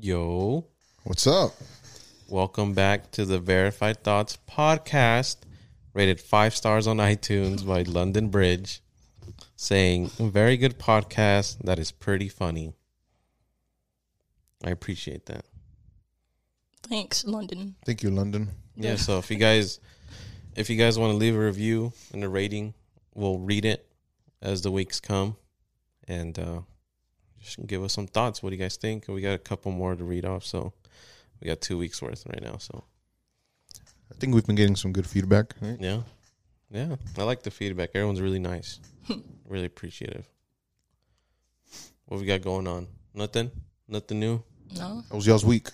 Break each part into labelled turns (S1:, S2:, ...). S1: Yo,
S2: What's up?
S1: welcome back to the Verified Thoughts podcast, rated five stars on iTunes by London Bridge, saying, Very good podcast that is pretty funny. I appreciate that.
S3: Thanks, London.
S2: Thank you, London.
S1: yeah
S3: Yeah.
S1: so if you guys if you guys want to leave a review and a rating we'll read it as the weeks come and uh just give us some thoughts what do you guys think we got a couple more to read off so we got two weeks worth right now so
S2: I think we've been getting some good feedback. right?
S1: yeah yeah i like the feedback everyone's really nice really appreciative what we got going on nothing nothing new
S3: No,
S2: How was y'all's week?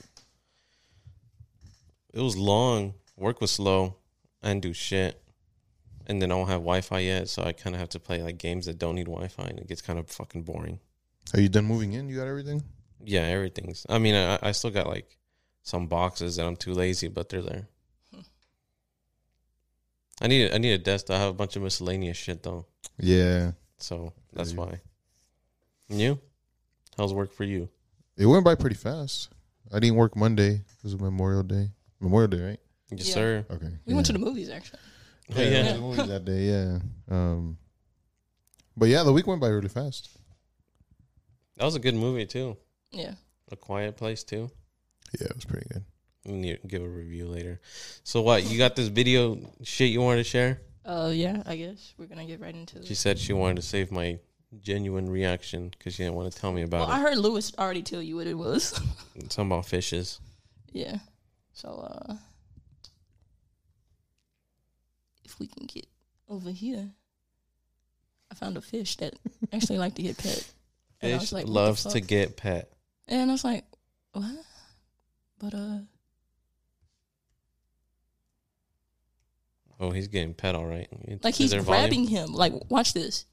S1: it was long. Work was slow. I didn't do shit. And then I don't have Wi Fi yet, so I kind of have to play like games that don't need Wi Fi, and it gets kind of fucking boring.
S2: Are you done moving in? You got everything?
S1: Yeah, everything's. I mean, I, I still got like some boxes that I'm too lazy, but they're there. I need I need a desk. I have a bunch of miscellaneous shit though,
S2: Yeah.
S1: so that's
S2: you-
S1: why. And you? How's work for you?
S2: It went by pretty fast. I didn't work Monday because of Memorial Day. Memorial Day, right?
S1: Yes,
S3: Yeah.
S1: sir. Oh,
S2: Okay.
S3: we went to the movies actually.
S1: Yeah.
S2: yeah. we went to the movies that day. Yeah. Um, but yeah, the week went by really fast.
S1: That was a good movie too.
S3: Yeah,
S1: A Quiet Place too.
S2: Yeah, it was pretty good.
S1: We need to give a review later. So what? You got this video shit you wanted to share?
S3: uh, yeah. I guess we're gonna get right into
S1: She
S3: this.
S1: said she wanted to save my genuine reaction because she didn't want to tell me about
S3: Well, I heard Lewis already tell you what it was.
S1: it. Something about fishes.
S3: yeah. So, uh, if we can get over here, I found a fish that actually liked to get pet. And I was
S1: Fish
S3: like, what the
S1: loves to
S3: fuck?
S1: get pet.
S3: And I was like, what? But uh,
S1: Oh, he's getting pet all right.
S3: like
S1: Is
S3: he's
S1: there volume?
S3: grabbing him. Like, watch this.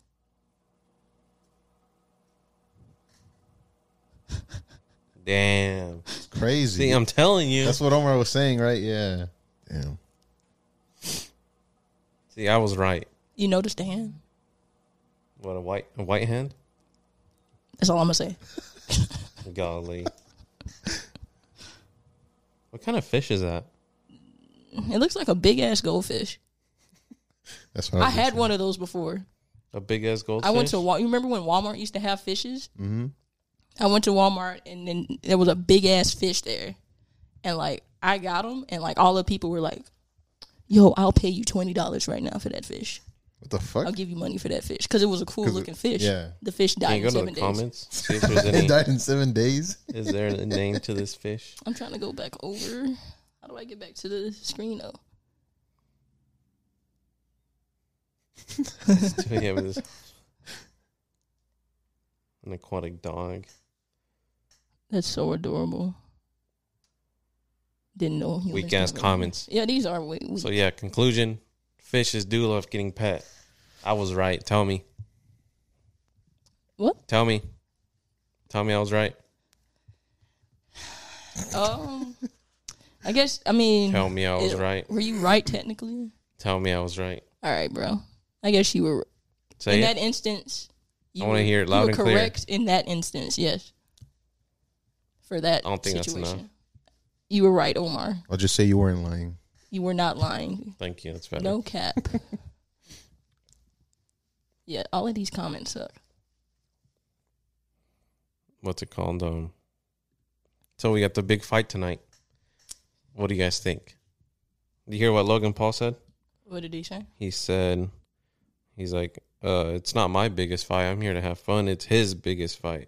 S1: Damn.
S2: It's crazy.
S1: See, I'm telling you.
S2: That's what Omar was saying, right? Yeah. Damn.
S1: See, I was right.
S3: You notice the hand?
S1: What a white a white hand.
S3: That's all I'm gonna say.
S1: Golly. what kind of fish is that?
S3: It looks like a big ass goldfish.
S2: That's what
S3: I had one of those before.
S1: A big ass goldfish.
S3: I went to Walmart. You remember when Walmart used to have fishes?
S2: Mm-hmm.
S3: I went to Walmart and then there was a big ass fish there, and like I got him, and like all the people were like, "Yo, I'll pay you twenty dollars right now for that fish.
S2: What the
S3: I'll
S2: fuck?
S3: give you money for that fish because it was a cool
S2: 'Cause it-
S3: looking fish.
S2: yeah.
S3: the fish
S1: Can
S3: died
S1: you go
S3: in
S1: to the
S3: seven days.
S1: comments? See if there's
S2: It
S1: any.
S2: died in seven days.
S1: Is there a name to this fish?
S3: I'm trying to go back over. How do I get back to the screen though?
S1: yeah, but this an aquatic dog.
S3: That's so adorable. Didn't know humans
S1: Weak ass
S3: never-
S1: comments.
S3: Yeah, these are weak.
S1: So yeah, conclusion: fishes do love getting pet. I was right. Tell me.
S3: What?
S1: Tell me. Tell me I was right.
S3: Um, I guess I mean,
S1: Tell me I was
S3: it-
S1: right.
S3: were you right technically?
S1: Tell me I was right.
S3: All right, bro. I guess you were
S1: Say
S3: in
S1: it.
S3: that instance. You
S1: I wanna
S3: were-
S1: hear it loud
S3: you were
S1: and clear.
S3: correct in that instance. Yes. For that
S1: I don't think that's
S3: situation,
S1: enough.
S3: you were right, Omar.
S2: I'll just say you weren't lying.
S3: You were not lying.
S1: Thank you. That's better.
S3: No cap. yeah, all of these comments suck.
S1: What's it called? Um. So we got the big fight tonight. What do you guys think? You hear what Logan Paul said?
S3: What did he say?
S1: he said he's like uh it's not my biggest fight i'm here to have fun it's his biggest fight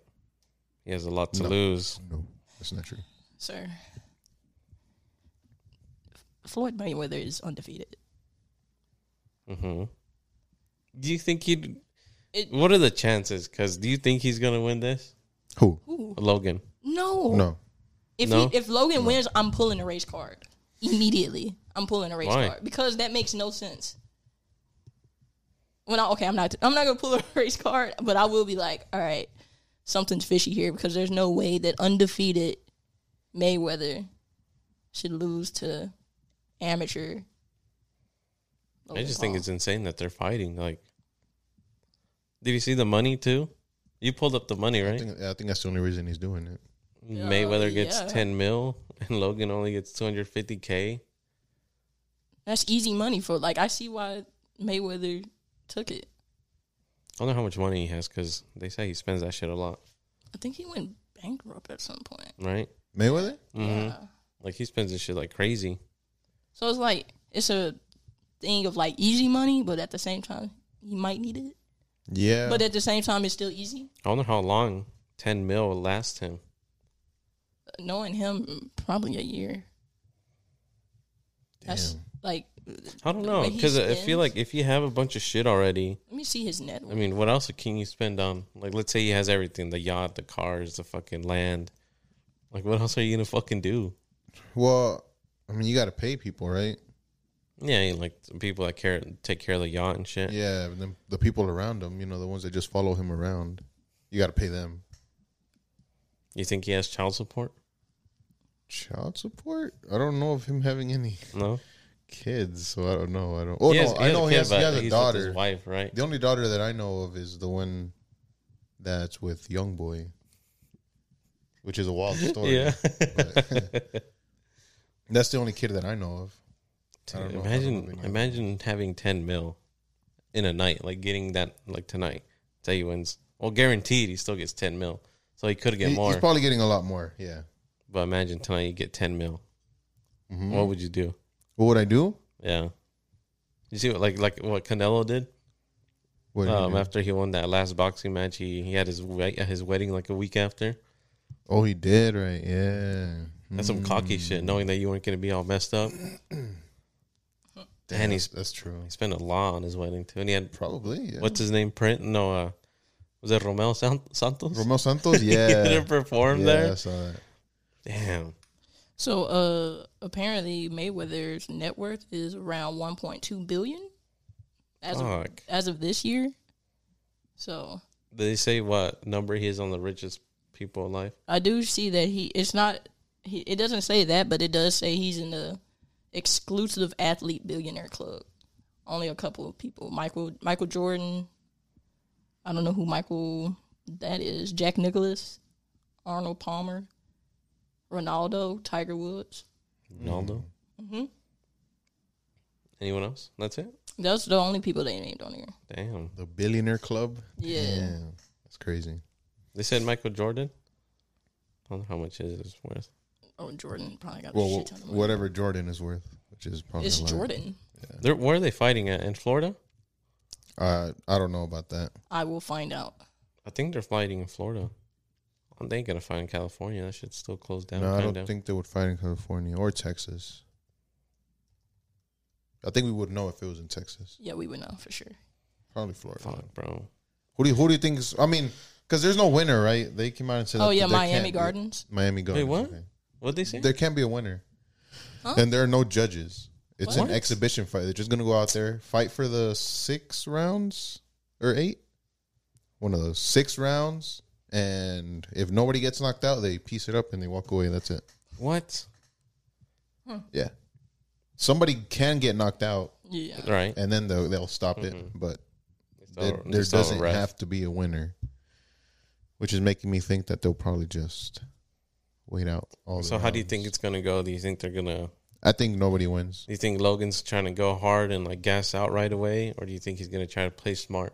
S1: he has a lot to
S2: No.
S1: lose
S2: No, that's not true.
S3: sir. Floyd Mayweather is undefeated.
S1: hmm do you think he'd
S3: It-
S1: what are the chances because do you think he's gonna win this
S2: Who?
S3: Ooh,
S1: logan
S3: no.
S2: No.
S3: If
S1: No?
S3: He, if Logan wins, I'm pulling a race card immediately. I'm pulling a race
S1: Why?
S3: card because that makes no sense. When I okay, I'm not I'm not gonna pull a race card, but I will be like, all right, something's fishy here because there's no way that undefeated Mayweather should lose to amateur.
S1: i
S3: Logan
S1: just think
S3: Paul.
S1: it's insane that they're fighting like did you see the money too you pulled up the money
S2: I
S1: right
S2: think, I think that's the only reason he's doing it.
S1: Mayweather gets
S3: yeah.
S1: 10 mil and Logan only gets 250k.
S3: That's easy money for like I see why Mayweather took it.
S1: I don't know how much money he has because they say he spends that shit a lot,
S3: I think he went bankrupt at some point.
S1: right?
S2: Mayweather?
S1: Mhm.
S3: Yeah.
S1: Like he spends this shit like crazy.
S3: So it's like it's a thing of like easy money, but at the same time you might need it.
S2: Yeah.
S3: But at the same time it's still easy.
S1: I wonder how long 10 mil will last him.
S3: Knowing him probably a year. That's
S2: Damn.
S3: like
S1: I don't
S3: The
S1: know
S3: way he
S1: because I I feel
S3: spends.
S1: like if you have a bunch of shit already,
S3: let me see his net
S1: I
S3: worth.
S1: mean, what else can you spend on? Like, let's say he has everything the yacht, the cars, the fucking land. Like, what else are you gonna fucking do?
S2: Well, I mean, you got to pay people, right?
S1: Yeah, and, like the people that care take care of the yacht and shit.
S2: Yeah. And then the people around him, you know, the ones that just follow him around, you got to pay them.
S1: You think he has child support?
S2: Child support? I don't know of him having any
S1: No.
S2: kids, so I don't know. I don't. Oh
S1: He
S2: no,
S1: has- he
S2: I
S1: has
S2: know
S1: a
S2: he
S1: kid,
S2: has, he
S1: but
S2: has
S1: he's
S2: a
S1: with
S2: daughter.
S1: his wife, right?
S2: The only daughter that I know of is the one that's with Young Boy, which is a wild story.
S1: Yeah.
S2: That's the only kid that I know of. I don't know. I don't know if
S1: imagine,
S2: they know.
S1: imagine having ten mil in a night, like getting that, like tonight. Say he wins, well, guaranteed, he still gets ten mil, so he could get
S2: He-
S1: more.
S2: He's probably getting a lot more. Yeah.
S1: but imagine tonight you get ten mil.
S2: Mm-hmm.
S1: What would you do?
S2: What would I do?
S1: Yeah. You see what like like what Canelo did
S2: What did he
S1: um,
S2: do?
S1: after he won that last boxing match. He he had his we- his wedding like a week after.
S2: Oh, he did, right? Yeah. Hmm,
S1: That's some cocky
S2: Mm.
S1: shit, knowing that you weren't gonna be all messed up. and he's
S2: That's true.
S1: he spent a lot on his wedding too. And he had
S2: Probably. Yeah.
S1: what's his name? Print? No, uh, was it Romel San- Santos?
S2: Romeo Santos?
S1: he
S2: Yeah.
S1: didn't perform
S2: yeah, I
S1: there.
S2: saw that.
S1: Damn.
S3: So uh apparently Mayweather's net worth is around 1.2 billion as of,
S1: Fuck.
S3: as of this year. So
S1: Did they say what number he is on the richest people alive?
S3: I do see that he it's not he, it doesn't say that, but it does say he's in the exclusive athlete billionaire club. Only a couple of people. Michael Michael Jordan. I don't know who Michael that is. Jack Nicholas, Arnold Palmer, Ronaldo, Tiger Woods.
S2: Mm-hmm.
S1: Ronaldo.
S3: hmm
S1: Anyone else? That's it.
S3: Those are the only people they named on here.
S1: Damn.
S2: The Billionaire Club?
S3: Yeah.
S2: Damn. That's crazy.
S1: They said Michael Jordan. I don't know how much it is worth.
S3: Oh, Jordan probably got a
S2: Well,
S3: shit ton of money.
S2: whatever Jordan is worth, which is probably
S3: It's
S2: a lot.
S3: Jordan.
S1: They're, where are they fighting at? In Florida?
S2: Uh, I don't know about that.
S3: I will find out.
S1: I think they're fighting in Florida. I ain't gonna fight in California. That shit's still closed down.
S2: no, I don't
S1: kinda.
S2: think they would fight in California or Texas. I think we would know if it was in Texas.
S3: Yeah, we would know for sure.
S2: Probably Florida.
S1: Fuck, bro.
S2: Who do you, who do you think? Is, I mean, because there's no winner, right? They came out and said,
S3: Oh
S2: that
S3: yeah,
S2: there
S3: Miami
S2: can't be-
S3: Gardens.
S2: Miami Gardens.
S1: what?
S2: okay.
S1: What they say?
S2: There can't be a winner,
S3: Huh?
S2: and there are no judges. It's
S1: What?
S2: an exhibition fight. They're just gonna go out there fight for the six rounds or eight, one of those six rounds. And if nobody gets knocked out, they piece it up and they walk away. That's it.
S1: What?
S2: Yeah. Somebody can get knocked out
S3: Yeah.
S1: Right.
S2: and then they'll, they'll stop it,
S1: Mm-hmm.
S2: but
S1: It's all-
S2: there,
S1: it's all
S2: there
S1: a
S2: doesn't
S1: ref.
S2: have to be a winner, which is making me think that they'll probably just wait out all.
S1: So how do you think it's gonna go? Do you think they're gonna? Do
S2: I think nobody wins.
S1: you think Logan's trying to go hard and like gas out right away, or do you think he's gonna try to play smart?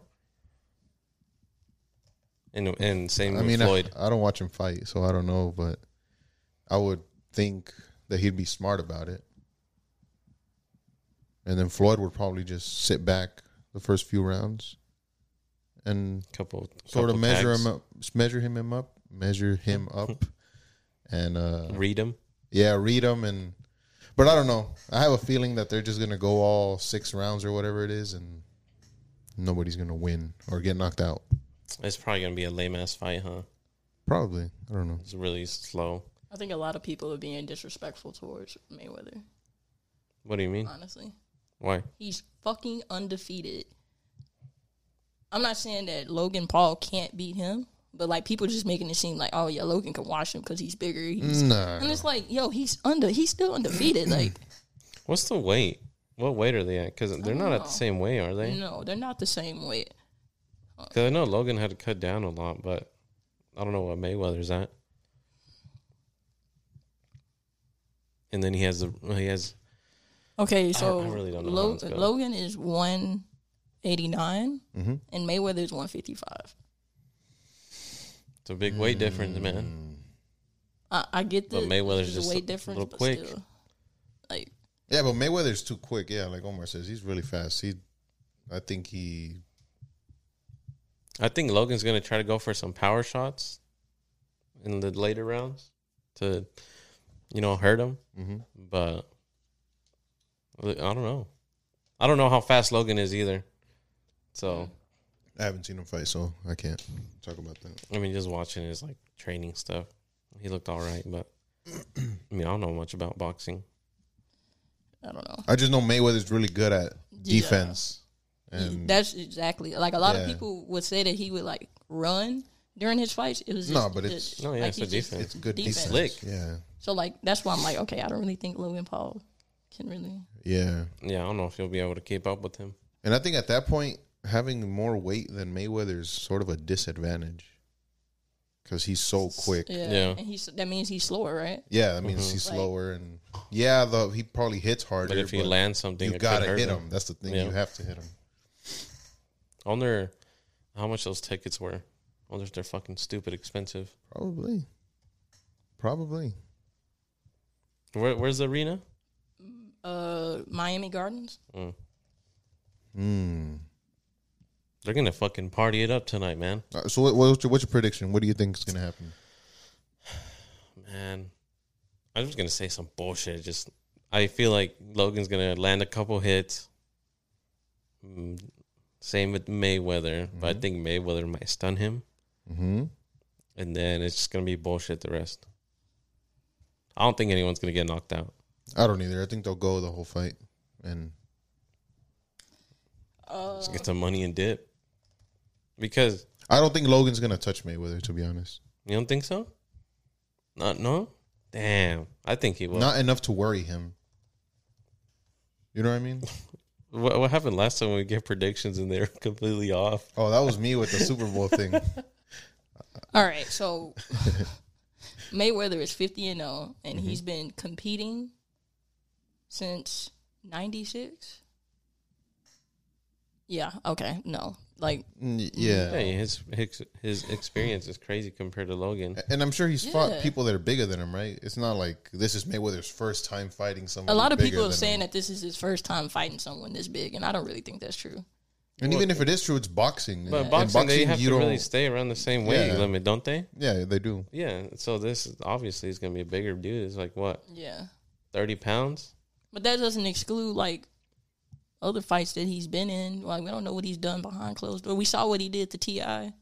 S1: And and same
S2: I
S1: with
S2: mean, I,
S1: Floyd.
S2: I don't watch him fight, so I don't know, but I would think that he'd be smart about it. And then Floyd would probably just sit back the first few rounds and
S1: couple
S2: sort of
S1: couple
S2: measure
S1: tags.
S2: him up, measure him, him up, measure him up, and uh,
S1: read him.
S2: yeah, read them and. But I don't know. I have a feeling that they're just gonna go all six rounds or whatever it is, and nobody's gonna win or get knocked out.
S1: It's probably gonna be a lame ass fight, huh?
S2: Probably. I don't know.
S1: It's really slow.
S3: I think a lot of people are being disrespectful towards Mayweather,
S1: What do you mean?
S3: honestly.
S1: Why?
S3: He's fucking undefeated. I'm not saying that Logan Paul can't beat him, but like people just making it seem like, oh yeah, Logan can wash him because he's bigger.
S1: Mm.
S3: He's,
S2: Nah.
S3: And it's like, yo, he's under, he's still undefeated. like,
S1: What's the weight? What weight are they at? Because they're not at the same weight, are they?
S3: no, they're not the same weight.
S1: Because I know Logan had to cut down a lot, but I don't know what Mayweather's at. and then he has the he has
S3: Okay, so
S1: really don't know how
S3: Lo-
S1: it's going.
S3: Logan is one eighty nine,
S1: Mm-hmm.
S2: Mhm.
S3: and Mayweather is one fifty five.
S1: it's a big weight difference, man.
S3: I, I get the
S1: But Mayweather's
S3: the
S1: just
S3: weight
S1: a
S3: difference,
S1: little
S3: but
S1: quick.
S3: still, like
S2: Yeah, but Mayweather's too quick. Yeah, like Omar says, he's really fast. He, I think he.
S1: I think Logan's gonna try to go for some power shots in the later rounds to, you know, hurt him.
S2: hmm
S1: But I don't know. I don't know how fast Logan is either. So
S2: I haven't seen him fight, so I can't talk about that.
S1: I mean, just watching his like training stuff, he looked all right. But I mean, I don't know much about boxing.
S3: I don't know.
S2: I just know Mayweather's really good at
S3: Yeah.
S2: defense. And
S3: That's exactly like a lot of
S2: Yeah.
S3: people would say that he would like run during his fights. It was
S2: No,
S3: just-
S2: but it's-
S1: No, yeah, it's
S3: he
S1: a
S3: just-
S1: defense.
S2: it's good
S3: Defense.
S2: defense.
S1: Slick.
S2: Yeah.
S3: So like that's why I'm like, okay, I don't really think Logan Paul can really.
S2: Yeah.
S1: Yeah, I don't know if you'll be able to keep up with him.
S2: And I think at that point, having more weight than Mayweather is sort of a disadvantage because he's so quick.
S3: Yeah,
S1: Yeah.
S3: and he's that means he's slower, right?
S2: Yeah, that means he's
S3: Like-
S2: slower. And yeah, though he probably hits harder.
S1: Mm-hmm. But if he
S2: but
S1: lands something,
S2: you
S1: it
S2: got
S1: could
S2: to
S1: hurt
S2: hit
S1: him.
S2: him. That's the thing.
S1: Yeah.
S2: You have to hit him.
S1: I wonder how much those tickets were. I wonder if they're fucking stupid expensive.
S2: Probably. Probably.
S1: Where, where's the arena?
S3: Uh, Miami Gardens.
S1: Mm.
S2: Mm.
S1: They're gonna fucking party it up tonight, man.
S2: Uh, So what, what's, your, what's your prediction? What do you think is going to happen?
S1: Man, I was gonna say some bullshit. Just I feel like Logan's gonna land a couple hits. Mm, Same with Mayweather, but I think Mayweather might stun him,
S2: Mm-hmm.
S1: and then it's just gonna be bullshit the rest. I don't think anyone's gonna get knocked out.
S2: I don't either. I think they'll go the whole fight. And
S3: Uh,
S1: Just get some money and dip. Because
S2: I don't think Logan's going to touch Mayweather, to be honest.
S1: you don't think so? Not no. Damn, I think he will.
S2: Not enough to worry him. You know what I mean?
S1: What, what happened last time when we get predictions and they're completely off?
S2: Oh, that was me with the Super Bowl thing.
S3: all right, so Mayweather is fifty and zero, and
S2: Mm-hmm.
S3: he's been competing since '96. Yeah. Okay. No. Like
S2: Mm, Yeah.
S1: Hey, his his, his experience is crazy compared to Logan.
S2: And I'm sure he's fought
S3: Yeah.
S2: people that are bigger than him, right? It's not like this is Mayweather's first time fighting someone.
S3: a lot of people are saying that this is his first time fighting someone this big, and I don't really think that's true.
S2: And even if it is true, it's boxing.
S1: But
S2: In
S1: boxing, they have
S2: you
S1: to
S2: don't-
S1: really stay around the same weight
S2: Yeah.
S1: limit, don't they?
S2: Yeah, they do.
S1: Yeah. So this is- obviously is going to be a bigger dude. It's like what
S3: Yeah.
S1: thirty pounds.
S3: But that doesn't exclude like other fights that he's been in. Like we don't know what he's done behind closed doors. We saw what he did to Ti. I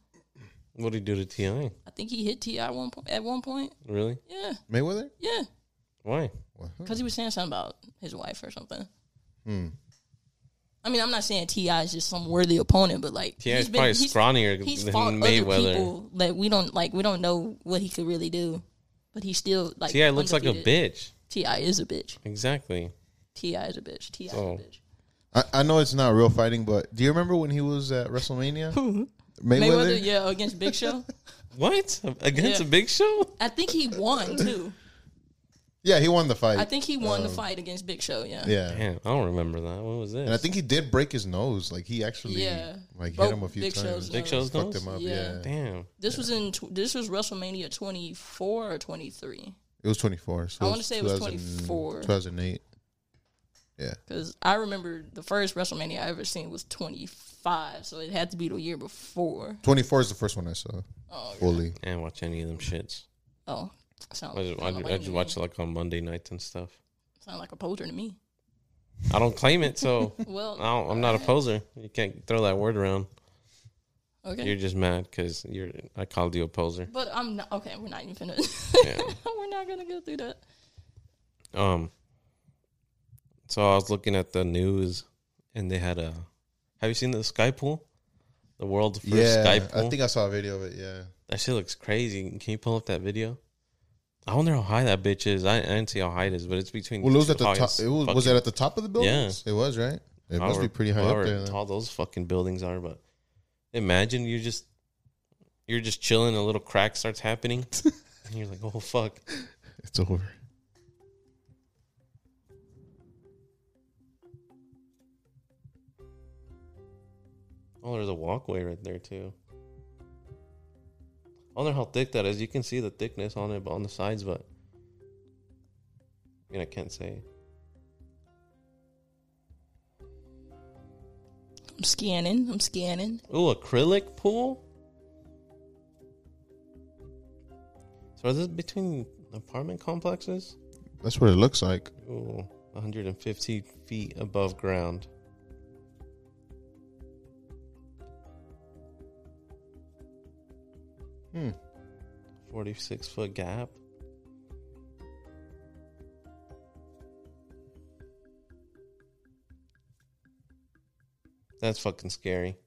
S1: What do he do to Ti?
S3: think he hit Ti one po- at one point.
S1: Really?
S3: Yeah,
S2: Mayweather?
S3: yeah,
S1: Why?
S2: Wow.
S3: because he was saying something about his wife or something.
S2: Hmm.
S3: I mean, I'm not saying Ti is just some worthy opponent, but like
S1: Ti is probably scrawnier
S3: he's
S1: than
S3: fought other
S1: Mayweather.
S3: people that we don't like. We don't know what he could really do, but he still like
S1: Ti looks like a
S3: undefeated.
S1: bitch.
S3: Ti is a bitch.
S1: Exactly.
S3: Ti is a bitch. Ti is a
S1: Oh.
S3: bitch.
S2: I, I know it's not real fighting, but do you remember when he was at WrestleMania? Mayweather?
S3: Mayweather, yeah, against Big Show.
S1: What against
S3: Yeah.
S1: a Big Show?
S3: I think he won too.
S2: Yeah, he won the fight.
S3: I think he won
S1: Oh.
S3: the fight against Big Show. Yeah.
S2: yeah.
S1: Damn, I don't remember that. What was this?
S2: And I think he did break his nose. Like he actually
S3: Yeah.
S2: like hit
S3: Broke
S2: him a few
S3: Big
S2: times.
S3: Show's
S1: Big
S3: nose.
S1: Show's
S2: fucked
S1: nose?
S2: him up.
S3: Yeah.
S2: Yeah.
S1: Damn.
S3: This was in tw- this was WrestleMania 24 or 23
S2: It was 24. So
S3: I
S2: it
S3: wanna say it was
S2: 2000
S3: 24.
S2: 2008. Yeah.
S3: because I remember the first WrestleMania I ever seen was 25, so it had to be the year before.
S2: 24 is the first one I saw
S3: Oh,
S2: fully.
S1: I didn't watch any of them shits.
S3: oh, sound,
S1: I just, I,
S3: sound
S1: ju-
S3: like
S1: I just
S3: me.
S1: watch it like on Monday nights and stuff.
S3: Sound like a poser to me.
S1: I don't claim it, so I
S3: Well,
S1: don't, I'm not a poser. You can't throw that word around.
S3: okay,
S1: You're just mad because you're. I called you a poser.
S3: but I'm not okay. We're not even gonna.
S1: Yeah.
S3: we're not gonna go through that.
S1: Um. So I was looking at the news, and they had a. Have you seen the sky pool? The world's first
S2: yeah.
S1: sky pool.
S2: I think I saw a video of it. Yeah.
S1: that shit looks crazy. Can you pull up that video? I wonder how high that bitch is. I, I didn't see how high it is, but it's between.
S2: Well, it was at the top.
S1: highest
S2: It was, was
S1: fucking-
S2: it at the top of the building? It was, right? It must
S1: however-
S2: be pretty high up
S1: however
S2: there. then.
S1: Tall those fucking buildings are, but imagine you just you're just chilling, a little crack starts happening, and you're like, "Oh fuck!"
S2: It's over.
S1: Oh, there's a walkway right there too. I wonder how thick that is. You can see the thickness on it, but on the sides, but I mean, I can't say.
S3: I'm scanning. I'm scanning.
S1: Ooh, acrylic pool. So is this between apartment complexes?
S2: That's what it looks like.
S1: Ooh, 150 feet above ground.
S2: Hmm.
S1: 46 foot gap. That's fucking scary.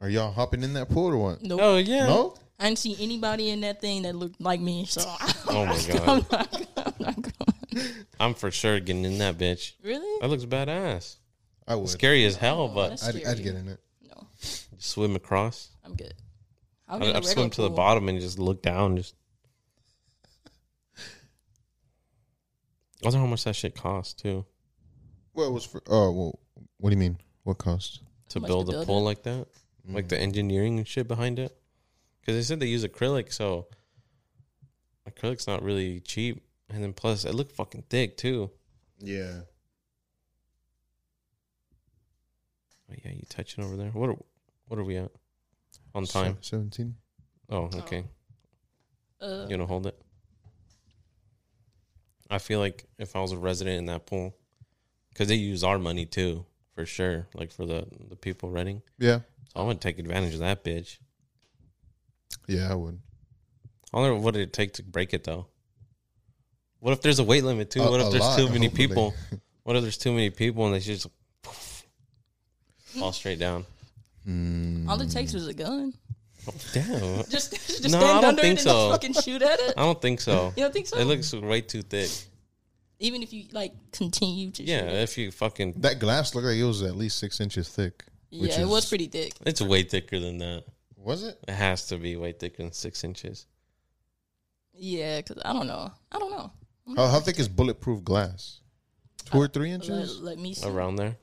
S2: Are y'all hopping in that pool or what?
S3: Nope.
S1: Oh yeah.
S2: No?
S3: I didn't see anybody in that thing that looked like me. So
S1: Oh my
S3: I'm
S1: god.
S3: not, I'm not going.
S1: I'm for sure getting in that bitch.
S3: Really?
S1: That looks badass.
S2: I would.
S1: Scary as hell,
S3: Oh,
S1: but
S3: that's
S2: I'd, I'd
S3: scary.
S2: get in it.
S3: No,
S1: swim across.
S3: I'm good. I'll
S1: I'd, I'd swim to the bottom and just look down. Just. I wonder how much that shit costs too
S2: Well, it was for. Oh, well, what do you mean? What cost?
S1: to
S3: much
S1: build
S3: to
S1: a
S3: build
S1: pool
S3: it?
S1: like that,
S2: Mm.
S1: like the engineering and shit behind it. Because they said they use acrylic, so acrylic's not really cheap. And then plus, it looked fucking thick too.
S2: Yeah.
S1: Oh yeah, you touching over there? What are what are we at? On time?
S2: 17.
S1: Oh,
S3: Oh.
S1: okay.
S3: Uh,
S1: You know, hold it. I feel like if I was a resident in that pool, because they use our money too, for sure. Like for the the people renting,
S2: Yeah.
S1: so I'm gonna take advantage of that bitch.
S2: Yeah, I would.
S1: I wonder what did it take to break it though. What if there's a weight limit too?
S2: A-
S1: what
S2: a
S1: if there's
S2: lot,
S1: too many
S2: hopefully.
S1: people? What if there's too many people and they just fall straight down?
S2: Mm.
S3: all it takes was a gun.
S1: Oh, damn,
S3: Just, just
S1: No, I
S3: stand
S1: don't
S3: under it
S1: think
S3: and
S1: so.
S3: just fucking shoot at it.
S1: I don't think so.
S3: You don't think so?
S1: It looks way too thick.
S3: Even if you like continue to
S1: Yeah,
S3: shoot it.
S1: if you fucking,
S2: That glass looked like it was at least six inches thick. which
S3: Yeah, it was
S2: is-
S3: pretty thick.
S1: it's way thicker than that.
S2: Was it?
S1: It has to be way thicker than six inches.
S3: Yeah, because I don't know. I don't know.
S2: How, how thick is bulletproof glass? Two or three
S3: Let,
S2: inches?
S3: let me see.
S1: around there,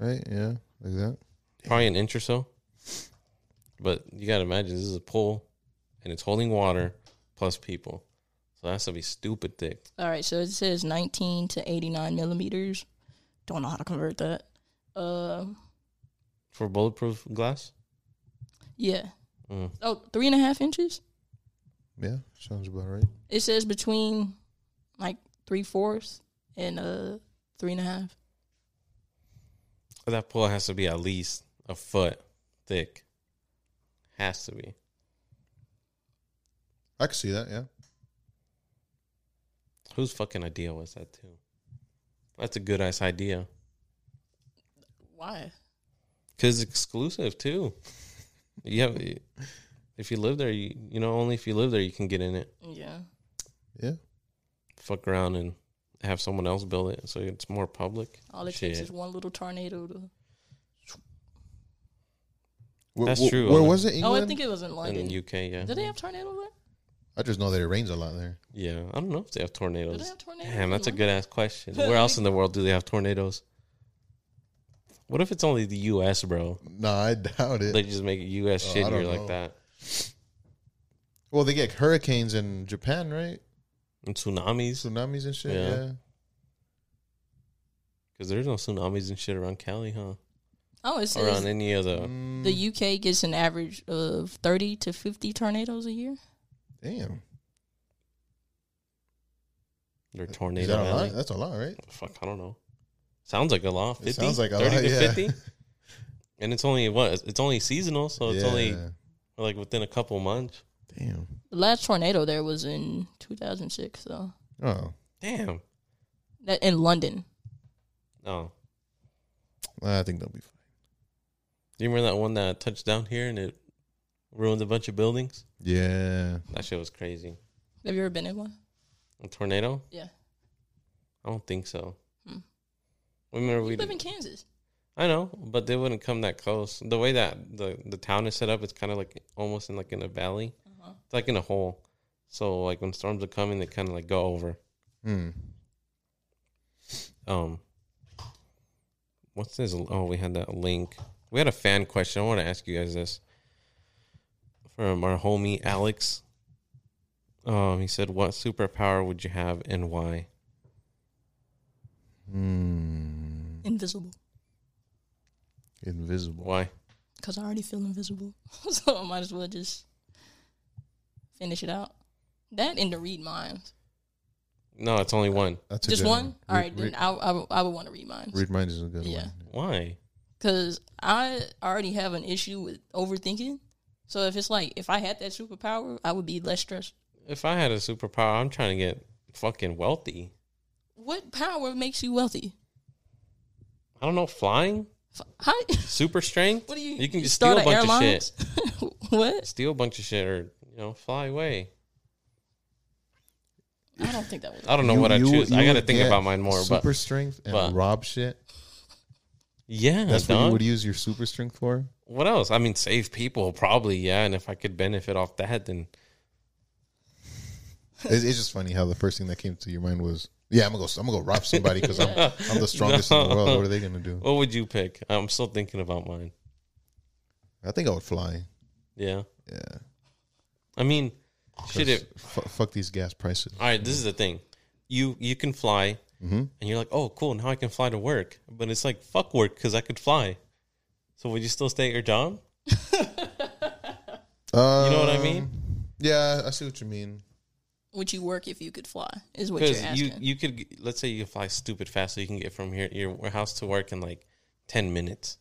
S2: Right? Yeah. Like that.
S1: probably an inch or so. But you gotta imagine this is a pool, and it's holding water plus people, so that's gonna be stupid thick.
S3: All right, so it says 19 to 89 millimeters. Don't know how to convert that. Uh,
S1: For bulletproof glass,
S3: yeah.
S1: Mm.
S3: Oh, three and a half inches.
S2: Yeah. Sounds about right.
S3: It says between like three fourths and uh three and a half.
S1: But that pool has to be at least a foot thick. Has to be.
S2: I could see that. Yeah.
S1: Whose fucking idea was that too? That's a good ass idea.
S3: Why?
S1: Cause it's exclusive too. You have, if you live there, you you know only if you live there you can get in it.
S3: Yeah.
S2: Yeah.
S1: Fuck around and have someone else build it, so it's more public.
S3: All it takes
S1: Shit.
S3: is one little tornado to.
S2: Wh-
S1: That's
S2: wh-
S1: true,
S2: Where
S1: Owen.
S2: was it? England?
S3: Oh, I think it was in
S1: in
S3: London.
S1: the UK, yeah.
S3: Do they have tornado there?
S2: I just know that it rains a lot there.
S1: Yeah, I don't know if they have
S3: Do they
S1: tornadoes.
S3: have tornadoes?
S1: Damn,
S3: in
S1: that's a
S3: London?
S1: good ass question. Where else in the world do they have tornadoes? What if it's only the U.S., bro?
S2: No, I doubt it.
S1: They just make it U.S.
S2: Oh, I
S1: shittier
S2: don't
S1: like
S2: know.
S1: that.
S2: well, they get hurricanes in Japan, right?
S1: And tsunamis,
S2: Tsunamis and shit.
S1: Yeah.
S2: Yeah.
S1: because there's no tsunamis and shit around Cali, huh?
S3: Oh, it
S1: Or around
S3: says
S1: any of the.
S2: Mm,
S3: the UK gets an average of 30 to 50 tornadoes a year.
S2: damn.
S1: Their
S2: Is
S1: tornado
S2: that a
S1: alley.
S2: lot? That's a lot, right?
S1: Fuck, I don't know. Sounds like a lot. 50?
S2: It sounds like a
S1: 30
S2: lot.
S1: to
S2: yeah.
S1: 50? And it's only what? It's only seasonal, so it's only
S2: Yeah.
S1: like within a couple months.
S2: damn.
S3: The last tornado there was in 2006, so
S2: Oh,
S1: Damn.
S3: that in London.
S1: No.
S2: I think they'll be fine.
S1: Do you remember that one that touched down here and it ruined a bunch of buildings?
S2: Yeah.
S1: That shit was crazy.
S3: Have you ever been in one?
S1: A tornado?
S3: Yeah.
S1: I don't think so.
S3: Hmm.
S1: Remember
S3: We
S1: we?
S3: live in Kansas.
S1: I know, but they wouldn't come that close. The way that the the town is set up, it's kind of like almost in like in a valley.
S3: Uh-huh.
S1: It's like in a hole. So like when storms are coming, they kind of like go over.
S2: Hmm.
S1: Um, what's this? Oh, we had that link. We had a fan question. I want to ask you guys this from our homie Alex. Um, he said, "What superpower would you have and why?"
S2: Hmm.
S3: Invisible.
S2: Invisible.
S1: Why?
S3: Because I already feel invisible. so I might as well just finish it out. That and to read minds.
S1: No, it's only one.
S2: That's a
S3: Just
S2: good
S3: one? All right,
S2: Read, read,
S3: then I, I, would- I would want to read minds.
S2: read mine is a good
S3: Yeah.
S2: one.
S1: Why?
S3: Because I already have an issue with overthinking. So if it's like, if I had that superpower, I would be less stressed.
S1: If I had a superpower, I'm trying to get fucking wealthy.
S3: What power makes you wealthy?
S1: I don't know, flying,
S3: F- How,
S1: super strength.
S3: what do you,
S1: You can just
S3: start
S1: steal a bunch
S3: an
S1: of shit.
S3: airlines? what?
S1: Steal a bunch of shit, or you know, fly away.
S3: I don't think that would.
S1: I don't know
S2: You-
S1: what I
S2: you-
S1: choose.
S2: you
S1: I got to
S2: would
S1: think
S2: get
S1: about mine more.
S2: Super
S1: but
S2: strength and
S1: but-
S2: rob shit.
S1: yeah,
S2: That's what you
S1: dog.
S2: would use your super strength for.
S1: what else? I mean, save people probably, yeah. And if I could benefit off that, then
S2: It's, it's just funny how the first thing that came to your mind was, "Yeah, I'm gonna go. I'm gonna go rob somebody because I'm I'm the strongest in the world. What are they gonna do?
S1: what would you pick? I'm still thinking about mine.
S2: I think I would fly.
S1: Yeah,
S2: Yeah.
S1: I mean, shit.
S2: 'Cause
S1: It,
S2: fu- fuck these gas prices.
S1: all right, this is the thing. You you can fly,
S2: Mm-hmm.
S1: and you're like, oh, cool. Now I can fly to work, but it's like fuck work because I could fly. So would you still stay at your job? You know what I
S2: Um,
S1: mean?
S2: Yeah, I see what you mean.
S3: Would you work if you could fly? Is what you're
S1: Because
S3: asking.
S1: you you could g- let's say you fly stupid fast, so you can get from here your house to work in like ten minutes.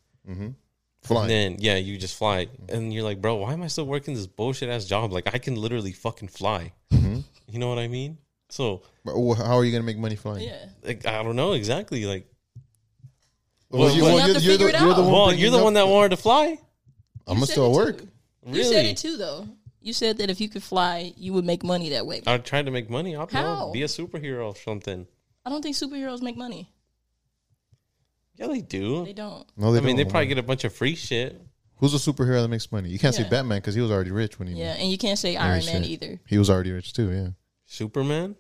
S2: Flying.
S1: And then yeah, you just fly, and you're like, bro, why am I still working this bullshit ass job? Like I can literally fucking fly.
S2: Mm-hmm.
S1: You know what I mean? So
S2: But wh- how are you gonna make money flying?
S3: yeah.
S1: like, I don't know exactly. Like,
S2: Well,
S1: Well,
S2: you,
S1: well,
S2: well,
S1: you
S3: have
S2: you're,
S3: to
S2: you're, the,
S3: figure it
S2: you're the
S3: out.
S2: one.
S1: well, you're the one that wanted to fly.
S2: I'm
S3: You
S2: gonna
S3: said
S2: still
S3: it
S2: work.
S3: too. You said
S1: Really?
S3: it too, though. You said that if you could fly, you would make money that way.
S1: I tried to make money. I don't know.
S3: How?
S1: Be a superhero or something.
S3: I don't think superheroes make money.
S1: Yeah, they do.
S3: They don't.
S2: No, they
S1: I mean, they
S2: don't.
S1: probably get a bunch of free shit.
S2: Who's a superhero that makes money? You can't say
S3: Yeah.
S2: Batman because he was already rich when he
S3: Yeah, and you can't say
S2: made
S3: Iron
S2: his
S3: Man
S2: shit.
S3: either.
S2: He was already rich too. Yeah.
S1: Superman.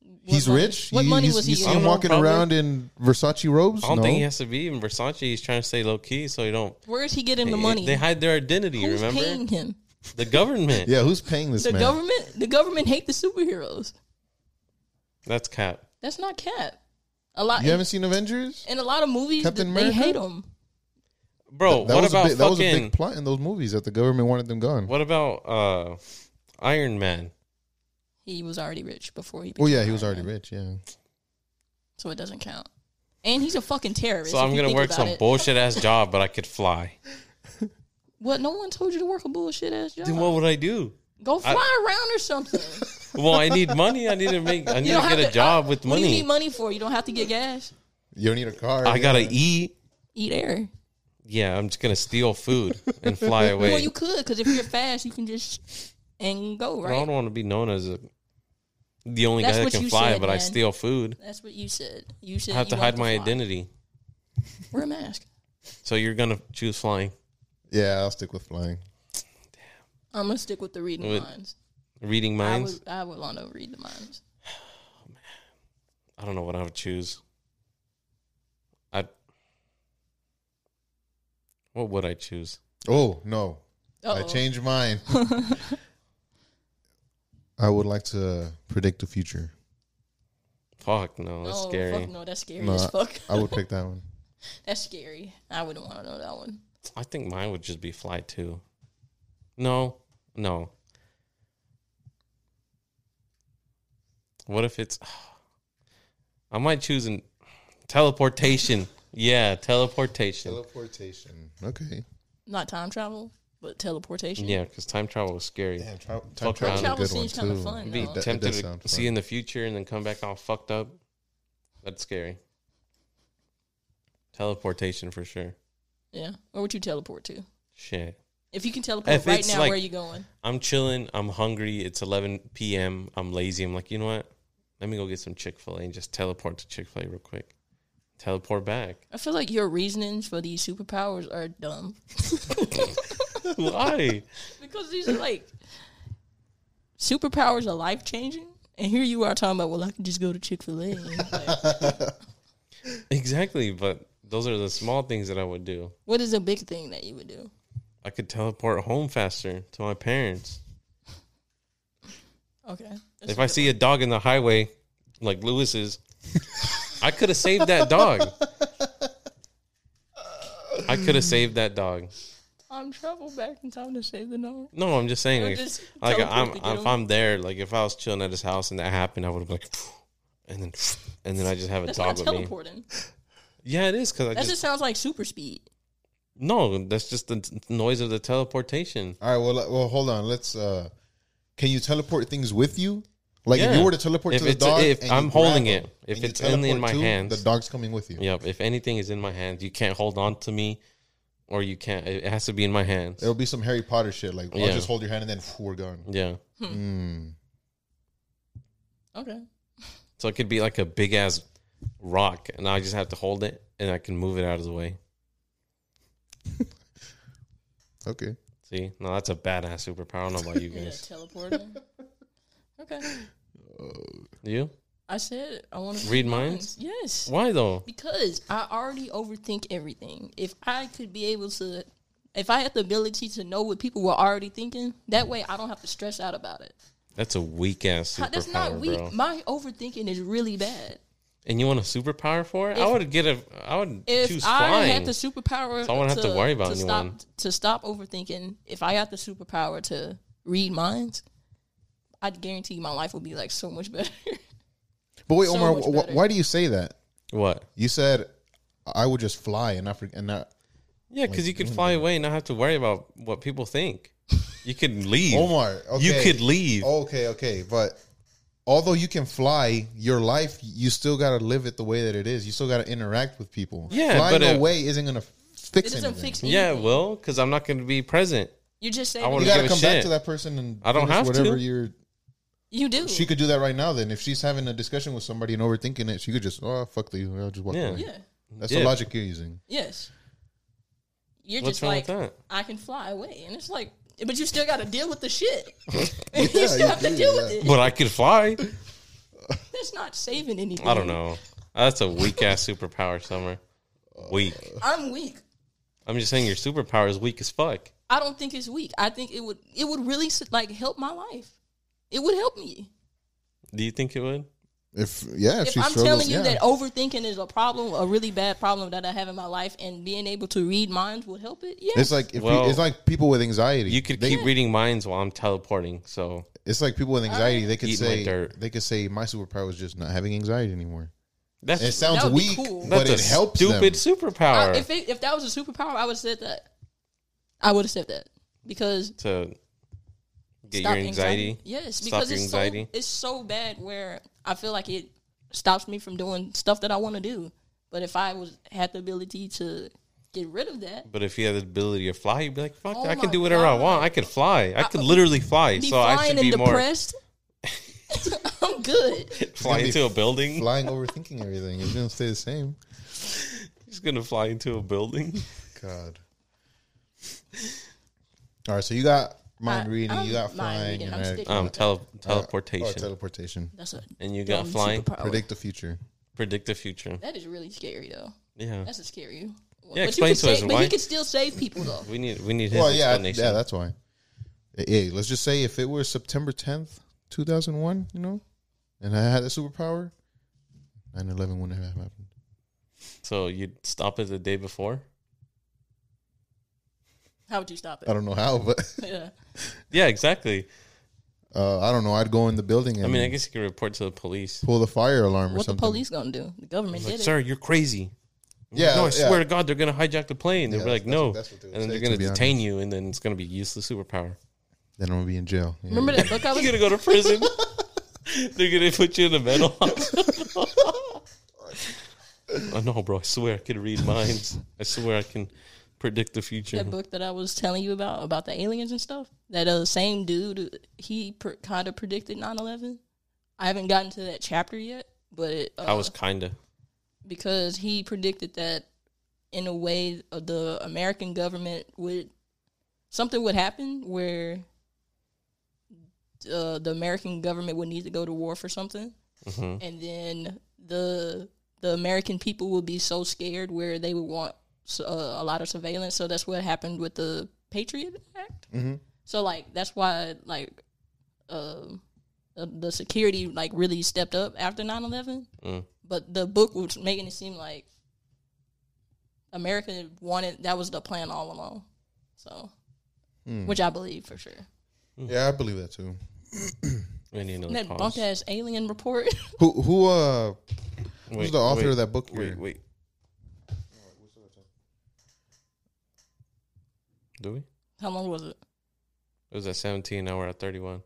S3: What
S2: he's
S3: money-
S2: rich.
S3: What
S2: You-
S3: money
S2: you-
S3: was
S2: You
S3: he?
S2: see
S1: I
S2: him
S1: don't
S3: Getting?
S1: know,
S2: walking
S1: probably.
S2: around in Versace robes?
S1: I don't
S2: no.
S1: think he has to be in Versace. He's trying to stay low key, so he don't.
S3: Where is he getting the
S1: they-
S3: money?
S1: They hide their identity.
S3: Who's
S1: remember
S3: paying him?
S1: the government.
S2: yeah, who's paying this
S3: The
S2: man?
S3: government. The government hate the superheroes.
S1: That's cap.
S3: That's not cap. A lot.
S2: You haven't seen Avengers?
S3: in a lot of movies,
S2: Captain
S3: th- they
S2: America?
S3: hate them.
S1: Bro,
S2: That
S1: what
S2: was
S1: about
S2: a big, that was a
S1: fucking?
S2: big plot in those movies that the government wanted them gone.
S1: What about uh, Iron Man?
S3: He was already rich before he.
S2: Well,
S3: became
S2: Oh, yeah, he was
S3: Iron
S2: already
S3: Man,
S2: rich. Yeah.
S3: so it doesn't count. And he's a fucking terrorist.
S1: So
S3: if
S1: I'm
S3: you
S1: gonna
S3: think
S1: work
S3: about
S1: some
S3: it.
S1: bullshit ass job, but I could fly.
S3: What? No one told you to work a bullshit ass job.
S1: Then what would I do?
S3: Go fly around or something.
S1: Well, I need money. I need to make. I need
S3: don't
S1: to get
S3: have
S1: a job
S3: I-
S1: with
S3: What do you
S1: money.
S3: need money for? You don't have to get gas.
S2: You don't need a car.
S1: I
S2: yeah.
S1: gotta eat.
S3: Eat air.
S1: Yeah, I'm just gonna steal food and fly away.
S3: Well, you could because if you're fast, you can just and go
S1: I don't
S3: right.
S1: want to be known as a, the only
S3: That's
S1: guy that
S3: what
S1: can
S3: you
S1: fly,
S3: said,
S1: but I
S3: man.
S1: steal food.
S3: That's what you said. You
S1: I
S3: said
S1: have
S3: you
S1: to
S3: wanted
S1: hide my
S3: fly.
S1: identity.
S3: Wear a mask.
S1: So you're gonna choose flying.
S2: Yeah, I'll stick with flying.
S3: I'm gonna stick with the reading
S1: Would-
S3: minds.
S1: Reading
S3: I
S1: minds.
S3: would. I would want to read the minds.
S1: I don't know what I would choose. I. What would I choose?
S2: Oh no, I
S3: Uh-oh.
S2: changed mine. I would like to predict the future.
S1: Fuck no, that's
S3: Oh,
S1: scary.
S3: Fuck no, that's scary
S2: No,
S3: as fuck.
S2: I would pick that one.
S3: That's scary. I wouldn't want to know that one.
S1: I think mine would just be fly too. No, no. What if it's? I might choose an teleportation. Yeah, teleportation.
S2: Teleportation. Okay.
S3: Not time travel, but teleportation.
S1: Yeah, because time travel is scary.
S2: Damn, tra- time
S1: Fuck
S2: travel is a
S3: around.
S2: good
S3: Travel
S2: one
S3: seems kinda
S2: too.
S3: fun,
S1: Be
S3: No.
S2: That- that
S1: tempted
S2: does
S1: to
S2: sound
S1: see
S2: fun.
S1: in the future and then come back all fucked up. That's scary. Teleportation for sure.
S3: Yeah. Where would you teleport to? If
S1: Shit.
S3: you can teleport
S1: If
S3: right
S1: it's
S3: now,
S1: like-
S3: where are you going?
S1: I'm chilling. I'm hungry. It's 11 p.m. I'm lazy. I'm like, you know what? Let me go get some Chick fil A and just teleport to Chick fil A real quick. Teleport back.
S3: I feel like your reasonings for these superpowers are dumb.
S1: Why?
S3: Because these are like superpowers are life changing. And here you are talking about, well, I can just go to Chick fil A.
S1: exactly. But Those are the small things that I would do.
S3: What is a big thing that you would do?
S1: I could teleport home faster to my parents.
S3: Okay.
S1: if I see a dog in the highway, like Lewis's, I could have saved that dog. I could have saved that dog.
S3: I'm travel back in time to save the dog.
S1: No, I'm just saying,
S3: Or
S1: like,
S3: just
S1: like
S3: teleport
S1: I'm,
S3: to get
S1: I'm if
S3: him.
S1: I'm there, like if I was chilling at his house and that happened, I would have been like, and then, and then I just have a
S3: That's
S1: dog
S3: not
S1: with me.
S3: teleporting.
S1: Yeah, it is because I
S3: That
S1: just,
S3: just sounds like super speed.
S1: no, that's just the t- noise of the teleportation.
S2: All right. Well, let- well, hold on. Let's. uh Can you teleport things with you? Like if you
S1: Yeah.
S2: were to teleport
S1: If
S2: to the
S1: it's-
S2: dog,
S1: if
S2: and
S1: I'm
S2: you
S1: holding
S2: grab
S1: it,
S2: him
S1: if
S2: and you
S1: it's only in
S2: teleport
S1: my
S2: to him,
S1: hands.
S2: the dog's coming with you.
S1: Yep. If anything is in my hands, you can't hold on to me, or you can't. It has to be in my hands.
S2: It'll be some Harry Potter shit. Like
S1: Yeah.
S2: I'll just hold your hand and then phew, we're gone.
S1: yeah.
S2: Mm.
S3: Okay.
S1: So it could be like a big ass rock, and I just have to hold it, and I can move it out of the way.
S2: Okay.
S1: See, no, that's a badass superpower. I don't know about you
S3: Yeah,
S1: guys.
S3: teleporting. okay.
S1: You
S3: I said I want to
S1: read minds?
S3: Yes.
S1: Why though?
S3: Because I already overthink everything. If I could be able to, if I had the ability to know what people were already thinking, that way I don't have to stress out about it.
S1: That's a weak ass
S3: How-
S1: superpower,
S3: That's not weak.
S1: bro.
S3: My overthinking is really bad.
S1: And you want a superpower for it? I
S3: If-
S1: would get a. I would
S3: If
S1: choose
S3: I
S1: flying.
S3: had the superpower,
S1: So I wouldn't have to worry about
S3: to
S1: anyone.
S3: Stop, to stop overthinking, if I got the superpower to read minds, I guarantee my life would be like so much better.
S2: But wait,
S3: So
S2: Omar,
S3: much
S2: wh-
S3: better.
S2: why do you say that?
S1: what?
S2: You said I would just fly and not for- and not. Oh
S1: Yeah, because you could fly away and not have to worry about what people think. You could leave.
S2: Omar, okay.
S1: You could leave.
S2: Okay, okay, but although you can fly, your life you still gotta live it the way that it is. You still gotta interact with people.
S1: Yeah,
S2: flying
S1: but, uh,
S2: away isn't gonna
S3: it
S2: fix it.
S3: doesn't
S2: Anything.
S3: fix anything.
S1: yeah, well, because I'm not going to be present.
S3: you just say
S1: I
S2: you
S1: wanna
S2: gotta
S1: give a
S2: come back
S1: shit.
S2: to that person and
S1: I don't
S2: finish
S1: have to.
S2: whatever you're.
S3: you do.
S2: She could do that right now. Then, if she's having a discussion with somebody and overthinking it, she could just oh fuck you, I'll just walk
S1: Yeah.
S2: away.
S3: yeah.
S2: That's
S1: Yeah.
S2: the logic you're using.
S3: Yes. You're
S1: What's
S3: just
S1: wrong
S3: like
S1: with that?
S3: I can fly away, and it's like, but you still got to deal with the shit. you
S2: Yeah,
S3: still
S2: you
S3: have to
S2: do,
S3: deal
S2: yeah.
S3: with it.
S1: But I could fly.
S3: That's not saving anything.
S1: I don't know. That's a weak ass superpower, Summer. Weak.
S3: I'm weak.
S1: I'm just saying your superpower is weak as fuck.
S3: I don't think it's weak. I think it would it would really like help my life. It would help me.
S1: Do you think it would?
S2: If yeah, if,
S3: If
S2: she
S3: I'm
S2: struggles,
S3: telling you
S2: yeah.
S3: that oh, overthinking is a problem, a really bad problem that I have in my life, and being able to read minds would help it, yeah.
S2: it's like if
S1: Well,
S2: you, it's like people with anxiety.
S1: You could
S2: They-
S1: keep reading minds while I'm teleporting. So
S2: It's like people with anxiety. They could
S1: Eat my
S2: say
S1: dirt.
S2: they could say my superpower is just not having anxiety anymore.
S1: that's
S2: It sounds
S3: That would be
S2: weak,
S3: cool.
S2: but
S1: that's
S2: it
S1: a
S2: helps
S1: stupid
S2: them.
S1: superpower.
S3: I- Uh, if it, if that was a superpower, I would have said that. I would have said that because
S1: to get
S3: stop
S1: your anxiety.
S3: Yes,
S1: Stop
S3: because
S1: your
S3: it's
S1: anxiety.
S3: so it's so bad where I feel like it stops me from doing stuff that I want to do. But if I was had the ability to get rid of that,
S1: But if you had the ability to fly, you'd be like, "Fuck,
S3: Oh
S1: I can
S3: my
S1: do whatever I
S3: God. Uh,
S1: want. I could fly. I could literally fly.
S3: be
S1: So I should
S3: flying and
S1: be more
S3: depressed, I'm good.
S1: fly
S2: be
S1: into a building.
S2: Flying, overthinking everything. It's gonna stay the same.
S1: He's gonna fly into a building.
S2: God. All right, so you got mind
S3: I-
S2: reading,
S3: I'm
S2: you got
S3: mind
S2: flying,
S3: reading,
S2: and
S3: I'm
S2: I-
S3: sticking-
S1: Um, tele- teleportation,
S2: oh, teleportation.
S3: That's a
S1: and you got
S3: dumb
S1: flying.
S3: superpower.
S2: Predict the future.
S1: Predict the future.
S3: That is really scary though.
S1: Yeah,
S3: That's a scary. one.
S1: Yeah,
S3: but
S1: explain
S3: you could
S1: to us
S3: save,
S1: why.
S3: But he could still save people though.
S1: we need we need his
S2: Well, yeah,
S1: explanation.
S2: yeah, that's why. Hey, let's just say if it were September tenth, two thousand one, you know, and I had a superpower, 9-11 wouldn't have happened.
S1: so you'd stop it the day before.
S3: How would you stop
S2: I
S3: it?
S2: don't know how, but
S3: Yeah.
S1: Yeah, exactly.
S2: uh, I don't know. I'd go in the building and
S1: I mean, I guess you could report to the police.
S2: pull the fire alarm or
S3: What the
S2: something.
S3: police gonna do? The government
S1: Like,
S3: did it.
S1: sir, you're crazy.
S2: Yeah,
S1: no, I
S2: yeah.
S1: swear to God, they're gonna hijack the plane. They'll
S2: Yeah,
S1: be like,
S2: that's-
S1: no,
S2: that's what they would
S1: and then
S2: say,
S1: they're gonna
S2: to be
S1: detain you, and then it's gonna be useless superpower.
S2: Then I'm gonna be in jail. Yeah.
S3: Remember that book I was
S1: You're gonna go to prison. they're gonna put you in a mental hospital. I know, bro. I swear I can read minds. I swear I can predict the future.
S3: that book that I was telling you about about the aliens and stuff. That uh, same dude he pr kind of predicted 9/11. I haven't gotten to that chapter yet, but it, uh,
S1: I was kinda.
S3: because he predicted that in a way uh, the American government would something would happen where
S1: Mm-hmm.
S3: uh, the American government would need to go to war for something, and then the the American people would be so scared where they would want s- uh, a lot of surveillance. So that's what happened with the Patriot Act.
S2: Mm-hmm.
S3: So like that's why like um the, the security like really stepped up after 9-11.
S1: Mm.
S3: But the book was making it seem like America wanted that was the plan all along. So,
S1: Hmm.
S3: which I believe for sure.
S2: Mm. Yeah, I believe that too.
S1: We need another
S3: And that
S1: pause.
S3: bunk ass alien report.
S2: Who who uh
S1: Wait,
S2: who's the author
S1: wait,
S2: of that book?
S1: Wait,
S2: here?
S1: wait. Do we?
S3: How long was it?
S1: It was at 17. Now we're at 31.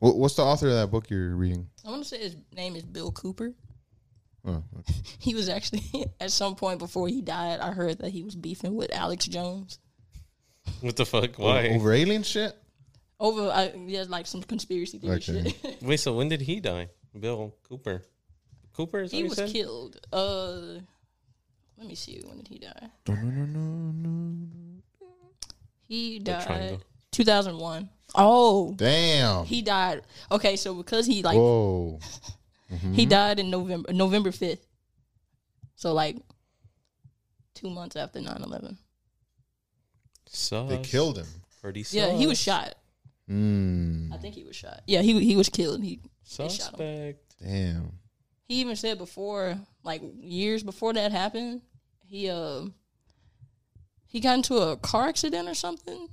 S2: Wha- What's the author of that book you're reading?
S3: I want to say his name is Bill Cooper.
S2: Oh,
S3: He was actually at some point before he died. I heard that he was beefing with Alex Jones
S1: What the fuck?
S2: okay.
S1: Why?
S2: over alien shit.
S3: over uh, yeah, like some conspiracy theory
S2: Okay.
S3: shit.
S1: Wait, so when did he die? Bill Cooper. Cooper is what
S3: he was
S1: said?
S3: killed. Uh, let me see. When did he die? He died
S1: triangle.
S3: two thousand one. Oh,
S2: Damn.
S3: he died. Okay, so because he like
S2: Whoa.
S3: He died in November November 5th. So like 2 months after 9/11.
S1: Sus.
S2: They killed him.
S1: Pretty sus.
S3: Yeah, he was shot.
S2: Mm,
S3: I think he was shot. Yeah, he he was killed. He they shot him.
S1: Suspect.
S2: damn.
S3: He even said before like years before that happened, he uh he got into a car accident or something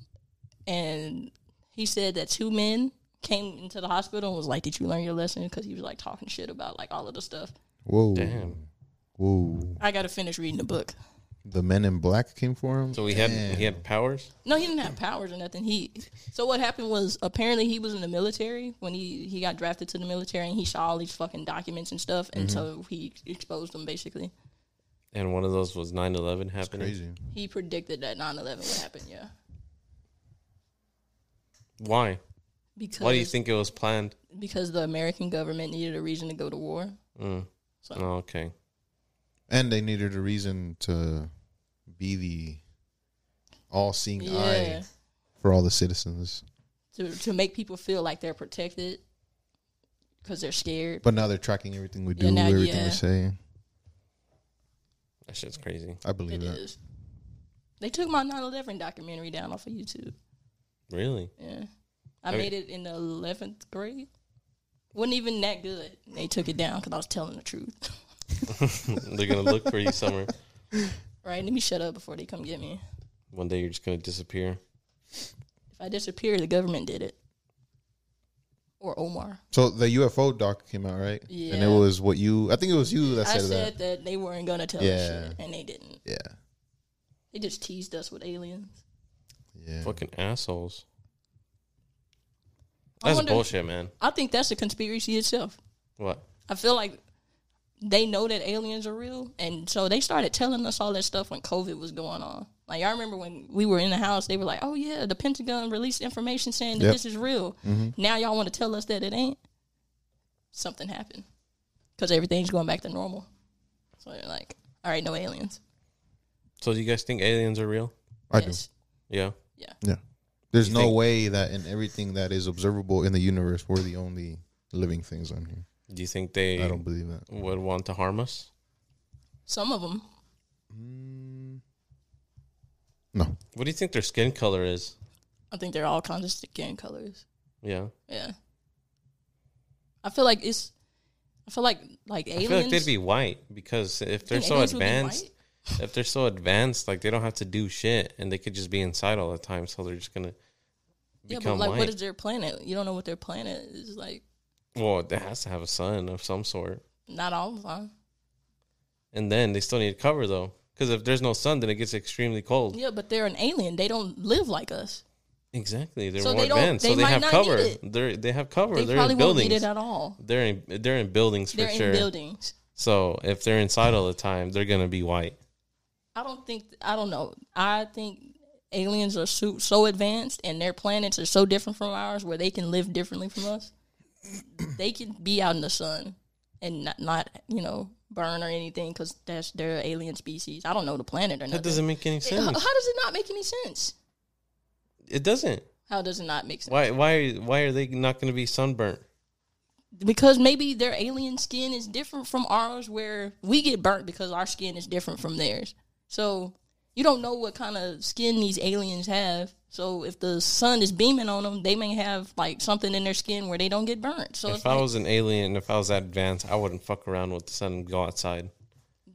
S3: and he said that two men came into the hospital and was like, "Did you learn your lesson?" cuz he was like talking shit about like all of the stuff.
S2: Whoa.
S1: Damn.
S2: Whoa.
S3: I got to finish reading the book.
S2: The men in black came for him.
S1: So he had he had powers.
S3: No, he didn't have powers or nothing. He so what happened was apparently he was in the military when he he got drafted to the military and he saw all these fucking documents and stuff and
S1: Mm-hmm.
S3: so he exposed them basically.
S1: And one of those was 9-11 happening.
S2: crazy.
S3: He predicted that 9-11 would happen, yeah.
S1: Why?
S3: Because
S1: Why do you think it was planned?
S3: because the American government needed a reason to go to war.
S1: Mm.
S3: So-
S1: Oh, okay.
S2: And they needed a reason to be the all-seeing
S3: Yeah.
S2: eye for all the citizens.
S3: To to make people feel like they're protected cuz they're scared.
S2: But now they're tracking everything we do,
S3: Yeah, now-
S2: everything
S3: yeah.
S2: we say.
S1: That shit's crazy.
S2: I
S3: It
S2: believe
S3: is.
S2: that.
S3: They took my 9-11 documentary down off of YouTube.
S1: Really?
S3: Yeah. I
S1: Okay.
S3: made it in the 11th grade. Wasn't even that good. They took it down because I was telling the truth.
S1: They're gonna look for you somewhere.
S3: right? Let me shut up before they come get me.
S1: One day you're just gonna disappear.
S3: If I disappear, the government did it. Or Omar.
S2: So the UFO doc came out, right? And
S3: Yeah.
S2: it was what you I think it was you that
S3: I
S2: said,
S3: said that. they weren't going to tell
S2: Yeah.
S3: us shit, and they didn't.
S2: that.
S3: They just teased us with aliens.
S2: Yeah. Yeah.
S1: Fucking assholes.
S3: I
S1: That's
S3: wonder-
S1: bullshit, man.
S3: I think that's a conspiracy itself.
S1: What?
S3: I feel like they know that aliens are real, and so they started telling us all that stuff when COVID was going on. Like I remember when we were in the house, they were like, "Oh yeah, the Pentagon released information saying that
S2: Yep. Mm-hmm.
S3: this is real." Now y'all want to tell us that it ain't? Something happened because everything's going back to normal. So they're like, "All right, no aliens."
S1: So do you guys think aliens are real?
S2: I do.
S3: yes,
S1: Yeah.
S2: Yeah. There's
S1: You
S2: no
S1: think-
S2: way that in everything that is observable in the universe, we're the only living things on here.
S1: Do you think they
S2: I don't believe that.
S1: would want to harm us?
S3: some of them.
S2: Mm. No.
S1: What do you think their skin color is?
S3: I think they're all kinds of skin colors.
S1: Yeah.
S3: Yeah, I feel like it's. I feel like like aliens.
S1: I feel like they'd be white because if they're
S3: think
S1: so
S3: aliens would be
S1: advanced,
S3: white?
S1: if they're so advanced, like they don't have to do shit and they could just be inside all the time. So they're just gonna
S3: Yeah,
S1: become
S3: but like,
S1: white.
S3: what is their planet? You don't know what their planet is. Like,
S1: well, it has to have a sun of some sort,
S3: not all of them.
S1: and then they still need cover though, because if there's no sun, then it gets extremely cold.
S3: Yeah, but they're an alien. They don't live like us.
S1: Exactly, they're
S3: So
S1: more
S3: they don't-
S1: advanced,
S3: they
S1: so they
S3: might
S1: have
S3: not
S1: cover.
S3: need
S1: They they have cover.
S3: They
S1: They are
S3: probably
S1: in
S3: won't need
S1: buildings.
S3: it at all.
S1: They're in they're in buildings for
S3: They're
S1: sure.
S3: in buildings.
S1: So if they're inside all the time, they're gonna be white.
S3: I don't think. I don't know. I think aliens are so, so advanced, and their planets are so different from ours, where they can live differently from us. they can be out in the sun and not, not you know, burn or anything because that's their alien species. I don't know the planet or nothing.
S1: That doesn't make any
S3: How- how
S1: sense.
S3: does it not make any sense?
S1: It doesn't.
S3: How does it not make sense?
S1: Why why why are they not going to be sunburnt?
S3: because maybe their alien skin is different from ours where we get burnt because our skin is different from theirs so you don't know what kind of skin these aliens have so if the sun is beaming on them they may have like something in their skin where they don't get burnt so it's
S1: If I
S3: like,
S1: was an alien, if I was that advanced, I wouldn't fuck around with the sun and go outside.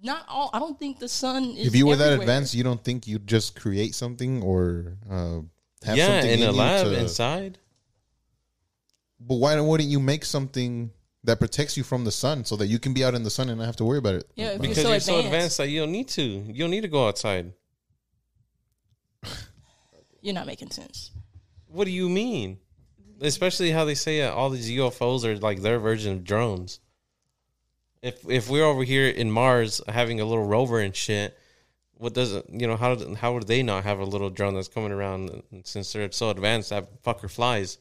S3: not all i don't think the sun is
S2: If you were that
S3: everywhere.
S2: advanced, you don't think you'd just create something or uh, have
S1: yeah,
S2: something
S1: in a
S2: you
S1: lab
S2: to-
S1: inside.
S2: But why wouldn't you make something that protects you from the sun so that you can be out in the sun and not have to worry about it?
S3: yeah if
S1: Because
S3: you're so
S1: you're so
S3: advanced,
S1: advanced that you don't need to. You don't need to go outside.
S3: you're not making sense
S1: What do you mean? Especially how they say uh, all these UFOs are like their version of drones. If if we're over here in Mars having a little rover and shit, what doesn't you know how does- how would they not have a little drone that's coming around and since they're so advanced that fucker flies?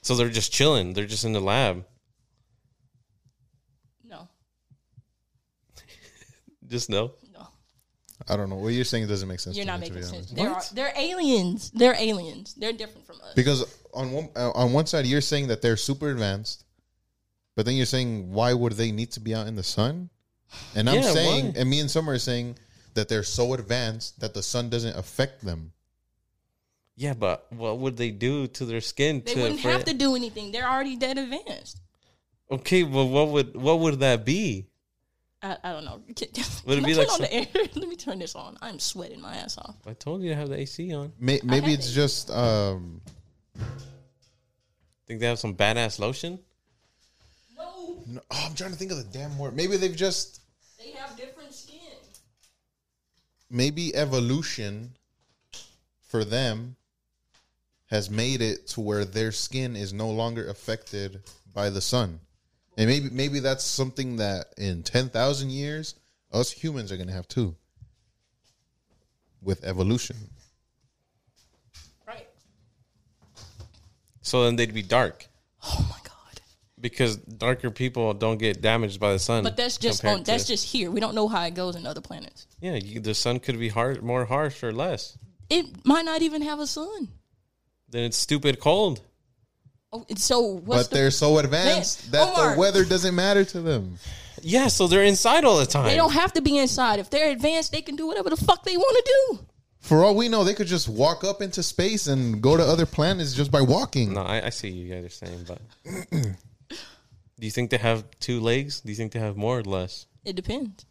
S1: So they're just chilling. They're just in the lab,
S3: no
S1: just no.
S3: no
S2: I don't know. What you're saying doesn't make sense.
S3: you're
S2: to
S3: not
S2: me, to
S3: making
S2: be
S3: sense
S2: honest.
S3: they're, they're aliens they're aliens they're different from us
S2: Because on one uh, on one side you're saying that they're super advanced, but then you're saying why would they need to be out in the sun? And I'm
S1: Yeah,
S2: saying,
S1: why?
S2: and me and Summer are saying that they're so advanced that the sun doesn't affect them.
S1: Yeah, but what would they do to their skin?
S3: They
S1: to,
S3: wouldn't
S1: for
S3: have
S1: it-
S3: to do anything. They're already dead advanced.
S1: Okay, well, what would what would that be?
S3: I, I don't know. Can,
S1: Would it
S3: can I
S1: be
S3: turn
S1: like
S3: on
S1: some-
S3: the air? Let me turn this on. I'm sweating my ass off.
S1: I told you to have the AC on.
S2: May- maybe
S3: have
S2: it's just um,
S1: Think they have some badass lotion?
S3: No,
S2: no- oh, I'm trying to think of the damn word. Maybe they've just
S3: they have different skin.
S2: maybe evolution for them has made it to where their skin is no longer affected by the sun. And maybe maybe that's something that in 10,000 years us humans are going to have too with evolution.
S3: Right.
S1: So then they'd be dark
S3: Oh my god.
S1: because darker people don't get damaged by the sun.
S3: But that's just
S1: Mm, compared
S3: on.
S1: to-
S3: That's just here. We don't know how it goes in other planets.
S1: yeah. You, the sun could be hard, more harsh or less.
S3: It might not even have a sun.
S1: Then it's stupid cold.
S3: Oh, and so what's
S2: but
S3: the?
S2: they're so advanced
S3: Man,
S2: that
S3: Omar.
S2: the weather doesn't matter to them.
S1: Yeah, so they're inside all the time.
S3: They don't have to be inside. If they're advanced, they can do whatever the fuck they want to do.
S2: For all we know, they could just walk up into space and go to other planets just by walking.
S1: no, I, I see you guys are saying, but do you think they have two legs? Do you think they have more or less?
S3: It depends.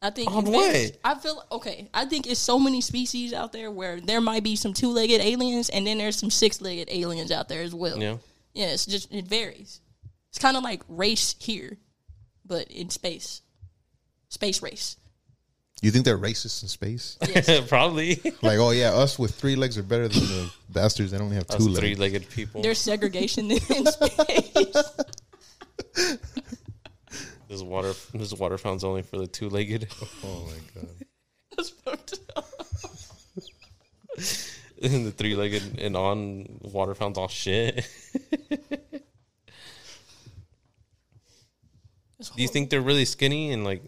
S3: I think
S1: On
S3: it varies.
S1: what?
S3: I feel okay. I think it's so many species out there where there might be some two legged aliens and then there's some six legged aliens out there as well.
S1: Yeah.
S3: Yeah, it's just it varies. It's kinda like race here, but in space. Space race.
S2: You think they're racist in space?
S1: Probably.
S2: like, oh yeah, us with three legs are better than the bastards that only have two legs.
S1: Three legged people.
S3: There's segregation in space.
S1: There's water. There's water fountains only for the two legged.
S2: Oh my god.
S3: That's fucked up.
S1: and the three legged and on water fountains all shit. Do you think they're really skinny and like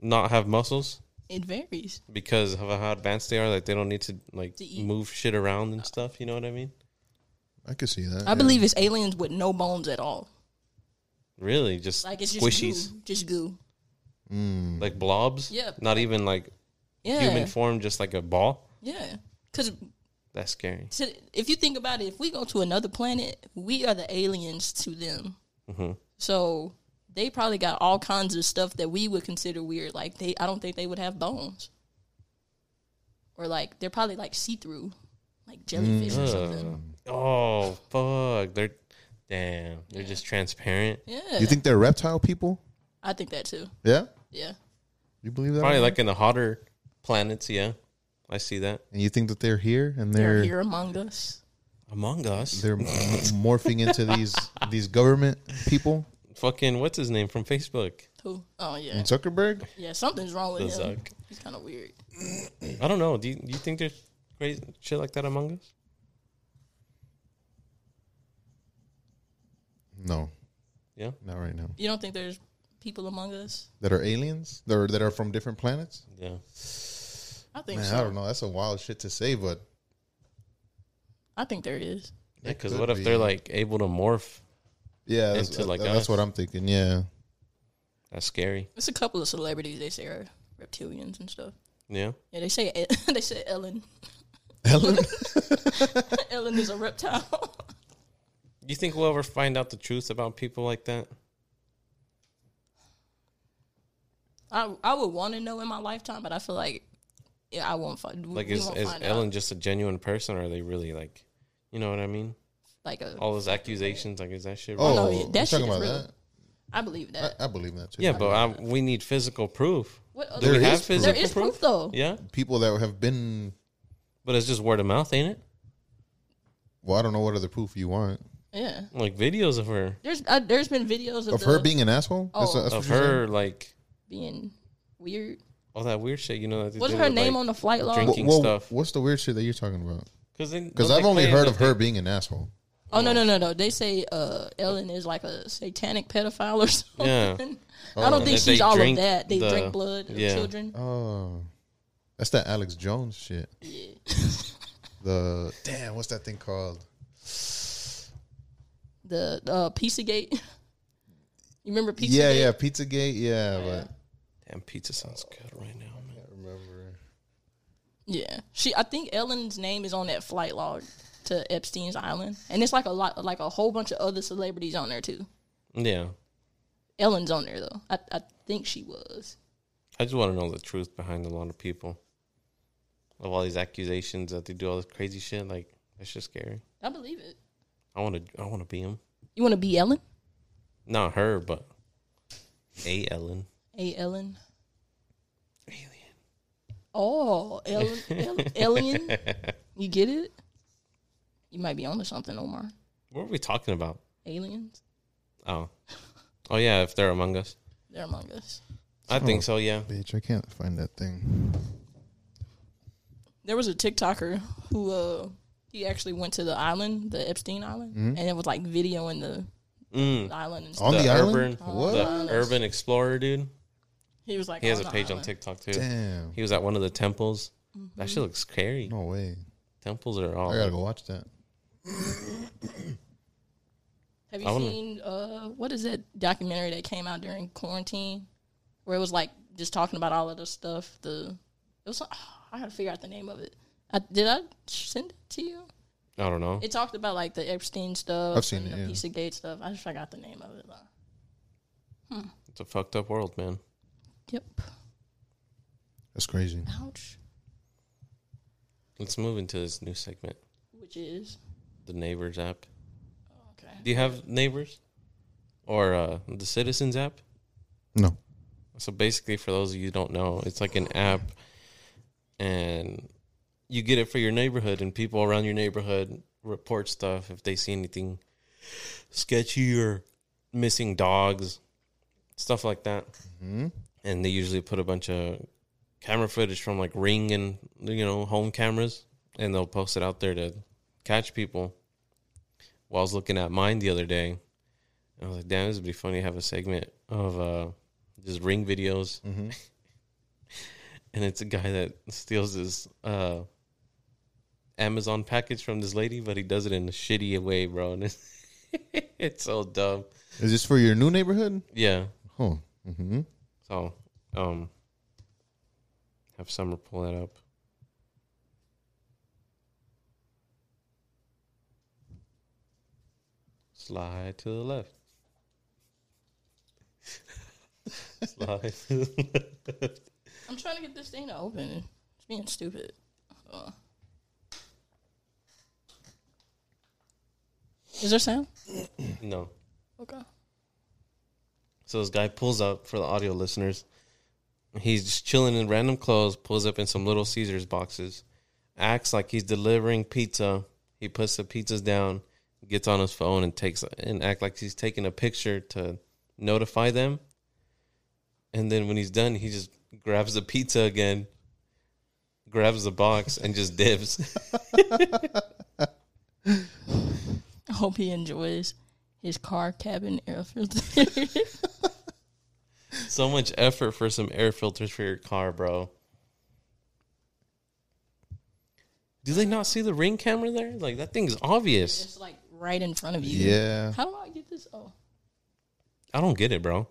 S1: not have muscles
S3: it varies?
S1: because of how advanced they are? Like they don't need to like
S3: To eat.
S1: move shit around and stuff. You know what I mean?
S2: I could see that.
S3: I believe it's aliens with no bones at all.
S1: Really, just
S3: Like it's just
S1: squishies,
S3: goo. Just goo.
S1: like blobs.
S3: Yeah.
S1: not even like
S3: Yeah.
S1: human form, just like a ball.
S3: yeah. Cause
S1: That's scary.
S3: So if you think about it, if we go to another planet, we are the aliens to them. So they probably got all kinds of stuff that we would consider weird. Like they, I don't think they would have bones, or like they're probably like see through, like jellyfish
S1: Mm.
S3: or something.
S1: Oh fuck! They're damn. They're just transparent.
S3: Yeah,
S2: You think they're reptile people?
S3: I think that too.
S2: Yeah,
S3: Yeah,
S2: you believe that?
S1: Probably
S2: Omar?
S1: like in the hotter planets. Yeah, I see that.
S2: and you think that they're here and
S3: they're,
S2: they're
S3: here among us.
S1: Among Us.
S2: they're m- morphing into these these government people.
S1: Fucking what's his name from Facebook?
S3: Who? Oh yeah,
S2: And Zuckerberg,
S3: yeah. Something's wrong with
S1: The
S3: him.
S1: Zuck.
S3: He's kind of weird.
S1: I don't know. Do you, you think there's crazy shit like that among us?
S2: no,
S1: Yeah.
S2: not right now.
S3: You don't think there's people among us?
S2: That are aliens that are that are from different planets.
S1: Yeah.
S3: I think
S2: Man,
S3: so.
S2: I don't know. That's a wild shit to say, but
S3: I think there is.
S1: Because
S2: could
S1: what if
S2: be.
S1: they're like able to morph?
S2: Yeah, that's,
S1: Into, like,
S2: that- that's
S1: us.
S2: what I'm thinking. Yeah,
S1: That's scary.
S3: It's a couple of celebrities they say are reptilians and stuff.
S1: Yeah.
S3: Yeah, they say they say Ellen.
S2: Ellen.
S3: Ellen is a reptile.
S1: You think we'll ever find out the truth about people like that?
S3: I I would want to know in my lifetime, but I feel like yeah, I won't find.
S1: Like,
S3: we
S1: is,
S3: won't
S1: is
S3: find out.
S1: Ellen just a genuine person, or are they really like, you know what I mean?
S3: like uh, a?
S1: All those accusations, like, is that shit? real?
S2: oh,
S3: no, yeah, that
S2: you're
S3: shit
S2: talking
S3: is
S2: about
S3: real. I believe that.
S2: that? I, I believe in that too.
S1: yeah, but I, we need physical proof.
S3: what other,
S2: There
S1: we
S2: is
S1: have
S2: proof.
S1: physical
S3: there is proof
S1: proof?
S3: though.
S1: Yeah,
S2: people that have been.
S1: but it's just word of mouth, ain't it?
S2: Well, I don't know what other proof you want
S3: Yeah,
S1: Like videos of her,
S3: there's uh, there's been videos of,
S2: of
S3: the-
S2: her being an asshole.
S3: Oh.
S1: of
S2: what you're
S1: her, like
S3: being weird.
S1: all that weird shit. You know, that they
S3: What's
S1: do
S3: her
S1: with,
S3: name
S1: like-
S3: on the flight log?
S2: saying?
S1: drinking
S2: Well,
S1: stuff.
S2: What's the weird shit that you're talking about?
S1: Cause, they-
S2: Because
S1: don't
S2: I've
S1: they
S2: only
S1: claim
S2: heard
S1: that
S2: of her
S1: they-
S2: being an asshole.
S3: Oh no no no no! They say uh, Ellen is like a satanic pedophile or something.
S1: Yeah.
S3: I don't think
S1: That they
S3: she's all of
S1: drink
S3: that. They
S1: the-
S3: drink blood of
S1: yeah.
S3: children.
S2: Oh, that's that Alex Jones shit.
S3: Yeah.
S2: The damn, what's that thing called?
S3: The uh, Pizzagate. You remember Pizzagate?
S2: yeah, yeah, Pizzagate. Yeah, but
S1: Damn, pizza sounds good right now. Man.
S2: I don't remember.
S3: Yeah, she. I think Ellen's name is on that flight log to Epstein's Island, and it's like a lot, like a whole bunch of other celebrities on there too.
S1: Yeah,
S3: Ellen's on there though. I, I think she was.
S1: I just want to know the truth behind a lot of people, of all these accusations that they do all this crazy shit. Like that's just scary.
S3: I believe it.
S1: I want to, I want to be him.
S3: You want to be Ellen?
S1: Not her, but a Ellen
S3: Hey, Ellen.
S1: alien.
S3: Oh, Ellen, Ellen, Ellen. You get it? You might be onto something, Omar.
S1: What are we talking about?
S3: Aliens.
S1: Oh, oh yeah, if they're among us,
S3: They're among us.
S1: I think so. Yeah,
S2: Bitch, I can't find that thing.
S3: There was a TikToker who uh he actually went to the island, the Epstein Island,
S1: Mm-hmm.
S3: and it was like videoing the
S1: mm.
S3: island and stuff.
S2: On the, island.
S1: urban,
S2: Oh,
S3: Oh.
S2: What?
S1: the urban explorer dude.
S3: He was like,
S1: He has
S3: "On
S1: a
S3: the
S1: page on
S3: island."
S1: TikTok too.
S2: Damn. Mm-hmm.
S1: He was at one of the temples. That shit looks scary.
S2: No way.
S1: Temples are all.
S2: I gotta go watch that.
S3: Have you
S1: I wanna-
S3: seen uh what is that documentary that came out during quarantine where it was like just talking about all of the stuff? The it was I gotta figure out the name of it. I, did I send it to you?
S1: I don't know.
S3: It talked about like the Epstein stuff.
S2: I've seen
S3: and
S2: it,
S3: The
S2: yeah.
S3: piece of gate stuff. I just forgot the name of it. Though.
S1: It's a fucked up world, man.
S3: Yep.
S2: That's crazy.
S3: Ouch.
S1: Let's move into this new segment,
S3: Which is
S1: the neighbors app.
S3: okay.
S1: Do you have neighbors or uh, the citizens app?
S2: No.
S1: So basically, for those of you who don't know, it's like an app, and you get it for your neighborhood, and people around your neighborhood report stuff if they see anything sketchy or missing dogs, stuff like that. And they usually put a bunch of camera footage from like Ring and you know home cameras, and they'll post it out there to catch people. Well, I was looking at mine the other day, and I was like, "Damn, this would be funny to have a segment of." uh just ring videos, and it's a guy that steals this uh, Amazon package from this lady, but he does it in a shitty way, bro. And it's, it's so dumb.
S2: Is this for your new neighborhood?
S1: Yeah.
S2: Huh. Mm-hmm.
S1: So, um, have Summer pull that up. Slide to the left. Slide to the left.
S3: I'm trying to get this thing to open. It's being stupid. Uh. Is there sound?
S1: No.
S3: Okay.
S1: So this guy pulls up for the audio listeners. He's just chilling in random clothes, pulls up in some little Caesars boxes, acts like he's delivering pizza. He puts the pizzas down, gets on his phone and takes and act like he's taking a picture to notify them. And then when he's done, he just grabs the pizza again, grabs the box and just dips.
S3: I hope he enjoys his car cabin air filter.
S1: so much effort for some air filters for your car, bro. Do they not see the ring camera there? Like that thing's obvious.
S3: it's like right in front of you.
S2: Yeah.
S3: How do I get this? Oh,
S1: I don't get it, bro.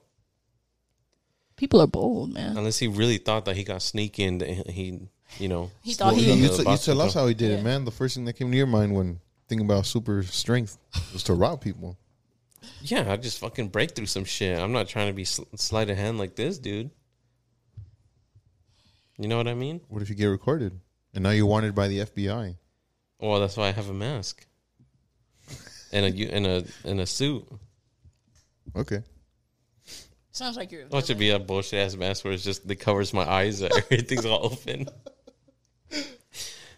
S3: people are bold, man.
S1: Unless he really thought that he got sneaky and he, you know,
S3: He thought
S2: You,
S3: he.
S2: you,
S1: the
S2: t- you
S1: box
S2: tell us
S1: control.
S2: how he did
S3: Yeah.
S2: it, man. The first thing that came to your mind when thinking about super strength was to rob people.
S1: yeah, I just fucking break through some shit. I'm not trying to be sl- sleight of hand like this, dude. You know what I mean?
S2: What if you get recorded and now you're wanted by the FBI?
S1: Well, that's why I have a mask and a u- and a and a suit.
S2: Okay.
S3: Sounds like you're. a
S1: I want it to be
S3: villain.
S1: Oh, a bullshit ass mask where it's just that covers my eyes. that Everything's all open.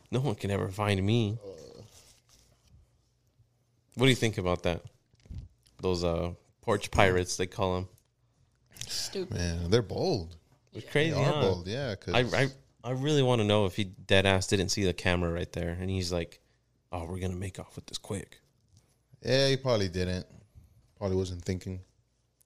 S1: No one can ever find me. What do you think about that? Those uh porch pirates they call them.
S3: Stupid.
S2: Man, they're bold.
S1: It's crazy.
S2: They are
S1: huh?
S2: bold, yeah. Cause
S1: I, I I really want to know if he dead ass didn't see the camera right there, and he's like, "Oh, we're gonna make off with this quick."
S2: yeah, he probably didn't. Probably wasn't thinking.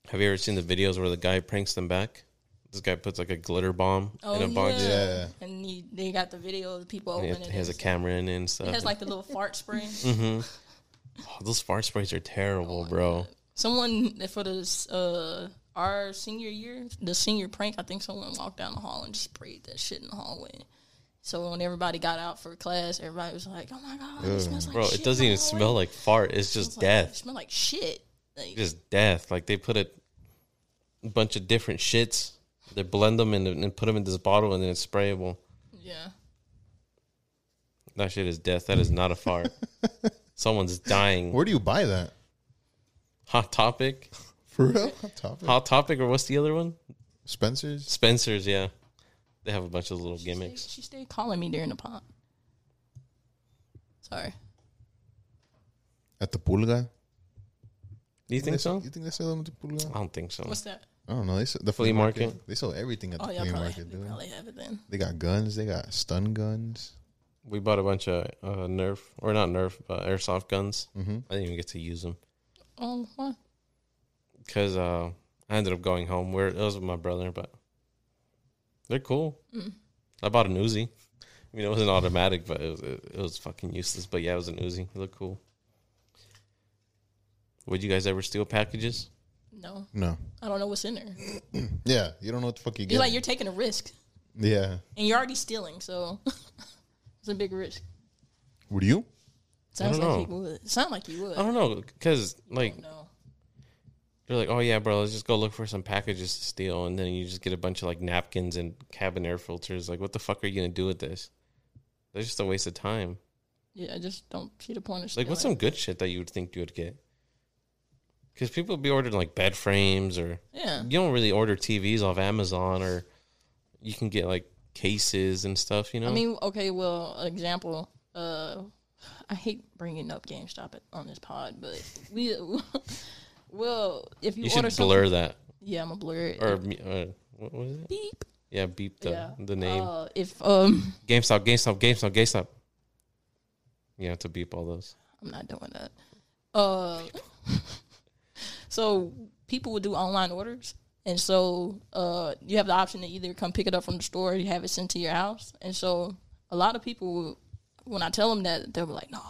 S1: Have you ever seen the videos where the guy pranks them back? This guy puts like a glitter bomb
S3: Oh
S1: in a box.
S3: yeah.
S2: Yeah.
S3: And he, they got the video of the people
S1: and
S3: opening.
S1: It has a Mm-hmm.
S3: it.
S1: camera in it and
S3: It
S1: stuff.
S3: has like the little fart spray.
S1: Oh, those fart sprays are
S3: Oh,
S1: terrible, bro.
S3: Someone for this uh our senior year, the senior prank, I think someone walked down the hall and just sprayed that shit in the hallway. So when everybody got out for class, everybody was like, "Oh my god, it smells like
S1: Bro,
S3: shit
S1: it doesn't
S3: in the
S1: even
S3: hallway."
S1: smell like fart. It's
S3: It's
S1: just
S3: like, It
S1: death.
S3: smells like shit. Like,
S1: Just death. Like they put a bunch of different shits. They blend them and, and put them in this bottle, and then it's sprayable.
S3: yeah,
S1: That shit is death. That is not a fart. Someone's dying.
S2: Where do you buy that?
S1: Hot Topic.
S2: For real? Hot Topic.
S1: Hot Topic, or what's the other one?
S2: Spencer's?
S1: Spencer's, yeah. They have a bunch of little
S3: she stayed,
S1: gimmicks.
S3: she stayed calling me during the pop. Sorry,
S2: At the Pulga?
S1: Do you think so?
S2: You think they sell them at the Pulga?
S1: I don't think so.
S3: what's that?
S2: I don't know. They sell, the
S1: Flea
S2: flea market.
S1: market.
S2: They sell everything at the
S3: Oh yeah,
S2: flea
S3: probably,
S2: market,
S3: they
S2: dude.
S3: probably have it then.
S2: They got guns. They got stun guns.
S1: We bought a bunch of uh, Nerf, or not Nerf, but airsoft guns. I didn't even get to use them
S3: Oh, what?
S1: because uh, I ended up going home. Where it was with my brother, but they're cool. I bought an Uzi. I mean, it wasn't automatic, but it was it, it was fucking useless. But yeah, it was an Uzi. It looked cool. Would you guys ever steal packages?
S3: No,
S2: No.
S3: I don't know what's in there.
S2: Yeah, you don't know what the fuck you
S3: It's
S2: get.
S3: like you're taking a risk,
S2: yeah.
S3: and you're already stealing, so it's a big risk.
S2: Would you?
S3: Sounds
S1: don't
S3: like
S1: know.
S3: he would. Sound like he would.
S1: I don't know, cause like
S3: No.
S1: They're like, oh yeah, bro, let's just go look for some packages to steal, and then you just get a bunch of like napkins and cabin air filters. Like, what the fuck are you gonna do with this? That's just a waste of time.
S3: Yeah, I just don't see the point of
S1: Like, what's
S3: stealing.
S1: some good shit that you would think you would get? Because people be ordering like bed frames, or
S3: Yeah.
S1: you don't really order TVs off Amazon, or you can get like cases and stuff. You know,
S3: I mean, okay, well, example, uh, I hate bringing up GameStop at- on this pod, but we, well, if you,
S1: you should
S3: order
S1: blur
S3: something,
S1: that,
S3: yeah, I'm gonna blur it.
S1: or uh, what was it?
S3: beep.
S1: Yeah, beep the
S3: yeah.
S1: the name.
S3: Uh, if um,
S1: GameStop, GameStop, GameStop, GameStop. You have to beep all those.
S3: I'm not doing that. Uh, so people would do online orders, and so uh, you have the option to either come pick it up from the store or you have it sent to your house. And so a lot of people, will- when I tell them that, they'll be like, "No,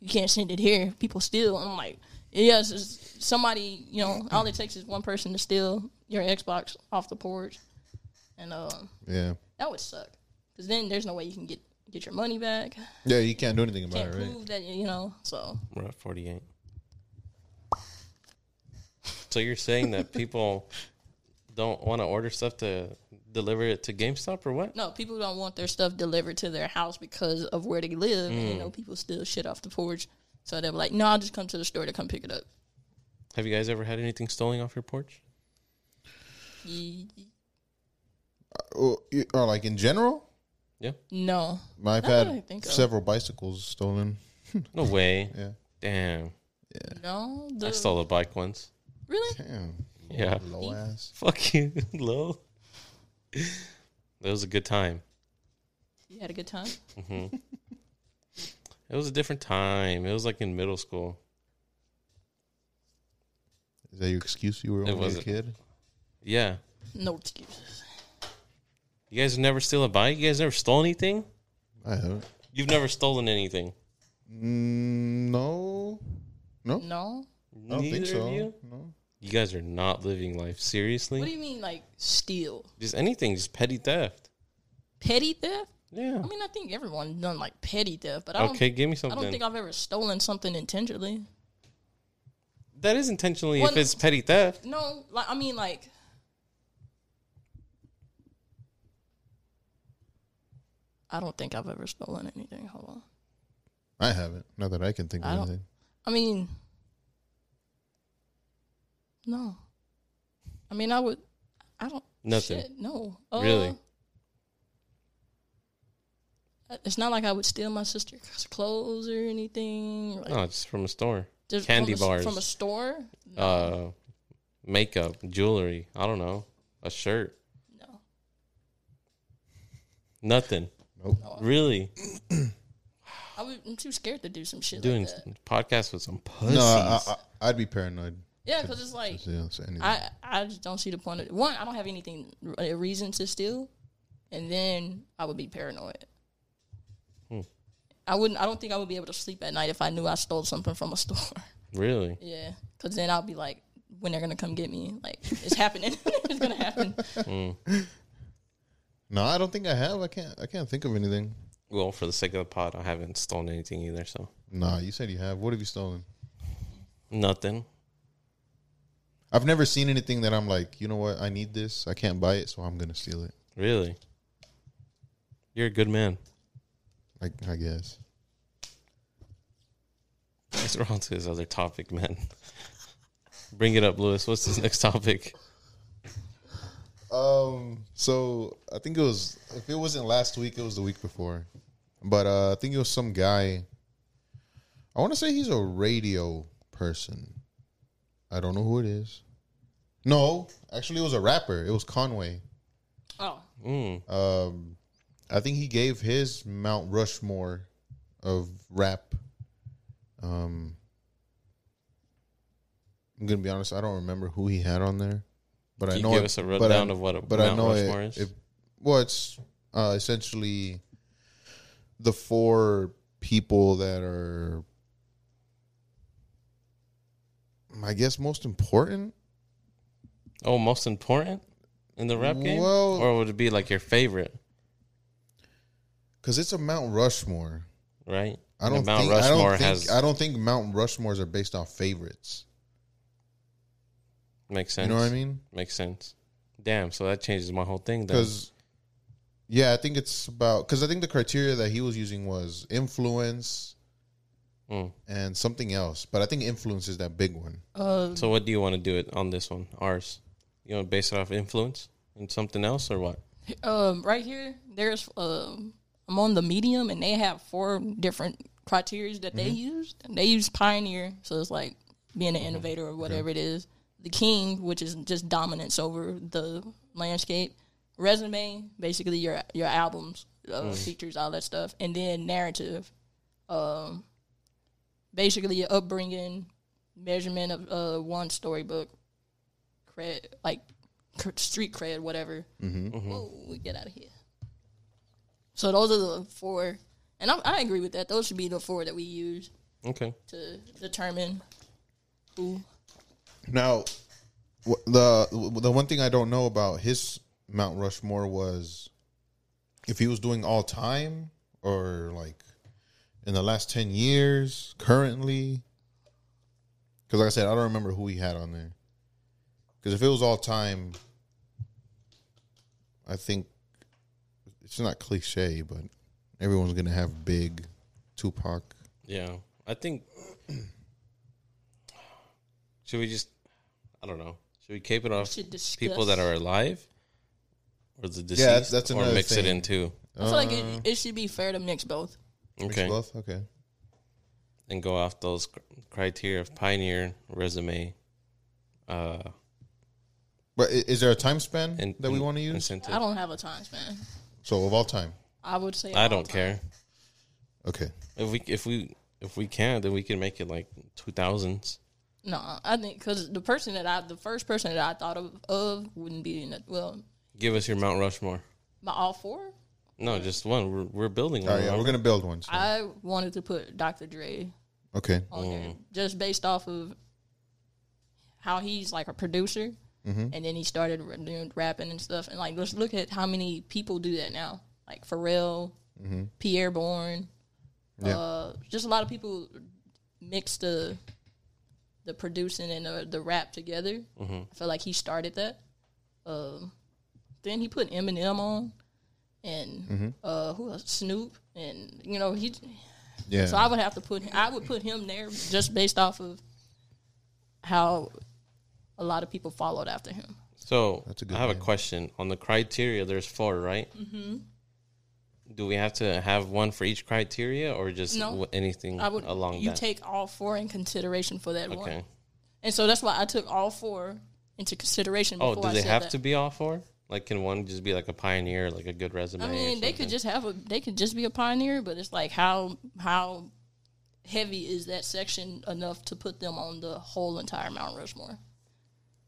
S3: you can't send it here. People steal." And I'm like, "Yes, it's somebody. You know, all it takes is one person to steal your Xbox off the porch, and uh,
S2: Yeah.
S3: that would suck because then there's no way you can get get your money back.
S2: Yeah, you can't do anything about
S3: Can't
S2: it, right?
S3: prove that you know so."
S1: We're at 48. So you're saying that people don't want to order stuff to deliver it to GameStop or what?
S3: No, people don't want their stuff delivered to their house because of where they live. And, you
S2: Mm.
S3: know, people steal shit off the porch. So they're like, no, I'll just come to the store to come pick it up.
S1: Have you guys ever had anything stolen off your porch?
S3: Ye-
S2: Or, Uh, or like in general,
S1: Yeah.
S3: No.
S2: I've
S3: Not that I
S2: had
S3: think of.
S2: several bicycles stolen.
S1: No way.
S2: Yeah.
S1: Damn.
S3: No.
S1: I
S3: The,
S1: stole a bike once.
S3: really?
S2: Damn.
S1: Yeah.
S2: Low ass.
S1: Fuck you, low. It was a good time.
S3: You had a good time?
S1: It was a different time. It was like in middle school.
S2: Is that your excuse? You were only a
S1: wasn't.
S2: kid.
S1: Yeah.
S3: No excuses.
S1: You guys never steal a bike? You guys never stole anything?
S2: I haven't.
S1: You've never stolen anything.
S2: Mm, no. No,
S3: No.
S2: I don't think
S1: Neither of
S2: so.
S1: You?
S2: No,
S1: you guys are not living life seriously.
S3: What do you mean, like steal?
S1: just anything, just petty theft.
S3: Petty theft?
S1: Yeah.
S3: I mean, I think everyone done like petty theft, but I don't.
S1: Okay, give me
S3: I
S1: something.
S3: don't think I've ever stolen something intentionally.
S1: that is intentionally if
S3: Well,
S1: it's petty theft.
S3: No, like I mean, like I don't think I've ever stolen anything. Hold on.
S2: I haven't. Not that I can think
S3: I
S2: of
S3: don't-
S2: anything.
S3: I mean, no. I mean, I would. I don't.
S1: Nothing.
S3: shit, no. Uh,
S1: Really?
S3: Uh, It's not like I would steal my sister's clothes or anything. Like
S1: No, just from a store.
S3: just
S1: Oh, candy
S3: from a,
S1: bars.
S3: from a store.
S1: Uh, makeup, jewelry. I don't know. A shirt.
S3: No.
S1: Nothing.
S2: Nope.
S1: Really.
S3: I would, I'm too scared to do some shit
S1: Doing
S3: like that.
S1: podcasts with some pussies.
S2: No, I, I, I'd be paranoid.
S3: Yeah, because it's like
S2: So, you don't say anything.
S3: I I just don't see the point of one. I don't have anything a reason to steal, and then I would be paranoid.
S1: Hmm.
S3: I wouldn't. I don't think I would be able to sleep at night if I knew I stole something from a store.
S1: Really.
S3: yeah, because then I'll be like, when they're gonna come get me? Like it's happening. it's gonna happen.
S2: no, I don't think I have. I can't. I can't think of anything.
S1: Well, for the sake of the pod, I haven't stolen anything either. So
S2: Nah, you said you have. What have you stolen?
S1: nothing.
S2: I've never seen anything that I'm like, you know what? I need this. I can't buy it, so I'm gonna steal it.
S1: Really. You're a good man.
S2: Like, I guess.
S1: Let's roll on to his other topic, man. Bring it up, Lewis. What's this next topic?
S2: Um. So I think it was if it wasn't last week, it was the week before. But uh, I think it was some guy. I want to say he's a radio person. I don't know who it is. No, actually, it was a rapper. It was Conway.
S3: Oh,
S1: Mm.
S2: Um, I think he gave his Mount Rushmore of rap. Um, I'm gonna be honest. I don't remember who he had on there, but
S1: Can
S2: I
S1: you
S2: know
S1: give
S2: it-
S1: us a
S2: but I
S1: rundown
S2: kn-
S1: of what a
S2: but I
S1: Mount
S2: know
S1: Rushmore is?
S2: it, it. Well, it's uh, essentially the four people that are, I guess, most important.
S1: Oh, most important in the rap game,
S2: Well-
S1: or would it be like your favorite?
S2: Because it's a Mount Rushmore.
S1: Right?
S2: I
S1: The
S2: don't
S1: Mount
S2: think, I
S1: Rushmore
S2: don't think,
S1: has-
S2: I don't think Mount Rushmores are based off favorites.
S1: Makes sense.
S2: You know what I mean?
S1: Makes sense. Damn. So that changes my whole thing. Then.
S2: Because yeah, I think it's about because I think the criteria that he was using was influence
S1: Mm.
S2: and something else, but I think influence is that big one.
S3: uh,
S1: So what do you want to do it on this one? Ours. You want to base it off influence and something else, or what?
S3: um, right here, there's um, I'm on the medium, and they have four different criteria that they use. And they use pioneer, so it's like being an innovator or whatever it is. The king, which is just dominance over the landscape. Resume, basically your your albums, uh, features, all that stuff, and then narrative, um, basically your upbringing, measurement of uh, one storybook, cred like cr- street cred, whatever.
S1: Mm-hmm.
S3: Whoa, get out of here. So those are the four, and I, I agree with that. Those should be the four that we use
S1: Okay.
S3: to determine who.
S2: Now, wh- the w- the one thing I don't know about his Mount Rushmore was if he was doing all time or like in the last ten years currently. Because like I said, I don't remember who he had on there. Because if it was all time, I think it's not cliche, but everyone's gonna have big Tupac.
S1: Yeah, I think. should we just? I don't know. Should we cape it off
S3: should discuss.
S1: people that are alive, or the deceased,
S2: that's- that's
S1: or
S2: another
S1: mix it
S2: thing.
S1: in two?
S3: I feel like it, it should be fair to mix both.
S1: Okay,
S2: Both? Okay.
S1: and go off those cr- criteria of pioneer resume. Uh,
S2: But i- is there a time span
S1: and
S2: that we want to
S1: and
S2: use?
S1: sentence.
S3: I don't have a time span.
S2: So of all time.
S3: I would say
S1: I
S3: all
S1: don't
S3: time.
S1: care
S2: Okay.
S1: if we if we if we can then we can make it like two thousands.
S3: No, I think because the person that I, the first person that I thought of, of wouldn't be in it. Well,
S1: Give us your Mount Rushmore.
S3: my all four.
S1: No, just one. We're, we're building
S2: All
S1: one.
S2: right, Oh, yeah,
S1: right?
S2: we're gonna build one. so-
S3: I wanted to put Dr. Dre
S2: Okay.
S3: on there just based off of how he's like a producer and then he started r- doing rapping and stuff and like let's look at how many people do that now like Pharrell, Pierre Bourne,
S2: Yeah.
S3: uh, just a lot of people mix the the producing and the, the rap together. I feel like he started that. Um, then he put Eminem on and uh, who else? Snoop and you know he
S2: Yeah.
S3: so I would have to put I would put him there just based off of how a lot of people followed after him.
S1: So
S2: That's a good
S1: I have
S2: name.
S1: a question on the criteria. There's four, right?
S3: Mm-hmm.
S1: Do we have to have one for each criteria, or just
S3: No.
S1: w- anything
S3: I would
S1: along
S3: you
S1: that?
S3: take all four in consideration for that
S1: okay.
S3: one, and so that's why I took all four into consideration.
S1: Oh,
S3: Before
S1: do
S3: I
S1: they
S3: said
S1: have
S3: that.
S1: to be all four? Like, can one just be like a pioneer, like a good resume?
S3: I
S1: or
S3: mean, they
S1: something?
S3: could just have a they could just be a pioneer, but it's like how how heavy is that section enough to put them on the whole entire Mount Rushmore?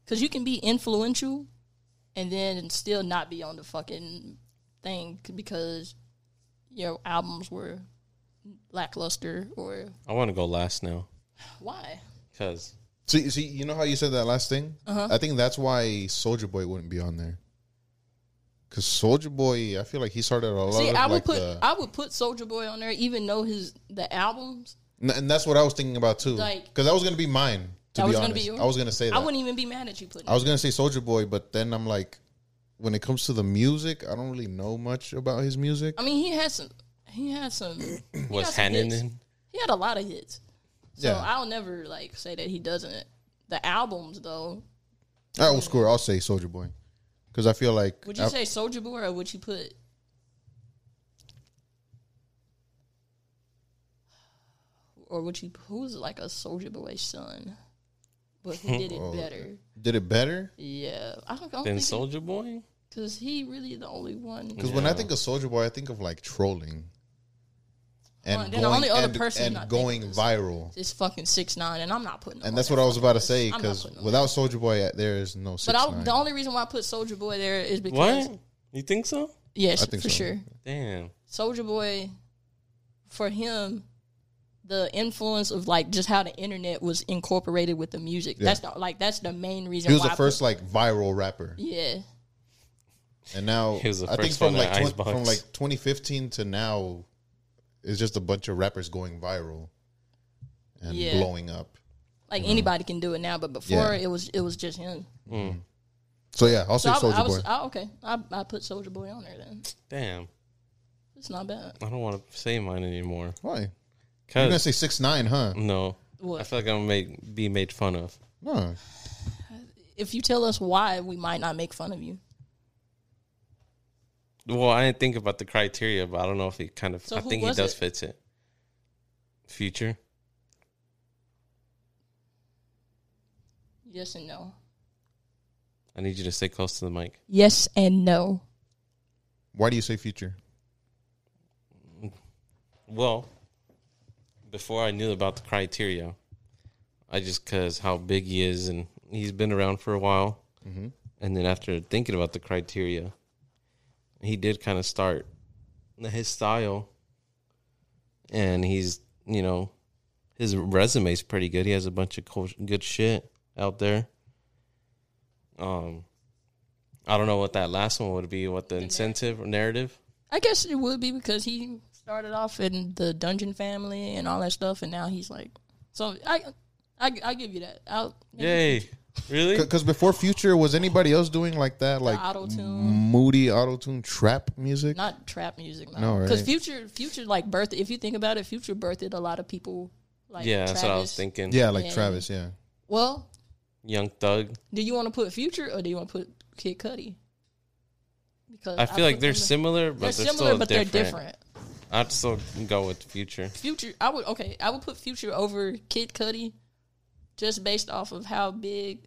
S3: Because you can be influential and then still not be on the fucking thing c- because your albums were lackluster or
S1: I want to go last now
S3: why?
S1: because
S2: See, see, you know how you said that last thing?
S3: Uh-huh.
S2: I think that's why Soldier Boy wouldn't be on there. Cause Soldier Boy, I feel like he started a lot
S3: See,
S2: of
S3: I would
S2: like
S3: put
S2: the,
S3: I would put Soldier Boy on there, even though his the albums.
S2: N- and that's what I was thinking about too.
S3: Like-
S2: Cause that was gonna be mine. To
S3: That
S2: be
S3: was gonna
S2: honest,
S3: be yours?
S2: I was gonna say that.
S3: I wouldn't even be mad at you putting.
S2: I was gonna say Soldier Boy, but then I'm like, when it comes to the music, I don't really know much about his music.
S3: I mean, he had some. He had some. got
S1: was
S3: some
S1: Hannon
S3: hits.
S1: in?
S3: He had a lot of hits. So
S2: Yeah.
S3: I'll never like say that he doesn't. The albums though,
S2: I will score. I'll say Soldier Boy, because I feel like
S3: would you
S2: I-
S3: say Soldier Boy or would you put? Or would you? Who's like a Soldier Boy son, but who did
S2: Oh.
S3: it better?
S2: did it better.
S3: Yeah, I don't, I don't
S1: Then
S3: think
S1: Soldier Boy.
S3: because he really the only one.
S2: Because when I think of Soldier Boy, I think of like trolling and
S3: Well, then the
S2: going,
S3: only other
S2: and,
S3: person I
S2: and
S3: think
S2: going
S3: of is-
S2: viral.
S3: Is fucking six nine, and I'm not putting. him on
S2: And that's
S3: that
S2: what I was
S3: fucking
S2: about to
S3: list.
S2: say.
S3: I'm not
S2: Because
S3: putting him on
S2: without Soldier Boy, there is no six
S3: But I,
S2: nine.
S3: the only reason why I put Soldier Boy there is because
S1: What? You think so?
S3: yes,
S2: I think
S3: for
S2: so.
S3: sure.
S1: Damn.
S3: Soldier Boy, for him, the influence of like just how the internet was incorporated with the music.
S2: Yeah.
S3: That's the like that's the main reason.
S2: he was
S3: why
S2: the
S3: I put-
S2: first like viral rapper,
S3: yeah,
S2: and now
S1: He was the
S2: I think
S1: first
S2: from
S1: one in
S2: like
S1: the
S2: twen-
S1: icebox.
S2: from like 2015 to now, it's just a bunch of rappers going viral and
S3: Yeah.
S2: blowing up.
S3: like anybody can do it now, but before it was it was just him.
S2: So yeah, I'll
S3: So
S2: say
S3: I, I
S2: Soldier Boy.
S3: was I, okay. I I put Soldier Boy on there then.
S1: Damn.
S3: It's not bad.
S1: I don't want to say mine anymore.
S2: Why? You're gonna
S1: Cause
S2: say six nine, huh?
S1: no,
S3: What?
S1: I feel like I'm made be made fun of.
S2: No,
S3: If you tell us why, we might not make fun of you.
S1: Well, I didn't think about the criteria, but I don't know if he kind of.
S3: So
S1: I
S3: who
S1: think he
S3: was
S1: does
S3: it?
S1: fits it. Future.
S3: Yes and no.
S1: I need you to stay close to the mic.
S3: Yes and no.
S2: why do you say Future?
S1: Well, before I knew about the criteria, I just because how big he is and he's been around for a while. And then after thinking about the criteria, he did kind of start his style. And he's, you know, his resume's pretty good. He has a bunch of cool, good shit out there. Um, I don't know what that last one would be, what the incentive or narrative.
S3: I guess it would be because he started off in the Dungeon family and all that stuff, and now he's like, so I, I, I give you that. I'll,
S1: Yay. Really?
S2: Because before Future, was anybody else doing like that, like
S3: auto-tune.
S2: moody auto tune trap music?
S3: not trap music, no,
S2: No,
S3: because
S2: right.
S3: future, future like birth. If you think about it, future birthed a lot of people. Like
S1: yeah, that's what I was
S3: Travis.
S1: thinking.
S2: yeah, like
S3: Yeah.
S2: Travis. Yeah,
S3: Well,
S1: Young Thug.
S3: do you want to put future or do you want to put Kid Cudi? Because
S1: I feel like
S3: put
S1: they're
S3: them-
S1: similar, but they're,
S3: similar,
S1: still
S3: but
S1: different.
S3: they're different.
S1: I'd still go with Future.
S3: Future, I would okay. I would put Future over Kid Cudi, just based off of how big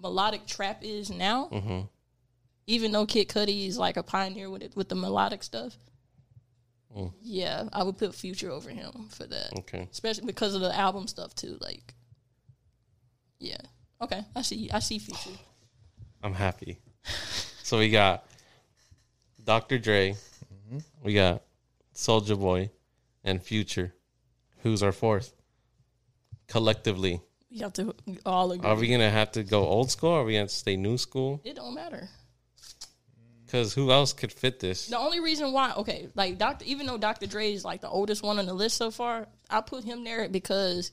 S3: melodic trap is now.
S1: Mhm.
S3: Even though Kid Cudi is like a pioneer with it, with the melodic stuff.
S1: Mm.
S3: Yeah, I would put Future over him for that,
S1: Okay.
S3: especially because of the album stuff too. Like, yeah, okay, I see, I see Future.
S1: I'm happy. so we got Dr. Dre, we got Soldier Boy, and Future. Who's our fourth? Collectively,
S3: We have to all agree.
S1: are we gonna have to go old school? Or are we gonna stay new school?
S3: it don't matter.
S1: Because who else could fit this?
S3: The only reason why, okay, like Doctor, even though Dr. Dre is like the oldest one on the list so far, I put him there because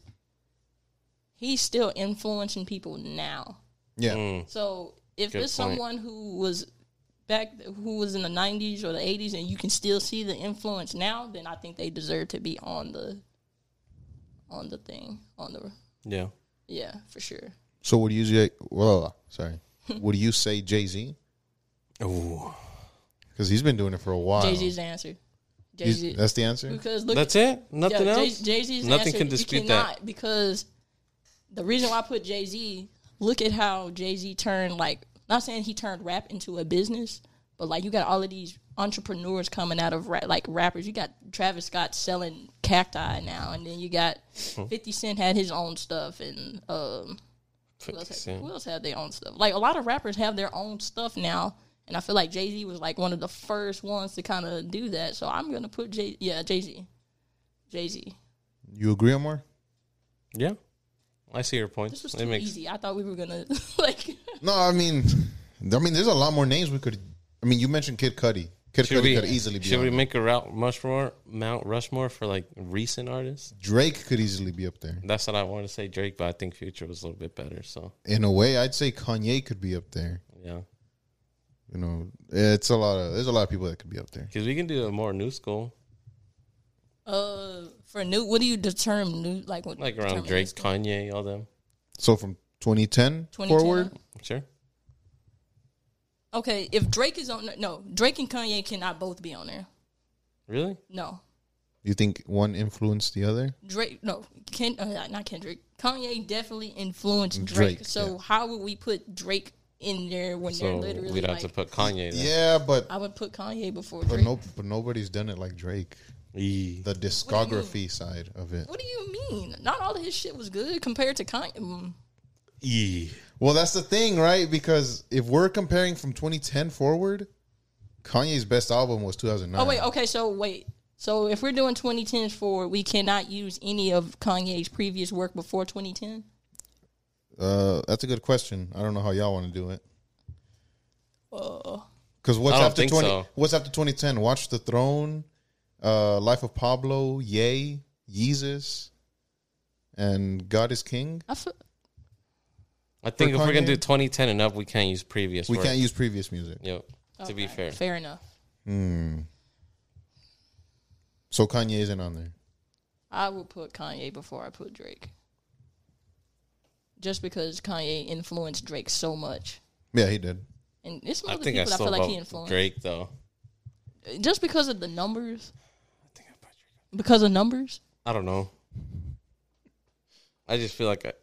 S3: he's still influencing people now.
S2: Yeah.
S3: So if
S1: Hmm. Good
S3: it's
S1: point.
S3: someone who was back, who was in the '90s or the '80s, and you can still see the influence now, then I think they deserve to be on the on the thing on the
S1: Yeah,
S3: yeah for sure.
S2: So would you say? Well, sorry. would you say Jay Z?
S1: Ooh.
S2: Because he's been doing it for a while.
S3: Jay Z's answer. Jay
S2: He's-
S3: Z.
S2: That's the answer.
S3: Because look,
S1: uh, that's it. Nothing else.
S3: Jay Z's
S1: Nothing
S3: answer,
S1: can
S3: you
S1: dispute
S3: cannot,
S1: that.
S3: because the reason why I put Jay Z. Look at how Jay Z turned like not saying he turned rap into a business, but like you got all of these entrepreneurs coming out of ra- like rappers. You got Travis Scott selling cacti now, and then you got
S1: Hmm.
S3: Fifty Cent had his own stuff, and um, who else, had,
S1: 50
S3: who else had their own stuff? Like a lot of rappers have their own stuff now, and I feel like Jay Z was like one of the first ones to kind of do that. So I'm gonna put Jay, yeah, Jay Z, Jay Z.
S2: You agree, Omar?
S1: Yeah, I see your point.
S3: This was
S1: It
S3: too
S1: makes
S3: easy. I thought we were gonna like.
S2: No, I mean, I mean, there's a lot more names we could. I mean, you mentioned Kid Cudi. Kid
S1: Should
S2: Cudi
S1: we
S2: could easily be.
S1: Should
S2: on
S1: we
S2: there.
S1: make a route Rushmore, Mount Rushmore for like recent artists?
S2: Drake could easily be up there.
S1: That's what I want to say, Drake. But I think Future was a little bit better. So
S2: In a way, I'd say Kanye could be up there.
S1: yeah,
S2: You know, it's a lot of there's a lot of people that could be up there.
S1: because we can do a more new school,
S3: Uh, for new, what do you determine new? Like what?
S1: like around
S3: determine
S1: Drake,
S3: this?
S1: Kanye, all them.
S2: So from 2010
S3: 2010?
S2: forward,
S1: Sure.
S3: Okay, if Drake is on, no, Drake and Kanye cannot both be on there.
S1: Really?
S3: No,
S2: you think one influenced the other?
S3: Drake, no, Ken, uh, not Kendrick. Kanye definitely influenced Drake.
S2: Drake,
S3: so
S2: yeah. how
S3: how would we put Drake in there when
S1: So
S3: they're literally
S1: we'd have
S3: like?
S1: to put Kanye. There.
S2: Yeah, but
S3: I would put Kanye before
S2: but
S3: Drake.
S2: no, but nobody's done it like Drake.
S1: Eee.
S2: The discography side of it.
S3: What do you mean? Not all of his shit was good compared to Kanye. Mm.
S1: Eee.
S2: Well, that's the thing, right? Because if we're comparing from 2010 forward, Kanye's best album was 2009.
S3: Oh wait, okay, so wait. So if we're doing 2010 forward, we cannot use any of Kanye's previous work before 2010.
S2: Uh, that's a good question. I don't know how y'all want to do it.
S3: Uh,
S2: Because what's
S1: I don't
S2: after
S1: think
S2: 20?
S1: so.
S2: What's after 2010? Watch the Throne, uh, Life of Pablo, Yay, Yeezus, and God is King.
S3: I feel,
S1: I think
S2: For
S1: if we're gonna
S2: Kanye?
S1: do 2010 and up, we can't use previous.
S2: We
S1: work.
S2: can't use previous music.
S1: Yep. To be fair,
S3: fair enough.
S2: So Kanye isn't on there.
S3: I would put Kanye before I put Drake, just because Kanye influenced Drake so much,
S2: Yeah, he did.
S3: and it's some
S1: I
S3: other
S1: think I
S3: people that I
S1: still
S3: feel like he
S1: vote
S3: influenced.
S1: Drake though.
S3: Just because of the numbers,
S1: I think I put Drake.
S3: because of numbers.
S1: I don't know. I just feel like I,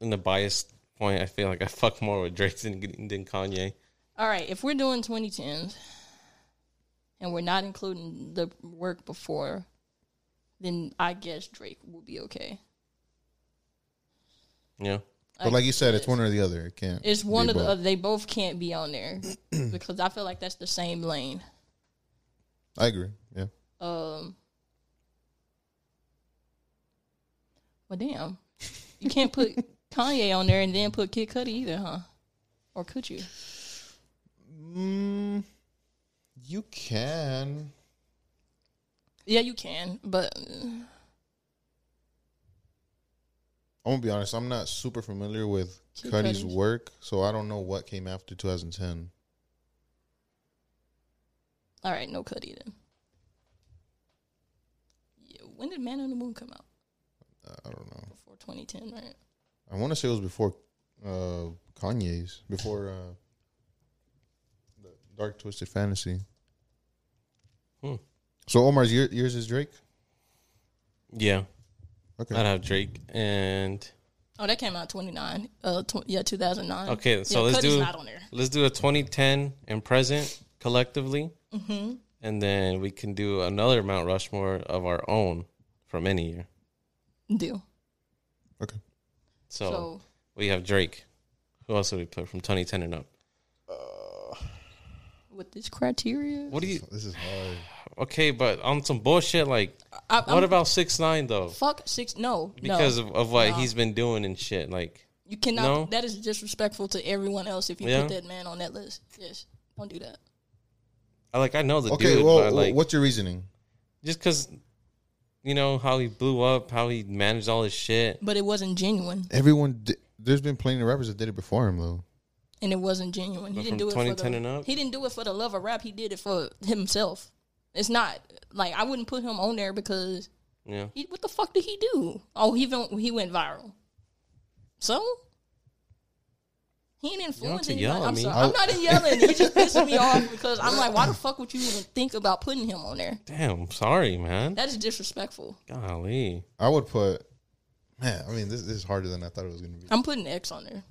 S1: in the biased point, I feel like I fuck more with Drake than, than Kanye.
S3: All right, if we're doing 2010s and we're not including the work before, then I guess Drake will be okay.
S1: Yeah.
S2: But like you said, it's one or the other. It can't.
S3: It's one
S2: be
S3: of the
S2: both.
S3: other. They both can't be on there because I feel like that's the same lane.
S2: I agree. Yeah.
S3: Um, well, damn, you can't put Kanye on there and then put Kid Cudi either, huh? Or could you?
S2: Mm, you can.
S3: Yeah, you can, but uh,
S2: I'm gonna be honest. I'm not super familiar with
S3: Kid
S2: Cudi's
S3: Cudi's.
S2: work, so I don't know what came after 2010.
S3: all right, no Cudi then. Yeah, when did Man on the Moon come out?
S2: Uh, I don't know.
S3: Before 2010, right?
S2: I want to say it was before uh, Kanye's, before uh, the Dark Twisted Fantasy.
S1: Hmm.
S2: So Omar's your, yours is Drake.
S1: Yeah.
S2: Okay.
S1: I'd have Drake and
S3: Oh, that came out 29. Uh, tw- yeah, 2009.
S1: Okay, so
S3: Um, yeah,
S1: let's
S3: Cudi's
S1: do-
S3: not on there.
S1: let's do a 2010 and present collectively,
S3: Mm-hmm.
S1: and then we can do another Mount Rushmore of our own from any year.
S3: Deal.
S2: Okay.
S1: So,
S3: so
S1: we have Drake. Who else did we put from 2010 and up?
S3: with this criteria.
S1: What do you?
S2: Uh, This is hard.
S1: Okay, but on some bullshit like,
S3: I,
S1: what about six nine though?
S3: fuck six? No,
S1: Because
S3: no,
S1: of, of what he's been doing and shit. Like,
S3: you cannot.
S1: no?
S3: That is disrespectful to everyone else if you
S1: Yeah.
S3: put that man on that list. Yes, don't do that.
S1: I like I know the
S2: Okay,
S1: dude,
S2: well,
S1: but like
S2: what's your reasoning?
S1: just because you know how he blew up, how he managed all his shit.
S3: But it wasn't genuine,
S2: Everyone, di- there's been plenty of rappers that did it before him though.
S3: and it wasn't genuine. He
S1: But from
S3: didn't do it for
S1: 2010
S3: the,
S1: and up?
S3: He didn't do it for the love of rap. He did it for himself. It's not like I wouldn't put him on there because
S1: Yeah,
S3: he, what the fuck did he do? Oh, he went, he went viral. So he didn't influence
S1: to
S3: anybody.
S1: yell at
S3: I'm,
S1: me.
S3: sorry. I'm not in yelling. He just pissing me off because I'm like, why the fuck would you even think about putting him on there?
S1: damn. I'm sorry, man.
S3: That is disrespectful.
S1: Golly,
S2: I would put, man. I mean, this, this is harder than I thought it was gonna be.
S3: I'm putting X on there,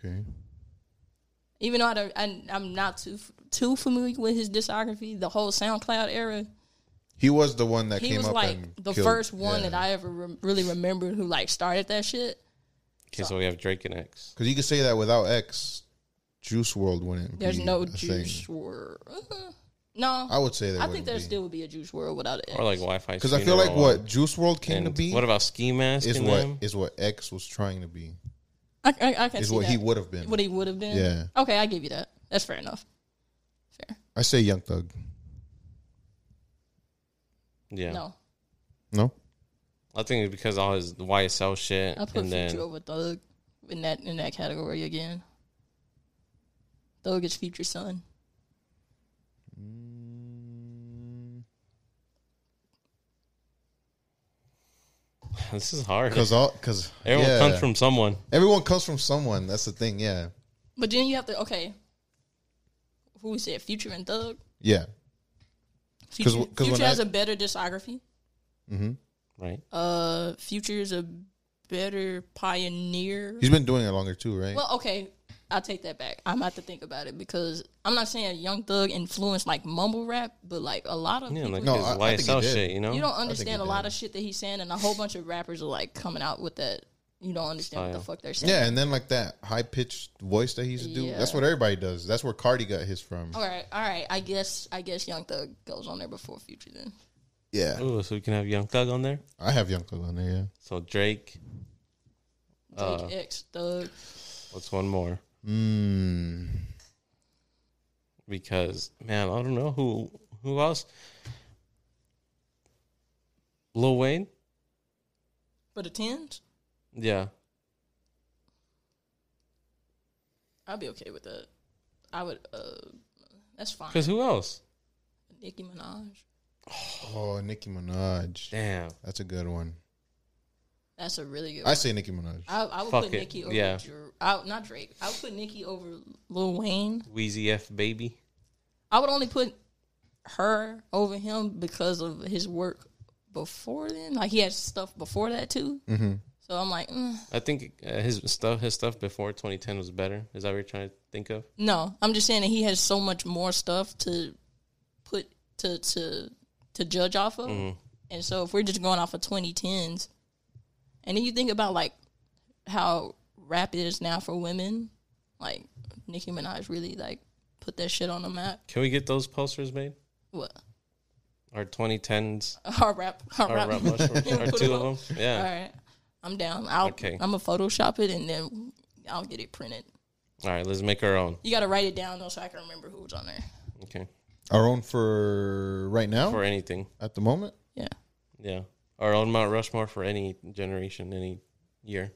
S2: Okay,
S3: even though I don't, I, I'm not too too familiar with his discography. The whole SoundCloud era.
S2: he was the one that
S3: He
S2: came
S3: was
S2: up
S3: like
S2: and
S3: the
S2: killed-
S3: first one
S2: yeah.
S3: that I ever re- really remembered who like started that shit.
S1: okay, so we have Drake and X.
S2: Because you could say that without X, Juice World wouldn't.
S3: There's
S2: be
S3: no
S2: a thing.
S3: Juice World. Uh, no,
S2: I would say that.
S3: I think there still would be a Juice World without it.
S1: Or like Wi-Fi,
S2: because I feel like what Juice World came
S1: and
S2: to be
S1: What about Ski Mask?
S2: is
S1: and
S2: what
S1: them?
S2: is what X was trying to be.
S3: I, I, I can
S2: Is
S3: see
S2: what
S3: that.
S2: he would have been.
S3: what he would have been.
S2: Yeah.
S3: Okay, I give you that. That's fair enough. Fair.
S2: I say Young Thug.
S1: Yeah,
S3: No,
S2: No,
S1: I think it's because all his YSL shit,
S3: I put
S1: and
S3: Future
S1: then
S3: over Thug in that in that category again. Thug is Future son.
S1: this is hard.
S2: because all because
S1: Everyone comes from someone.
S2: everyone comes from someone. That's the thing. Yeah,
S3: But then you have to okay. Who we said Future and Thug?
S2: yeah.
S3: Future,
S2: 'cause when
S3: Future
S2: I-
S3: has a better discography.
S1: Right.
S3: Uh, Future is a better pioneer.
S2: He's been doing it longer too, right?
S3: Well, okay, I take that back. I'm have to think about it because I'm not saying Young Thug influenced like mumble rap, but like a lot of
S1: Yeah,
S3: people
S1: like
S2: No,
S1: his
S2: I- I think he
S1: YSL
S2: did.
S1: shit, you know?
S3: you don't
S2: think
S3: understand
S2: he
S3: a lot
S2: did.
S3: of shit that he's saying, and a whole bunch of rappers are like coming out with that. You don't understand what the fuck they're saying.
S2: yeah, and then like that high pitched voice that he used to do.
S3: Yeah. Oh.
S2: That's what everybody does. That's where Cardi got his from.
S3: All right, all right. I guess I guess Young Thug goes on there before Future. Then
S2: Yeah,
S1: Ooh, so we can have Young Thug on there.
S2: I have Young Thug on there. Yeah,
S1: So Drake,
S2: Uh.
S3: Drake X Thug.
S1: what's one more?
S2: Hmm.
S1: Because man, I don't know who who else. Lil Wayne,
S3: For the tens,
S1: yeah,
S3: I'd be okay with that. I would. uh That's fine.
S1: because who else?
S3: Nicki Minaj.
S2: Oh, Nicki Minaj.
S1: Damn,
S2: That's a good one.
S3: That's a really good.
S2: I say Nicki Minaj.
S3: I, I would
S1: Fuck
S3: put
S1: it,
S3: Nicki over
S1: yeah.
S3: Dr- I, not Drake. I would put Nicki over Lil Wayne.
S1: Wheezy F baby.
S3: I would only put her over him because of his work before then. Like he had stuff before that too. Mm-hmm. So I'm like, mm,
S1: I think uh, his stuff his stuff before 2010 was better. Is that what you're trying to think of?
S3: no. I'm just saying that he has so much more stuff to put to to to judge off of.
S1: Mm-hmm.
S3: And so if we're just going off of 2010s, and then you think about like how rap is now for women, like Nicki Minaj really like put that shit on the map.
S1: Can we get those posters made?
S3: What?
S1: Our 2010s,
S3: Our rap. Our,
S1: our
S3: rap.
S1: rap mushrooms, our
S3: Put
S1: two
S3: them
S1: of them. Yeah.
S3: All right. I'm down. I'll,
S1: Okay.
S3: I'm going to Photoshop it and then I'll get it printed.
S1: All right, let's make our own.
S3: You got to write it down though so I can remember who was on there.
S1: Okay,
S2: Our own for right now,
S1: for anything.
S2: at the moment.
S3: Yeah.
S1: Yeah. Our own Mount Rushmore for any generation, any year.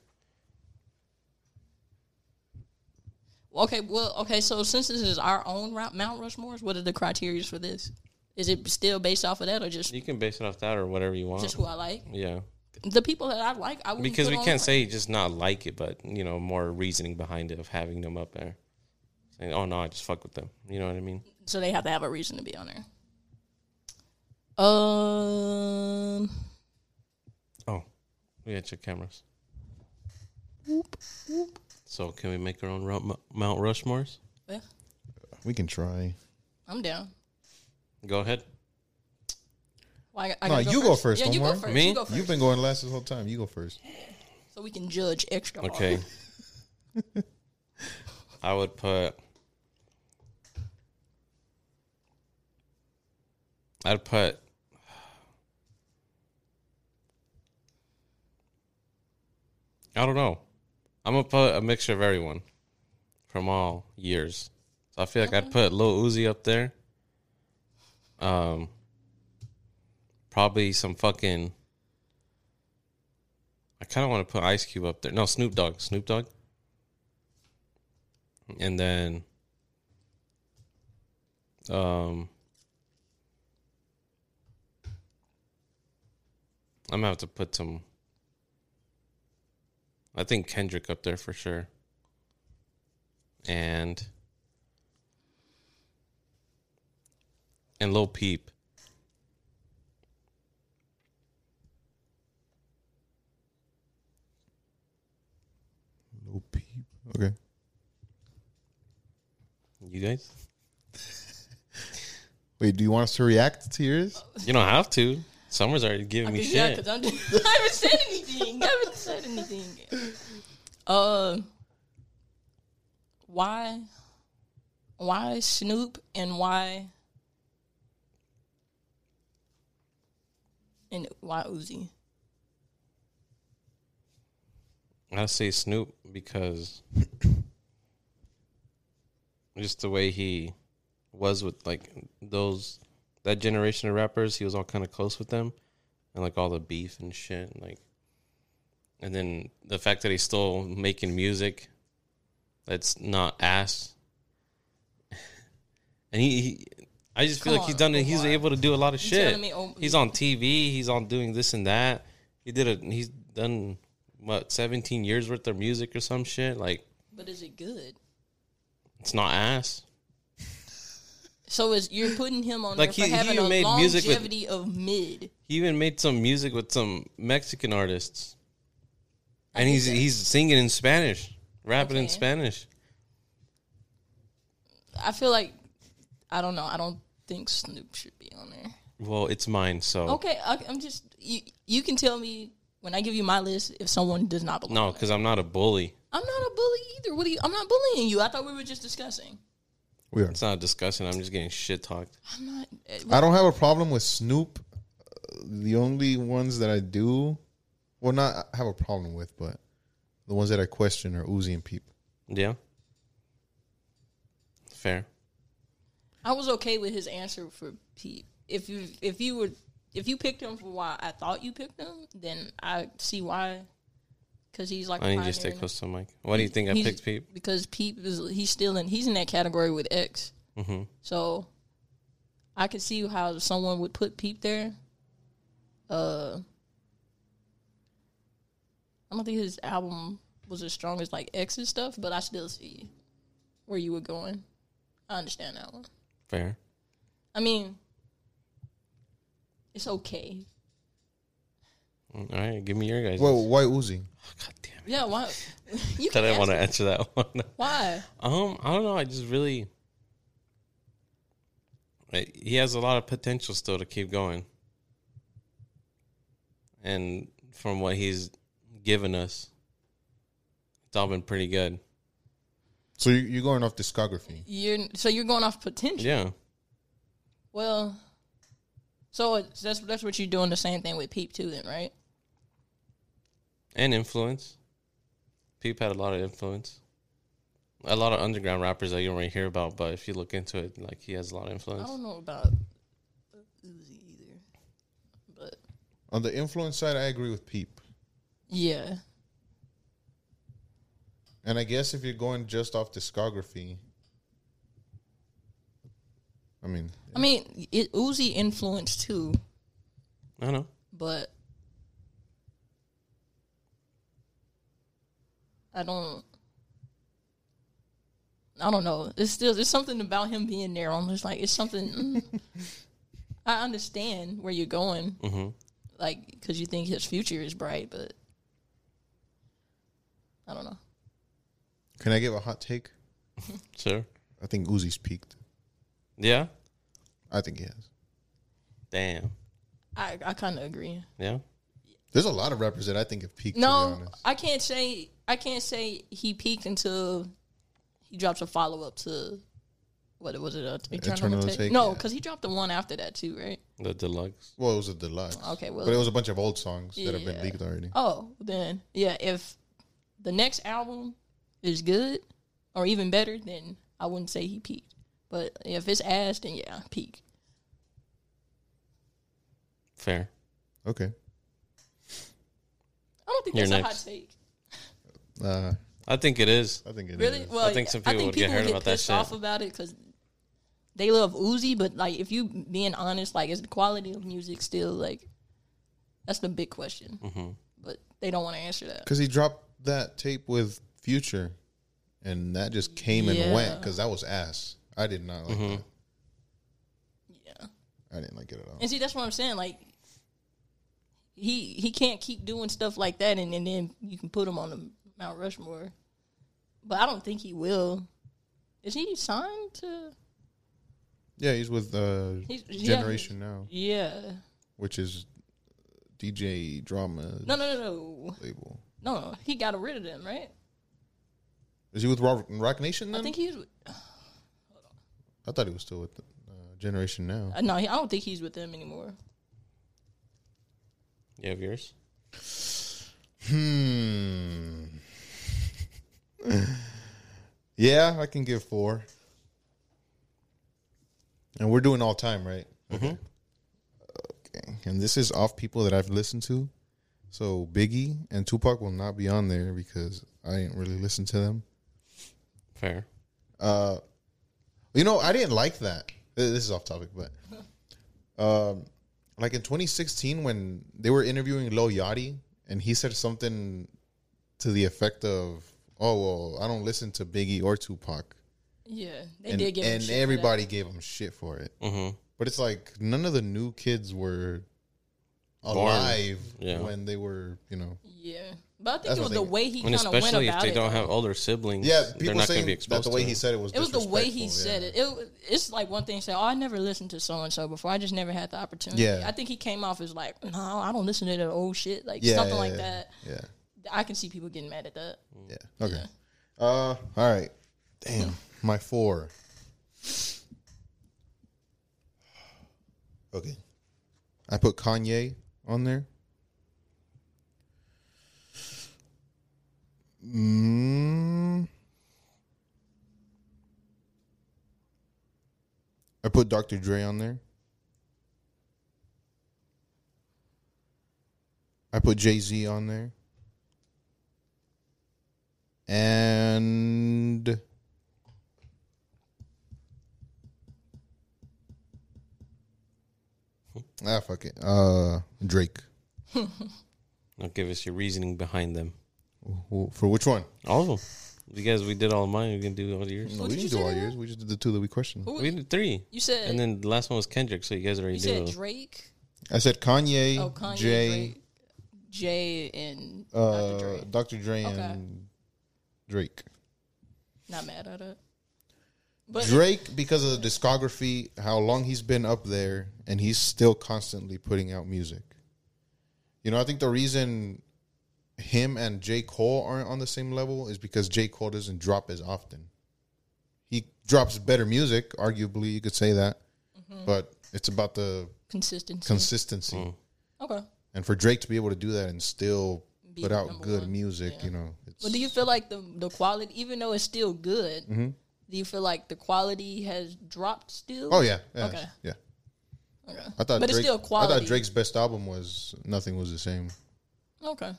S3: Well, Okay. Well, okay. So since this is our own Ra- Mount Rushmore's, what are the criteria for this? Is it still based off of that or just
S1: You can base it off that or whatever you want.
S3: just who I like?
S1: yeah.
S3: The people that I like, I would
S1: Because we can't say just not like it, but, you know, more reasoning behind it of having them up there. Saying, oh, no, I just fuck with them. You know what I mean?
S3: So they have to have a reason to be on there. Um.
S1: Oh, we got your cameras. So can we make our own Ru- Mu- Mount Rushmores?
S3: Yeah,
S2: We can try.
S3: I'm down.
S1: Go ahead.
S3: Well, I, I
S2: No,
S3: gotta
S2: you go first,
S3: Yeah, you go
S2: Omar.
S3: first.
S1: Me?
S3: You go first.
S2: You've been going last this whole time. You go first.
S3: so we can judge extra. hard.
S1: Okay. I would put I'd put. I don't know. I'm gonna put a mixture of everyone from all years. So I feel like I'd put Lil Uzi up there. Um, probably some fucking. I kind of want to put Ice Cube up there. No, Snoop Dogg. Snoop Dogg. And then. Um. I'm gonna have to put some. I think Kendrick up there for sure. And and Lil Peep.
S2: No peep. Okay.
S1: You guys,
S2: Wait, do you want us to react to yours?
S3: Oh.
S1: you don't have to. Summer's already giving me
S3: Yeah,
S1: shit.
S3: because I'm just, I haven't said anything. I haven't said anything. Uh, why, why Snoop and why, and why Uzi?
S1: I say Snoop because just the way he was with like those that generation of rappers, he was all kind of close with them, and like all the beef and shit, and, like, and then the fact that he's still making music that's not ass, and he, he I just feel
S3: Come
S1: like he's
S3: on,
S1: done it. He's
S3: Omar.
S1: able to do a lot of
S3: telling
S1: shit.
S3: me, oh,
S1: he's on TV. He's on doing this and that. He did a. He's done what seventeen years worth of music or some shit. Like
S3: But is it good?
S1: it's not ass.
S3: So is you're putting him on
S1: Like,
S3: there
S1: he-
S3: for having
S1: he
S3: a
S1: made music with-
S3: longevity of mid?
S1: He even made some music with some Mexican artists,
S3: I
S1: and
S3: get
S1: he's
S3: that.
S1: he's singing in Spanish, rapping in
S3: Okay.
S1: Spanish.
S3: I feel like I don't know. I don't think Snoop should be on there.
S1: Well, it's mine, so
S3: Okay, I, I'm just you. You can tell me when I give you my list if someone does not belong.
S1: no, because I'm not a bully.
S3: I'm not a bully either. What are you? I'm not bullying you. I thought we were just discussing.
S2: We are.
S1: It's not a discussion. I'm just getting shit talked.
S3: I'm not. eh,
S2: I don't have a problem with Snoop. Uh, The only ones that I do, well, not have a problem with, but the ones that I question are Uzi and Peep.
S1: Yeah, fair.
S3: I was okay with his answer for Pete. If you if you were if you picked him for why I thought you picked him, then I see why. Because he's like. a
S1: I need you to stay
S3: pioneer in-
S1: close to the mic. Why do you think I
S3: he's-
S1: picked Peep?
S3: Because Peep is he's still in he's in that category with X.
S1: hmm
S3: So I could see how someone would put Peep there. Uh I don't think his album was as strong as like X's stuff, but I still see where you were going. I understand that one.
S1: Fair.
S3: I mean, it's okay.
S1: All right, give me your guys.
S2: Well, why Uzi?
S1: God damn it.
S3: Yeah, why? You
S1: I
S3: can
S1: didn't
S3: ask
S1: want to
S3: him.
S1: answer that one.
S3: Why?
S1: Um, I don't know. I just really. I- He has a lot of potential still to keep going. And from what he's given us, it's all been pretty good.
S2: So you- you're going off discography.
S3: You're so you're going off potential.
S1: Yeah.
S3: Well, so it's, that's that's what you're doing. The same thing with Peep too, then, right?
S1: And influence. Peep had a lot of influence. A lot of underground rappers that you don't really hear about, but if you look into it, like he has a lot of
S3: I
S1: influence.
S3: don't know about Uzi either, but
S2: On the influence side, I agree with Peep.
S3: yeah,
S2: And I guess if you're going just off discography, I mean,
S3: I mean it, Uzi influenced too,
S1: I don't know.
S3: but I don't. I don't know. It's still there's something about him being there. I'm just like it's something. mm. I understand where you're going,
S1: hmm
S3: like because you think his future is bright, but I don't know.
S2: can I give a hot take?
S1: Sure.
S2: I think Uzi's peaked.
S1: Yeah.
S2: I think he has.
S1: Damn.
S3: I I kind of agree.
S1: Yeah.
S2: There's a lot of rappers that I think have peaked. to
S3: No,
S2: be honest.
S3: I can't say I can't say he peaked until he drops a follow up to what was it? Uh, Eternal,
S2: Eternal
S3: Take?
S2: Take,
S3: No,
S2: yeah.
S3: because he dropped the one after that too, right?
S1: The deluxe.
S2: Well, it was a deluxe.
S3: Okay, well-
S2: but it was a bunch of old songs that have been
S3: Yeah.
S2: leaked already.
S3: Oh, then yeah, if the next album is good or even better, then I wouldn't say he peaked. But if it's ass, then yeah, peak.
S1: Fair.
S2: Okay.
S3: I don't think
S1: You're
S3: that's a hot
S1: next.
S3: take.
S2: Uh,
S1: I think it is.
S2: I think it is.
S3: Really? Well,
S1: I think some people would get hurt about that
S3: pissed
S1: shit.
S3: off about it because they love Uzi, but like if you being honest, like is the quality of music still like that's the big question.
S1: Mm-hmm.
S3: But they don't want to answer that.
S2: Because he dropped that tape with Future, and that just came and went
S3: Yeah.
S2: because that was ass. I did not like that.
S3: Yeah,
S2: I didn't like it at all.
S3: and see that's what I'm saying. Like he he can't keep doing stuff like that, and, and then you can put him on the Mount Rushmore. But I don't think he will. Is he signed to?
S2: Yeah, he's with uh,
S3: He's- yeah,
S2: Generation Now,
S3: Yeah.
S2: which is DJ Drama
S3: No, no, no, no,
S2: label.
S3: no. no. He got rid of them, right?
S2: Is he with Rock, Rock Nation then?
S3: I
S2: I,
S3: think he's.
S2: thought he was still with uh, Generation Now.
S3: Uh, No, he, I don't think he's with them anymore.
S1: You have yours?
S2: Hmm. yeah, I can give four. And we're doing all time, right? Okay. Okay. And this is off people that I've listened to. So Biggie and Tupac will not be on there because I didn't really listen to them.
S1: Fair.
S2: Uh, you know, I didn't like that. Th- This is off topic, but um, like in 2016 when they were interviewing Lo Yachty, and he said something to the effect of, "Oh well, I don't listen to Biggie or Tupac,"
S3: Yeah, they
S2: and,
S3: did give him
S2: and
S3: shit for that.
S2: everybody gave him shit for it.
S1: Mm-hmm.
S2: But it's like none of the new kids were
S1: Born.
S2: alive
S1: Yeah.
S2: when they were, you know.
S3: Yeah, but I think
S2: That's
S3: it was
S2: what
S3: the
S2: they-
S3: way he
S1: And
S3: kind of went
S1: especially if
S3: about
S1: they
S3: it.
S1: don't have older siblings,
S2: Yeah,
S1: they're
S2: people
S1: not going to
S2: saying
S1: be
S2: that
S1: exposed
S2: the way
S1: to
S2: he
S1: it.
S2: said it was
S3: it was the way he
S2: disrespectful,
S3: said
S2: yeah.
S3: it. it. w- It's like one thing to say, "Oh, I never listened to so and so before. I just never had the opportunity."
S2: Yeah.
S3: I think he came off as like, "No, I don't listen to that old shit," like
S2: Yeah,
S3: something
S2: yeah,
S3: like
S2: yeah.
S3: that.
S2: Yeah.
S3: I can see people getting mad at that.
S2: Yeah. Okay. Uh, all right. Damn. My four. Okay. I put Kanye on there. Mm. I put Dr. Dre on there. I put Jay Z on there. And ah, fuck it. Uh, Drake.
S1: Now give us your reasoning behind them.
S2: Who- For which one?
S1: All of them. Because we did all mine, we can do all yours.
S2: No,
S3: Who
S2: we
S3: did
S2: didn't
S3: you
S2: do
S3: say
S2: all
S3: they
S2: yours. We just did the two that we questioned.
S3: Who
S1: We did three.
S3: you said?
S1: And then the last one was Kendrick, so you guys already
S3: you said
S1: knew.
S3: Drake.
S2: I said Kanye,
S3: Oh, Kanye,
S2: Jay,
S3: Drake, Jay, and
S2: uh,
S3: Dr. Dre.
S2: Dr. Dre,
S3: Okay.
S2: and Drake.
S3: Not mad at it. But
S2: Drake, because of the discography, how long he's been up there, and he's still constantly putting out music. You know, I think the reason him and J. Cole aren't on the same level is because J. Cole doesn't drop as often. He drops better music, arguably, you could say that,
S3: Mm-hmm.
S2: but it's about the
S3: consistency.
S2: consistency.
S3: okay.
S2: And for Drake to be able to do that and still
S3: Be
S2: put out
S3: number
S2: good
S3: one,
S2: music, you know, it's,
S3: But do you feel like the the quality, even though it's still good,
S2: Mm-hmm.
S3: do you feel like the quality has dropped still?
S2: oh yeah, yeah,
S3: Okay.
S2: yeah.
S3: okay.
S2: I thought, Drake,
S3: but it's still quality.
S2: I thought Drake's best album was "Nothing Was the Same."
S3: Okay,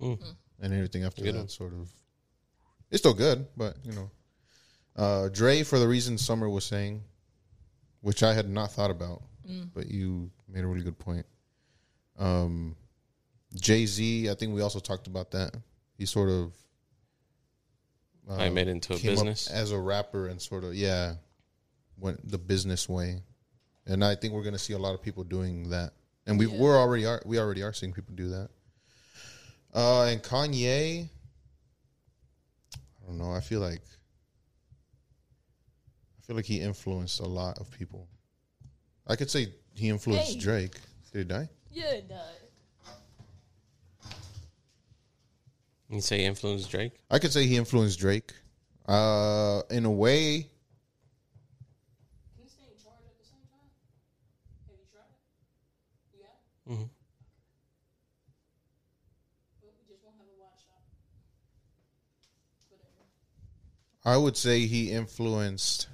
S2: and everything after
S1: Good
S2: that
S1: one.
S2: sort of it's still good but you know uh dre for the reason summer was saying which i had not thought about
S3: Mm.
S2: but you made a really good point um jay-z i think we also talked about that he sort of uh,
S1: I made it into a
S2: came up
S1: business.
S2: as a rapper and sort of yeah went the business way and i think we're going to see a lot of people doing that and we
S3: Yeah.
S2: we're already are we already are seeing people do that uh and kanye i don't know i feel like i feel like he influenced a lot of people i could say he influenced
S3: Hey.
S2: drake did he die
S3: yeah, it does.
S1: You say influence Drake?
S2: I could say he influenced Drake. Uh, in a way. I would say he influenced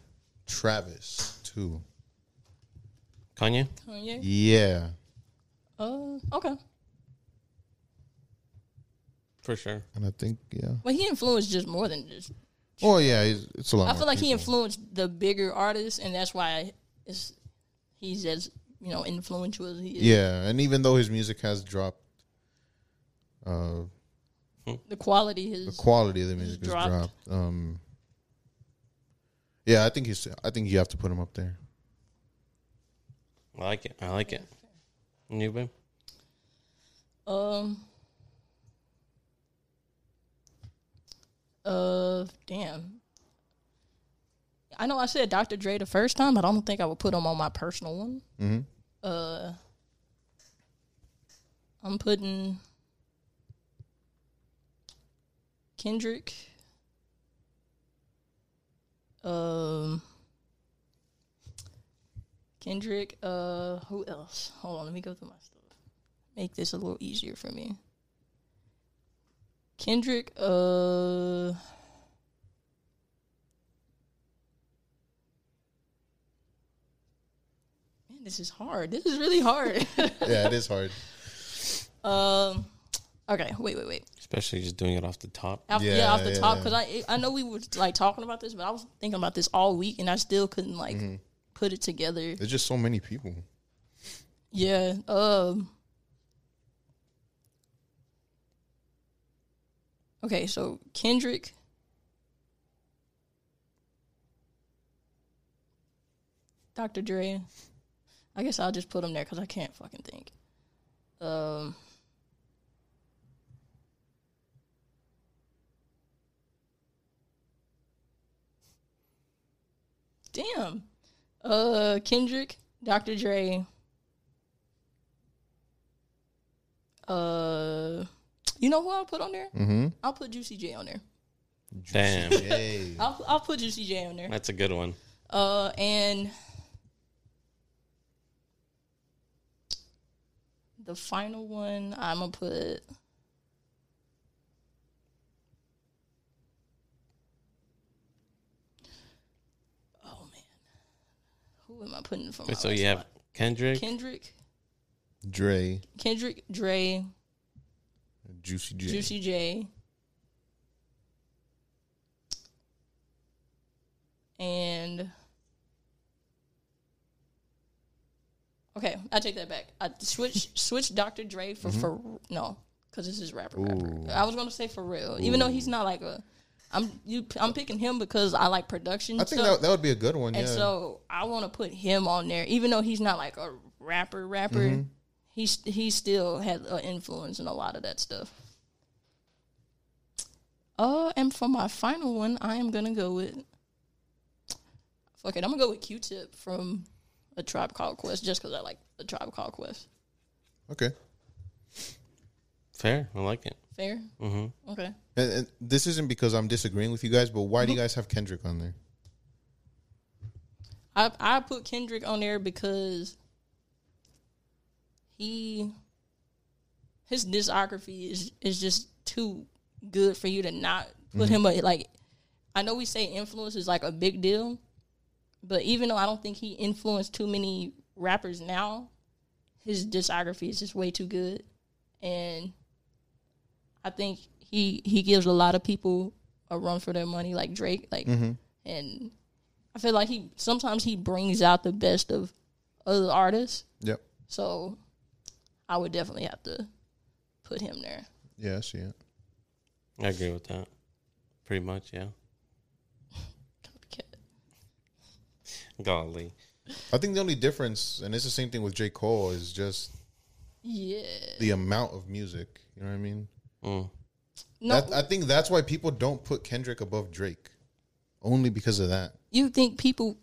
S2: Travis too.
S1: Kanye?
S3: Kanye?
S2: Yeah.
S3: Uh, okay.
S1: For sure.
S2: And I think, yeah.
S3: Well, he influenced just more than just.
S2: Oh, yeah. It's, it's a lot.
S3: I
S2: more
S3: feel like he
S2: people.
S3: influenced the bigger artists, and that's why it's he's as you know influential as he is.
S2: Yeah. And even though his music has dropped, uh,
S3: The quality
S2: the
S3: is
S2: quality of the music has
S3: dropped.
S2: dropped. Um, yeah, I think he's. I think you have to put him up there.
S1: I like it. I like it. And You, babe?
S3: um. Uh, damn. I know I said Dr. Dre the first time, but I don't think I would put him on my personal one.
S2: Mhm.
S3: Uh, I'm putting Kendrick. Um, Kendrick. Uh, who else? Hold on, let me go through my stuff. Make this a little easier for me. Kendrick. Uh. Man, This is hard. This is really hard.
S2: Yeah, it is hard.
S3: um, okay, wait, wait, wait.
S1: Especially just doing it off the top.
S3: Off, yeah,
S2: Yeah,
S3: off the
S2: yeah,
S3: top
S2: yeah.
S3: because I I know we were like talking about this, but I was thinking about this all week and I still couldn't like
S2: Mm-hmm.
S3: put it together.
S2: There's just so many people.
S3: Yeah. Um. Okay, so Kendrick. Dr. Dre. I guess I'll just put him there because I can't fucking think. Um. Damn. Uh, Kendrick, Dr. Dre, Uh, you know who I'll put on there?
S2: Mm-hmm.
S3: I'll put Juicy J on there.
S1: Damn.
S2: Yay.
S3: I'll I'll put Juicy J on there.
S1: That's a good one.
S3: Uh, and the final one, I'm gonna put. Oh man, who am I putting for my?
S1: Wait, so
S3: last
S1: you have
S3: spot?
S1: Kendrick,
S3: Kendrick,
S2: Dre,
S3: Kendrick, Dre,
S2: Juicy J.
S3: Juicy J. And okay, I take that back. I switch switch Dr. Dre for for no, because this is rapper
S2: Mm-hmm. Ooh.
S3: rapper. I was gonna say for real, even though he's not like a. I'm you. I'm picking him because I like production.
S2: I think
S3: stuff.
S2: that, that would be a good one.
S3: And
S2: yeah.
S3: so I want to put him on there, even though he's not like a rapper rapper. He's he still had an influence in a lot of that stuff. Uh, and for my final one, I am gonna go with. Fuck it, I'm gonna go with Q-Tip from A Tribe Called Quest, just because I like A Tribe Called Quest.
S2: okay.
S1: fair. I like it.
S3: Fair,
S1: hmm
S3: okay.
S2: And, and this isn't because I'm disagreeing with you guys, but why do you guys have Kendrick on there?
S3: I I put Kendrick on there because he his discography is is just too good for you to not put him a, like I know we say influence is like a big deal, but even though I don't think he influenced too many rappers now, his discography is just way too good, and I think he he gives a lot of people a run for their money, like Drake, like and I feel like he sometimes he brings out the best of other artists.
S2: Yep.
S3: So I would definitely have to put him there.
S2: Yeah, I see it.
S1: I agree with that. Pretty much, yeah.
S3: Copycat.
S1: Golly.
S2: I think the only difference, and it's the same thing with J. Cole, is just
S3: Yeah.
S2: the amount of music. You know what I mean?
S1: Mm.
S3: No,
S2: That, I think that's why people don't put Kendrick above Drake, only because of that.
S3: you think people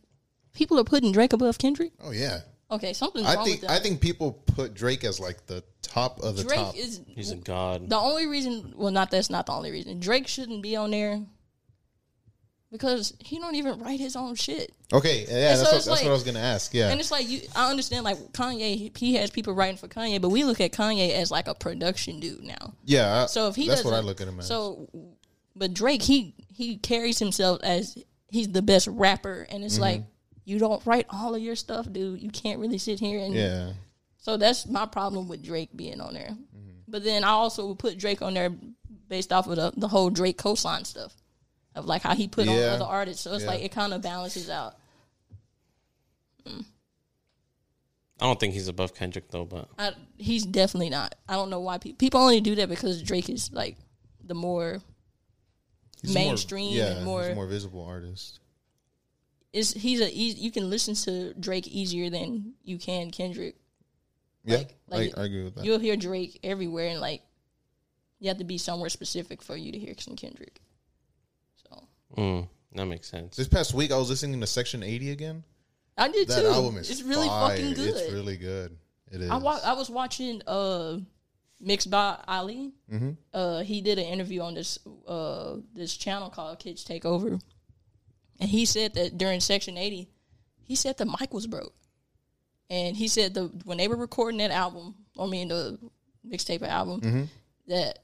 S3: people are putting Drake above Kendrick?
S2: Oh yeah,
S3: Okay, something's
S2: I
S3: wrong
S2: think
S3: with
S2: I
S3: that.
S2: think people put Drake as like the top of the
S3: Drake
S2: top.
S3: is
S1: He's a god.
S3: the only reason. Well, not that's not the only reason. Drake shouldn't be on there because he don't even write his own shit.
S2: okay, yeah,
S3: And
S2: that's,
S3: so
S2: what,
S3: it's
S2: that's what
S3: like-
S2: I was gonna ask. Yeah,
S3: And it's like you, I understand like Kanye, he has people writing for Kanye, but we look at Kanye as like a production dude now.
S2: yeah. I-
S3: So if he
S2: that's
S3: doesn't,
S2: what I look at him as.
S3: So But Drake, he he carries himself as he's the best rapper, and it's
S2: Mm-hmm.
S3: like you don't write all of your stuff, dude. You can't really sit here and
S2: Yeah.
S3: so that's my problem with Drake being on there.
S2: Mm-hmm.
S3: But then I also would put Drake on there based off of the, the whole Drake cosign stuff of like how he put on
S2: Yeah.
S3: other artists. So it's
S2: Yeah.
S3: like it kind of balances out.
S1: I don't think he's above Kendrick though, but
S3: I, he's definitely not. I don't know why people people only do that because Drake is like the more
S2: He's more-
S3: mainstream
S2: yeah,
S3: and
S2: he's
S3: more.
S2: more visible artist.
S3: Is he's a eas you can listen to Drake easier than you can Kendrick.
S2: Yeah,
S3: Like- like
S2: I, I agree with that.
S3: You'll hear Drake everywhere and like you have to be somewhere specific for you to hear some Kendrick. So
S1: mm, that makes sense.
S2: This past week, I was listening to Section 80 again.
S3: I did
S2: That
S3: too.
S2: album is
S3: it's really
S2: fire.
S3: fucking good.
S2: It's really good. It is.
S3: I wa- I was watching uh Mixed by Ali.
S2: Mm-hmm.
S3: Uh he did an interview on this uh this channel called Kids Take Over. And he said that during section 80, he said the mic was broke. And he said the when they were recording that album, I mean the mixtape album, that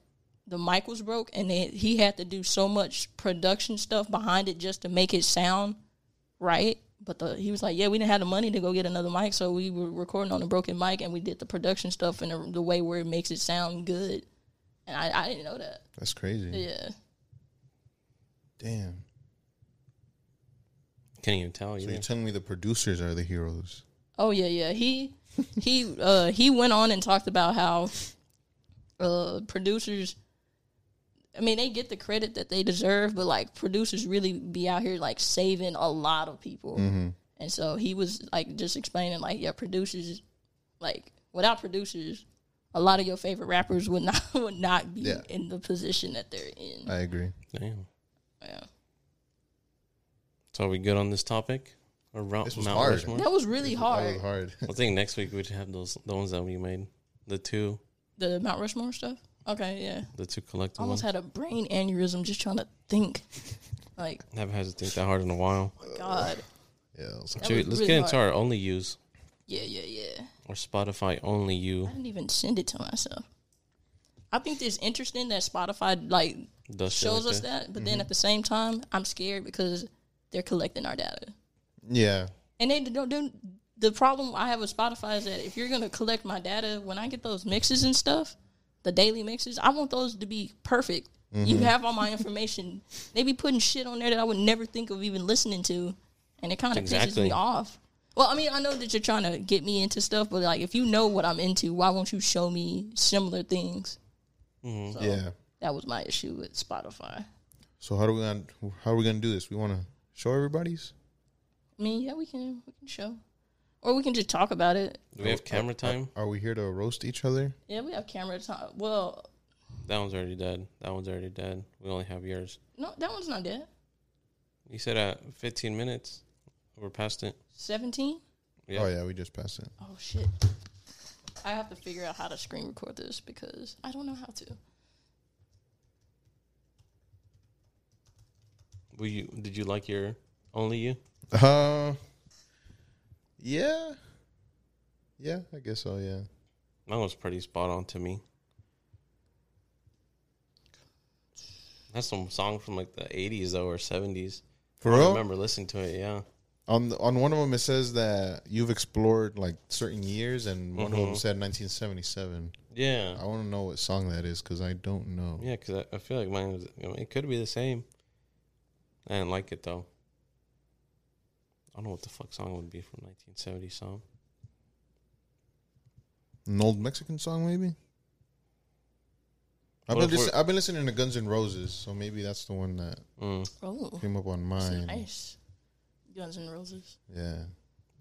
S3: the mic was broke and they, he had to do so much production stuff behind it just to make it sound right. But the, he was like, yeah, we didn't have the money to go get another mic, so we were recording on a broken mic, and we did the production stuff in the, the way where it makes it sound good. And I, I didn't know that.
S2: That's crazy.
S3: Yeah,
S2: Damn.
S1: Can't even tell
S2: So
S1: you.
S2: you're telling me the producers are the heroes?
S3: Oh yeah, yeah. He he uh he went on and talked about how uh producers I mean they get the credit that they deserve, but like producers really be out here like saving a lot of people. And so he was like just explaining like yeah, producers like without producers a lot of your favorite rappers would not would not be
S2: Yeah.
S3: in the position that they're in.
S2: I agree.
S1: Damn.
S3: yeah.
S1: So are we good on this topic? Or Mount,
S2: This was
S1: Mount
S2: hard.
S1: Rushmore?
S3: That was really
S2: That
S3: hard.
S2: was hard.
S1: I think next week we should have those the ones that we made. The two
S3: The Mount Rushmore stuff. Okay, yeah.
S1: the two collective
S3: I almost
S1: ones.
S3: had a brain aneurysm just trying to think. Like,
S1: I haven't had to think that hard in a while.
S3: God.
S2: yeah. that was-
S3: That
S1: Should we-
S3: was
S1: let's
S3: really
S1: get into
S3: hard.
S1: our only use
S3: Yeah, yeah, yeah.
S1: or Spotify only you
S3: I didn't even send it to myself. I think it's interesting that Spotify like
S1: does shit
S3: shows
S1: like
S3: us that, but then at the same time, I'm scared because they're collecting our data.
S2: yeah.
S3: And they don't do the problem I have with Spotify is that if you're gonna collect my data, when I get those mixes and stuff, the daily mixes, I want those to be perfect. You have all my information. they be putting shit on there that I would never think of even listening to, and it kind of pisses
S1: Exactly.
S3: me off. Well, I mean, I know that you're trying to get me into stuff, but like, if you know what I'm into, why won't you show me similar things?
S1: Um,
S3: So
S2: Yeah.
S3: that was my issue with Spotify.
S2: So how do we gonna how are we gonna do this? We want to show everybody's.
S3: I mean, yeah, we can we can show, or we can just talk about it.
S1: Do we have camera time?
S2: Are we here to roast each other?
S3: Yeah, we have camera time. Well,
S1: That one's already dead. That one's already dead. We only have yours.
S3: No, that one's not dead.
S1: You said at 15 minutes. We're past it.
S3: 17?
S1: Yeah.
S2: Oh yeah, we just passed it.
S3: Oh, shit. I have to figure out how to screen record this because I don't know how to.
S1: Were you? Did you like your only you?
S2: Uh, yeah, yeah. I guess so. Yeah.
S1: That was pretty spot on to me. That's some song from like the 80s though or 70s.
S2: For
S1: I
S2: real.
S1: remember listening to it. Yeah.
S2: On the, on one of them, it says that you've explored like certain years, and one of them
S1: Mhm.
S2: said 1977.
S1: Yeah.
S2: I want to know what song that is because I don't know.
S1: Yeah, because I, I feel like mine was. I mean, it could be the same. I didn't like it though. I don't know what the fuck song would be from 1970 song.
S2: An old Mexican song, maybe. I've
S1: What
S2: been,
S1: if
S2: listen, I've been listening to Guns N' Roses, so maybe that's the one that
S1: Mm.
S3: Oh,
S2: came up on
S3: that's
S2: mine.
S3: nice. Guns N' Roses.
S2: Yeah,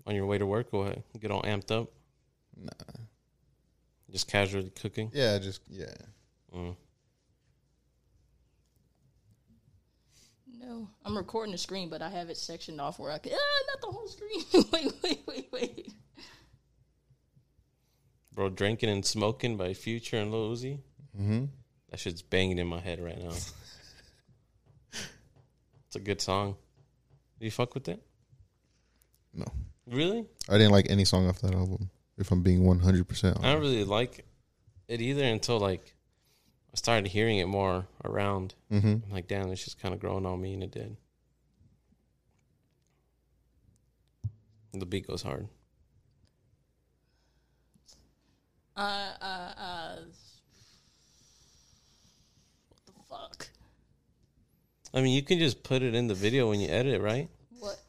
S1: On your way to work, go ahead, get all amped up,
S2: nah.
S1: just casually cooking.
S2: yeah, just yeah.
S1: Mm.
S3: No, I'm recording the screen, but I have it sectioned off where I can. Ah, not the whole screen. wait, wait, wait, wait.
S1: Bro, drinking and smoking by Future and Lil Uzi.
S2: Mm-hmm.
S1: That shit's banging in my head right now. it's a good song. Do you fuck with it?
S2: No,
S1: Really?
S2: I didn't like any song off that album. If I'm being 100 percent
S1: I don't really like it either until like I started hearing it more around.
S2: Mm-hmm.
S1: I'm like, damn, it's just kind of growing on me, and it did. The beat goes hard.
S3: Uh, uh, uh. What the fuck?
S1: I mean, you can just put it in the video when you edit it, right?
S3: What?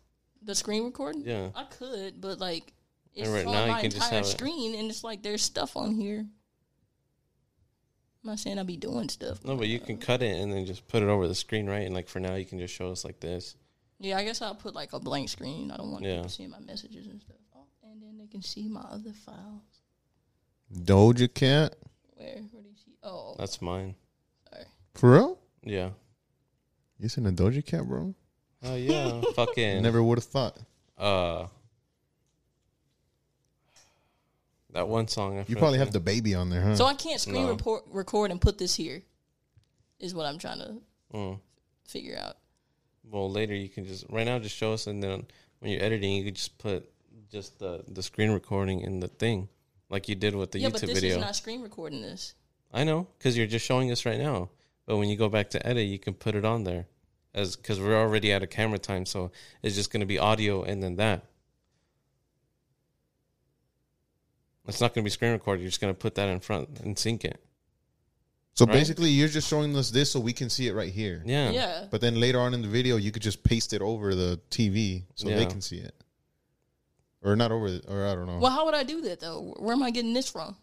S3: The screen recording?
S1: Yeah.
S3: I could, but like, it's
S1: And right
S3: on
S1: now you
S3: my
S1: can just
S3: entire
S1: have it.
S3: screen, and it's like there's stuff on here. I'm not saying I be doing stuff.
S1: No, but you can cut it and then just put it over the screen, right? And like for now, you can just show us like this.
S3: Yeah, I guess I'll put like a blank screen. I don't want
S1: Yeah.
S3: people seeing my messages and stuff. Oh, and then they can see my other files.
S2: Doja Cat
S3: Where? Where do you see? Oh,
S1: That's mine.
S3: sorry.
S2: for real?
S1: Yeah.
S2: You seen a Doja Cat, bro?
S1: Oh yeah.
S2: I
S1: Fucking.
S2: Never would have thought.
S1: Uh. That one song. I
S2: You
S1: forgot
S2: probably
S1: the
S2: have the baby on there, huh?
S3: So I can't screen
S1: mm. No.
S3: report, record and put this here, is what I'm trying to
S1: name. Mm.
S3: figure out.
S1: Well, later you can just right now just show us, and then when you're editing, you can just put just the the screen recording in the thing, like you did with the
S3: yeah,
S1: YouTube
S3: but this
S1: video.
S3: is not screen recording this.
S1: I know, because you're just showing us right now. But when you go back to edit, you can put it on there, as because we're already out of camera time, so it's just going to be audio and then that. It's not going to be screen recorded. You're just going to put that in front and sync it.
S2: so
S1: right?
S2: basically, you're just showing us this so we can see it right here.
S1: Yeah.
S3: Yeah.
S2: But then later on in the video, you could just paste it over the TV so they
S1: Yeah.
S2: can see it, or not over, the, or I don't know.
S3: Well, how would I do that though? Where am I getting this from?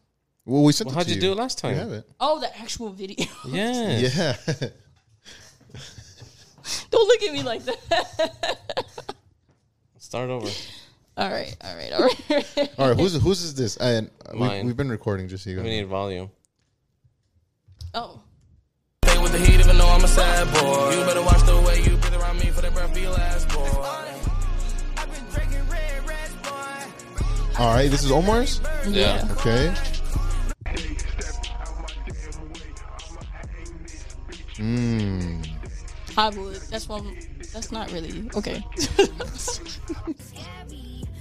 S2: Well, we sent
S1: Well,
S2: it
S1: how'd
S2: to
S1: you do it last
S2: We
S1: time?
S2: have it.
S3: Oh, the actual video.
S1: Yeah.
S2: Yeah.
S3: Don't look at me like that.
S1: Start over.
S3: all right, all right, all right.
S2: All right. Who's whose is this? And uh, we,
S1: Mine.
S2: we've been recording. Just so you
S1: We
S2: guys.
S1: need volume.
S3: oh,
S4: Play with the heat even though I'm a sad boy. You better watch the way you breathe around me for that breath for your last boy.
S5: I've been drinking red reds, boy.
S2: know. All right. This is Omar's.
S3: yeah.
S2: Okay. Mm.
S3: I would. That's one. That's not really okay.
S6: scary.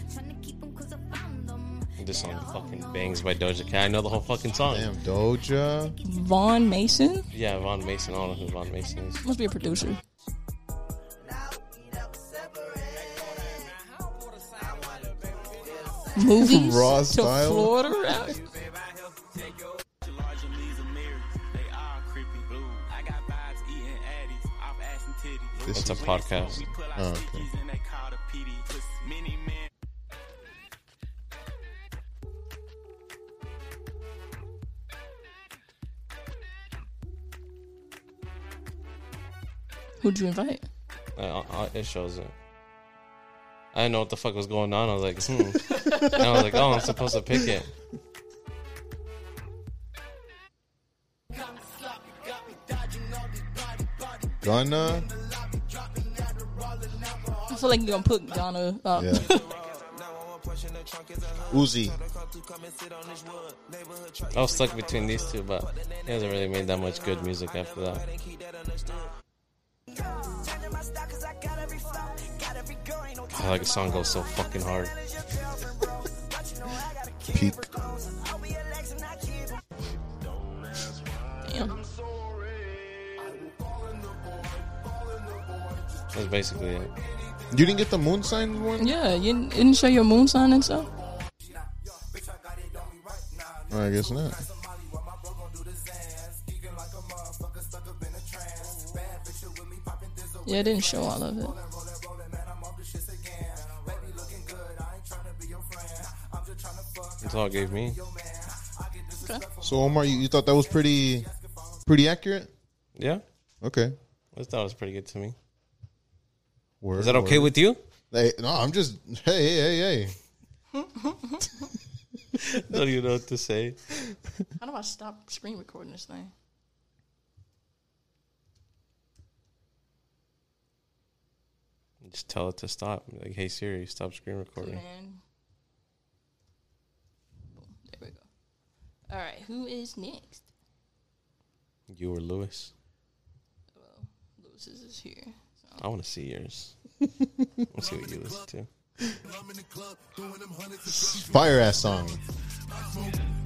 S6: Tryna keep 'em 'cause I found 'em.
S1: This song fucking bangs by Doja Cat. I know the whole fucking song.
S2: Damn, Doja.
S3: Vaughn Mason
S1: Yeah, Von Mason. I don't know who Von Mason is.
S3: must be a producer. Movies
S2: Raw
S3: to
S2: style.
S3: Florida. route.
S2: This
S1: It's a podcast.
S2: Oh, okay.
S3: Who'd you invite?
S1: I, I, it shows it. I didn't know what the fuck was going on. I was like, hmm. and I was like, oh, I'm supposed to pick it.
S2: Gunna.
S3: I feel like you're gonna put Ghana. Uh,
S2: Yeah. Uzi.
S1: I was stuck between these two, but it hasn't really made that much good music after that. I like a song goes so fucking hard.
S2: Peak.
S3: Damn.
S1: That's basically it.
S2: You didn't get the moon sign one.
S3: Yeah, you didn't- didn't show your moon sign and stuff.
S2: I guess not.
S3: Yeah, it didn't show all of it.
S1: That's all it gave me.
S2: So Omar, you, you thought that was pretty, pretty accurate.
S1: Yeah,
S2: Okay.
S1: I thought it was pretty good to me.
S2: Word,
S1: Is that okay
S2: word.
S1: with you?
S2: Hey, no, I'm just. Hey, hey, hey, hey.
S1: Don't even know what to say.
S3: How do I stop screen recording this thing?
S1: Just tell it to stop. Like, hey Siri, stop screen recording.
S3: Man. Boom. There we go. All right, who is next?
S1: You or Lewis?
S3: Well, Lewis's is here. So.
S1: I want to see yours. Let's see what you listen to.
S2: Fire ass song.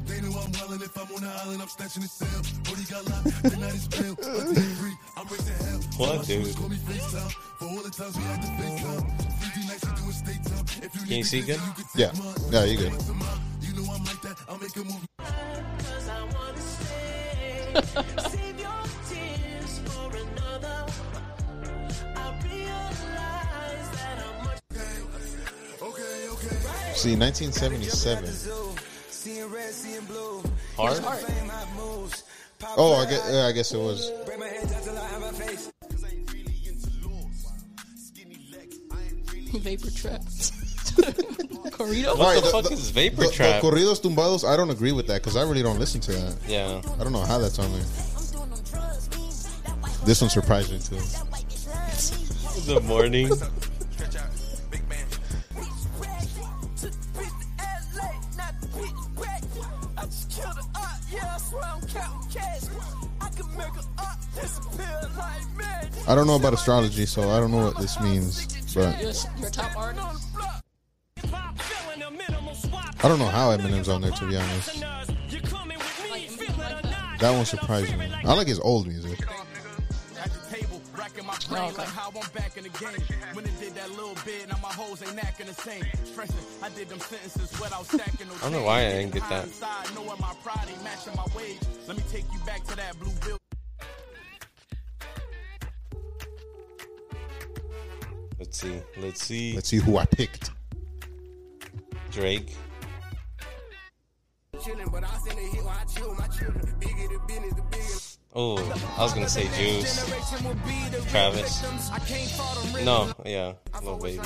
S7: They know I'm wildin' if I'm on the island, I'm snatching his cell. What he got locked, the night is pale. I take free, I'm raising hell.
S1: What,
S7: My shooters
S1: dude?
S7: Call me face out. For all the times we had to face out. 3D nights, I do a state time. If you
S1: Can you
S7: need
S1: see good?
S2: Yeah. Yeah, you good.
S7: you know I'm like that, I'll make a move. Okay, okay.
S2: See, 1977.
S1: Hard?
S2: Oh, I guess, yeah, I guess it was.
S3: Vapor trap. Corrido?
S1: What
S2: Alright,
S1: the, fuck is Vapor
S2: the- the
S1: Trap?
S2: corridos tumbados, I don't agree with that because I really don't listen to that.
S1: yeah.
S2: I don't know how that's on there. This one surprised me too.
S1: The morning.
S2: I don't know about astrology, so I don't know what this means. But
S3: Your, your top artist?
S2: I don't know how Eminem's on there to be honest. That one surprised me. I like his old music.
S5: At the table, racking my brain
S3: okay.
S5: like how I'm back in the game. When it did that little bit, now my hoes ain't acting the same. Stressing, I did them sentences without stacking no
S1: I don't know why I didn't get that.
S5: Hindsight, knowing my pride ain't matching my wage. Let me take you back to that blue bill.
S1: Let's see. Let's see.
S2: Let's see who I picked.
S1: Drake. Oh, I was gonna say Juice. Travis. No, yeah, Lil Baby.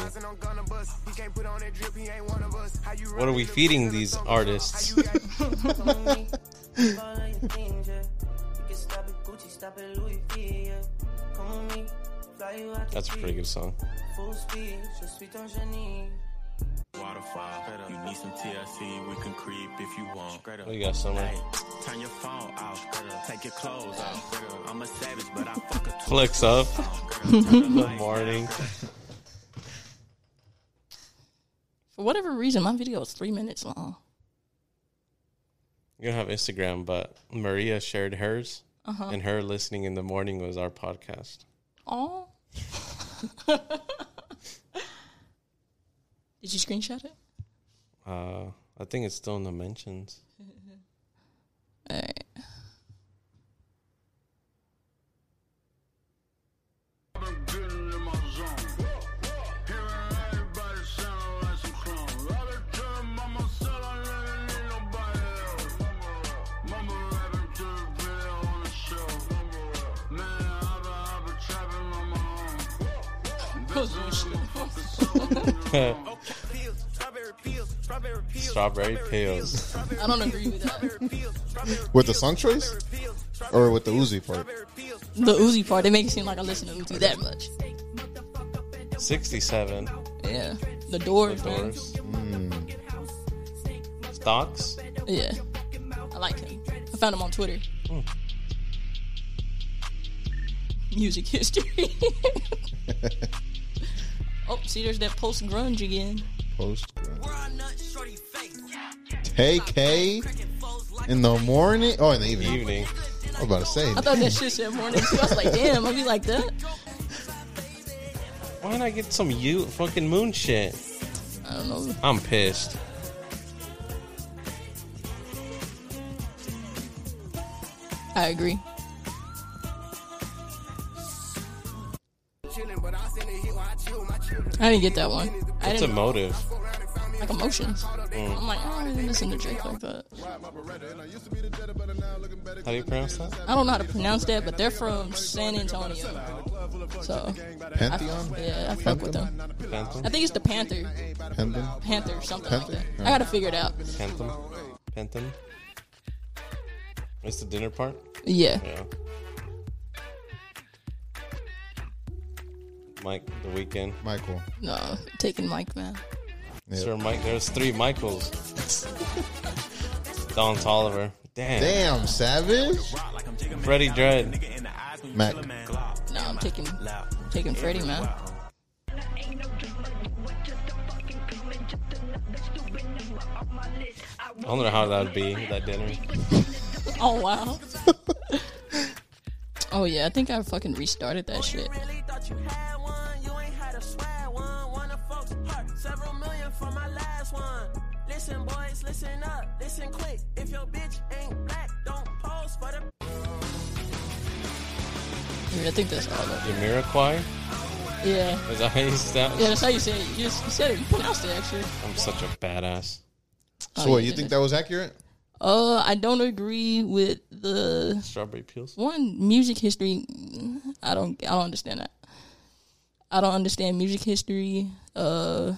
S1: What are we feeding these artists? That's a pretty good song.
S5: Waterfall, you need some TLC, we can creep if you want.
S1: Oh, you got summer.
S5: turn your phone off, take your clothes off. I'm a savage, but I fuck a
S1: Flicks up. Good morning.
S3: For whatever reason, my video is three minutes long.
S1: You don't have Instagram, but Maria shared hers, and her listening in the morning was our podcast.
S3: Oh. Did you screenshot it?
S1: Uh, I think it's still in the mentions.
S3: All right.
S1: Strawberry pills.
S3: I don't agree with that.
S2: With the song choice or with the Uzi part?
S3: The Uzi part, they make it seem like I listen to Uzi that much.
S1: 67.
S3: Yeah. The
S1: The
S3: Doors, man.
S1: doors. Hmm. Stocks.
S3: Yeah. I like him. I found him on Twitter. Music history. oh, see, there's that post grunge again.
S2: Post. KK in the morning. Oh, in the evening.
S1: Evening.
S2: I was about to say.
S3: I thought that shit said morning too. I was like, damn, I'll be like that.
S1: Why don't I get some you fucking moon shit?
S3: I don't know.
S1: I'm pissed.
S3: I agree. I didn't get that one. I
S1: It's a
S3: didn't
S1: motive.
S3: like emotions. I'm like, oh, I don't really listen to Drake like that.
S1: How do you pronounce that?
S3: I don't know how to pronounce that, but they're from San Antonio. So,
S2: Pantheon?
S3: yeah, I fuck with them. I
S1: Phantom?
S3: think it's the Panther.
S2: Pantheon?
S3: Panther, something
S2: Panther?
S3: like that.
S2: Yeah.
S3: I gotta figure it out.
S1: Phantom? Phantom? It's the dinner part?
S3: Yeah.
S1: Yeah. Mike, the weekend.
S2: Michael.
S3: No, taking Mike, man.
S2: Yeah.
S1: Sir Mike, there's three Michaels. Don Tolliver. Damn.
S2: Damn, Savage?
S3: Oh,
S1: Freddie Dredd.
S2: Mac.
S3: No, I'm taking taking Freddie, man.
S8: Ain't no different. What just a fucking commitment? Just another student member of my list. I
S1: I don't know how that'd be that dinner.
S3: Oh wow. oh yeah, I think I fucking restarted that shit.
S5: really thought you had one. You ain't had a swag one. One of folks' heart. Several million for my last one. Listen, boys, listen up. Listen quick. If your bitch ain't black, don't pose for the.
S3: I, mean, I think that's all of
S1: Jamiroquai?
S3: it. Yeah.
S1: Is that how you sound?
S3: Yeah, that's how you say it. You, just, you said it. You pronounced it actually. Oh,
S1: I'm such a badass.
S2: So, what, you think that was accurate?
S3: Uh, I don't agree with the
S1: Strawberry peels.
S3: one music history. I don't. I don't understand that. I don't understand music history. Uh,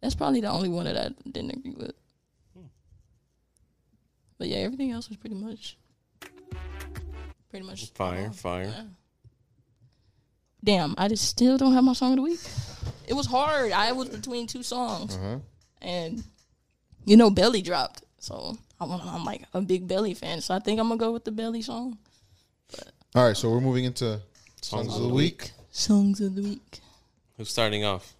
S3: that's probably the only one that I didn't agree with.
S1: Hmm.
S3: But yeah, everything else was pretty much, pretty much
S1: Fire, fire.
S3: damn, I just still don't have my song of the week. It was hard. I was between two songs,
S1: Uh-huh.
S3: and you know, Belly dropped, so I'm, I'm like a big Belly fan. So I think I'm gonna go with the Belly song.
S2: All right, so we're moving into songs, of the week.
S3: Songs of the week.
S1: Who's starting off?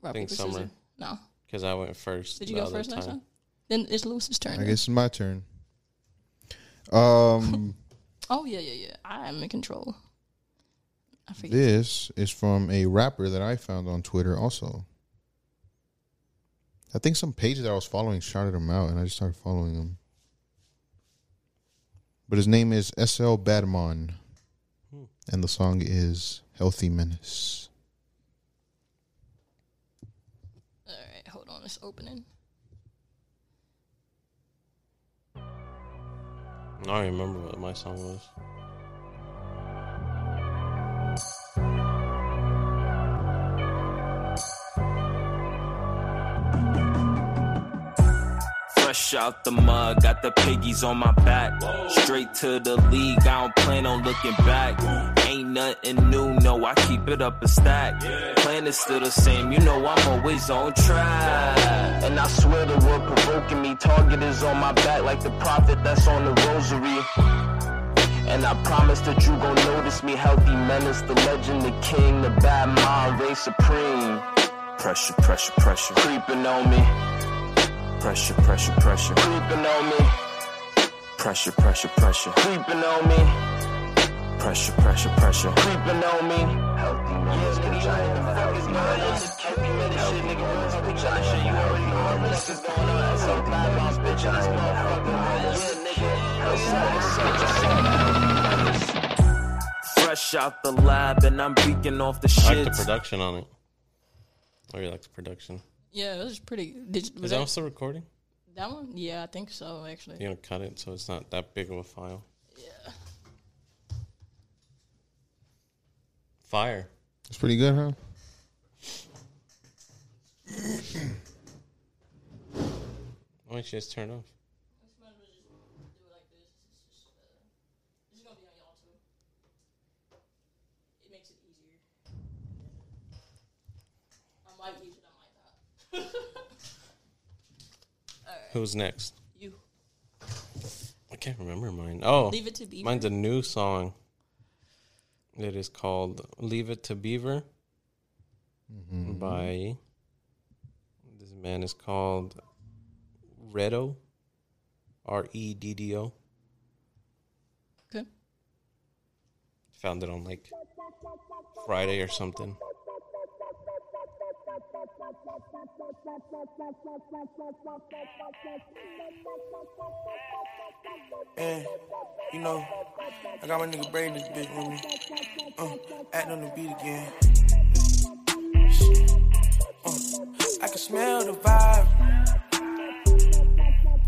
S3: Rock,
S1: Think
S3: paper,
S1: Summer.
S3: scissors. No,
S1: Because I went first.
S3: did you
S1: the
S3: go
S1: other
S3: first last
S1: time.
S3: time? Then it's Lewis's turn.
S2: I guess it's my turn. Um,
S3: Oh yeah, yeah, yeah. I am in control. I forget.
S2: this is from a rapper that I found on Twitter. Also, I think some page that I was following shouted him out, and I just started following him. But his name is SL Badmon, and the song is "Healthy Menace."
S3: All right, hold on. It's opening.
S1: I don't remember what my song was.
S8: Fresh out the mud, got the piggies on my back. Straight to the league, I don't plan on looking back. Ain't nothing new, no, I keep it up a stack. Plan is still the same, you know I'm always on track. And I swear the world provoking me, target is on my back like the prophet that's on the rosary. And I promise that you gon' notice me healthy menace, the legend, the king, the bad mind, reign supreme. Pressure, pressure, pressure. Creeping on me. Pressure, pressure, pressure. Creeping on me. Pressure, pressure, pressure. Creeping on me. Pressure, pressure, pressure. Creeping on me. Healthy menace, bitch. I am a healthy menace. Healthy menace, bitch. I am a healthy menace. Healthy menace, bitch. I am a healthy menace. Healthy menace, bitch. I am a healthy menace. Fresh out the lab and I'm beaking off the
S1: I like the
S8: shit.
S1: production on it. I really like the production.
S3: Yeah, it was pretty. Did,
S1: Is
S3: was
S1: that
S3: that,
S1: still recording?
S3: that one? Yeah, I think so. Actually,
S1: You're gonna cut it so it's not that big of a file. Yeah. Fire.
S2: It's pretty good, huh?
S1: Why don't you just turn it off?
S3: uh,
S1: Who's next?
S3: You
S1: I can't remember mine. Oh,
S3: leave it to be.
S1: mine's a new song. It is called "Leave It to Beaver" by this man is called Reddo, R E D D O.
S3: Okay.
S1: Found it on like Friday or something.
S5: And, Eh, you know, I got my nigga brain this bitch with me. Uh, act on the beat again. Uh, I can smell the vibe.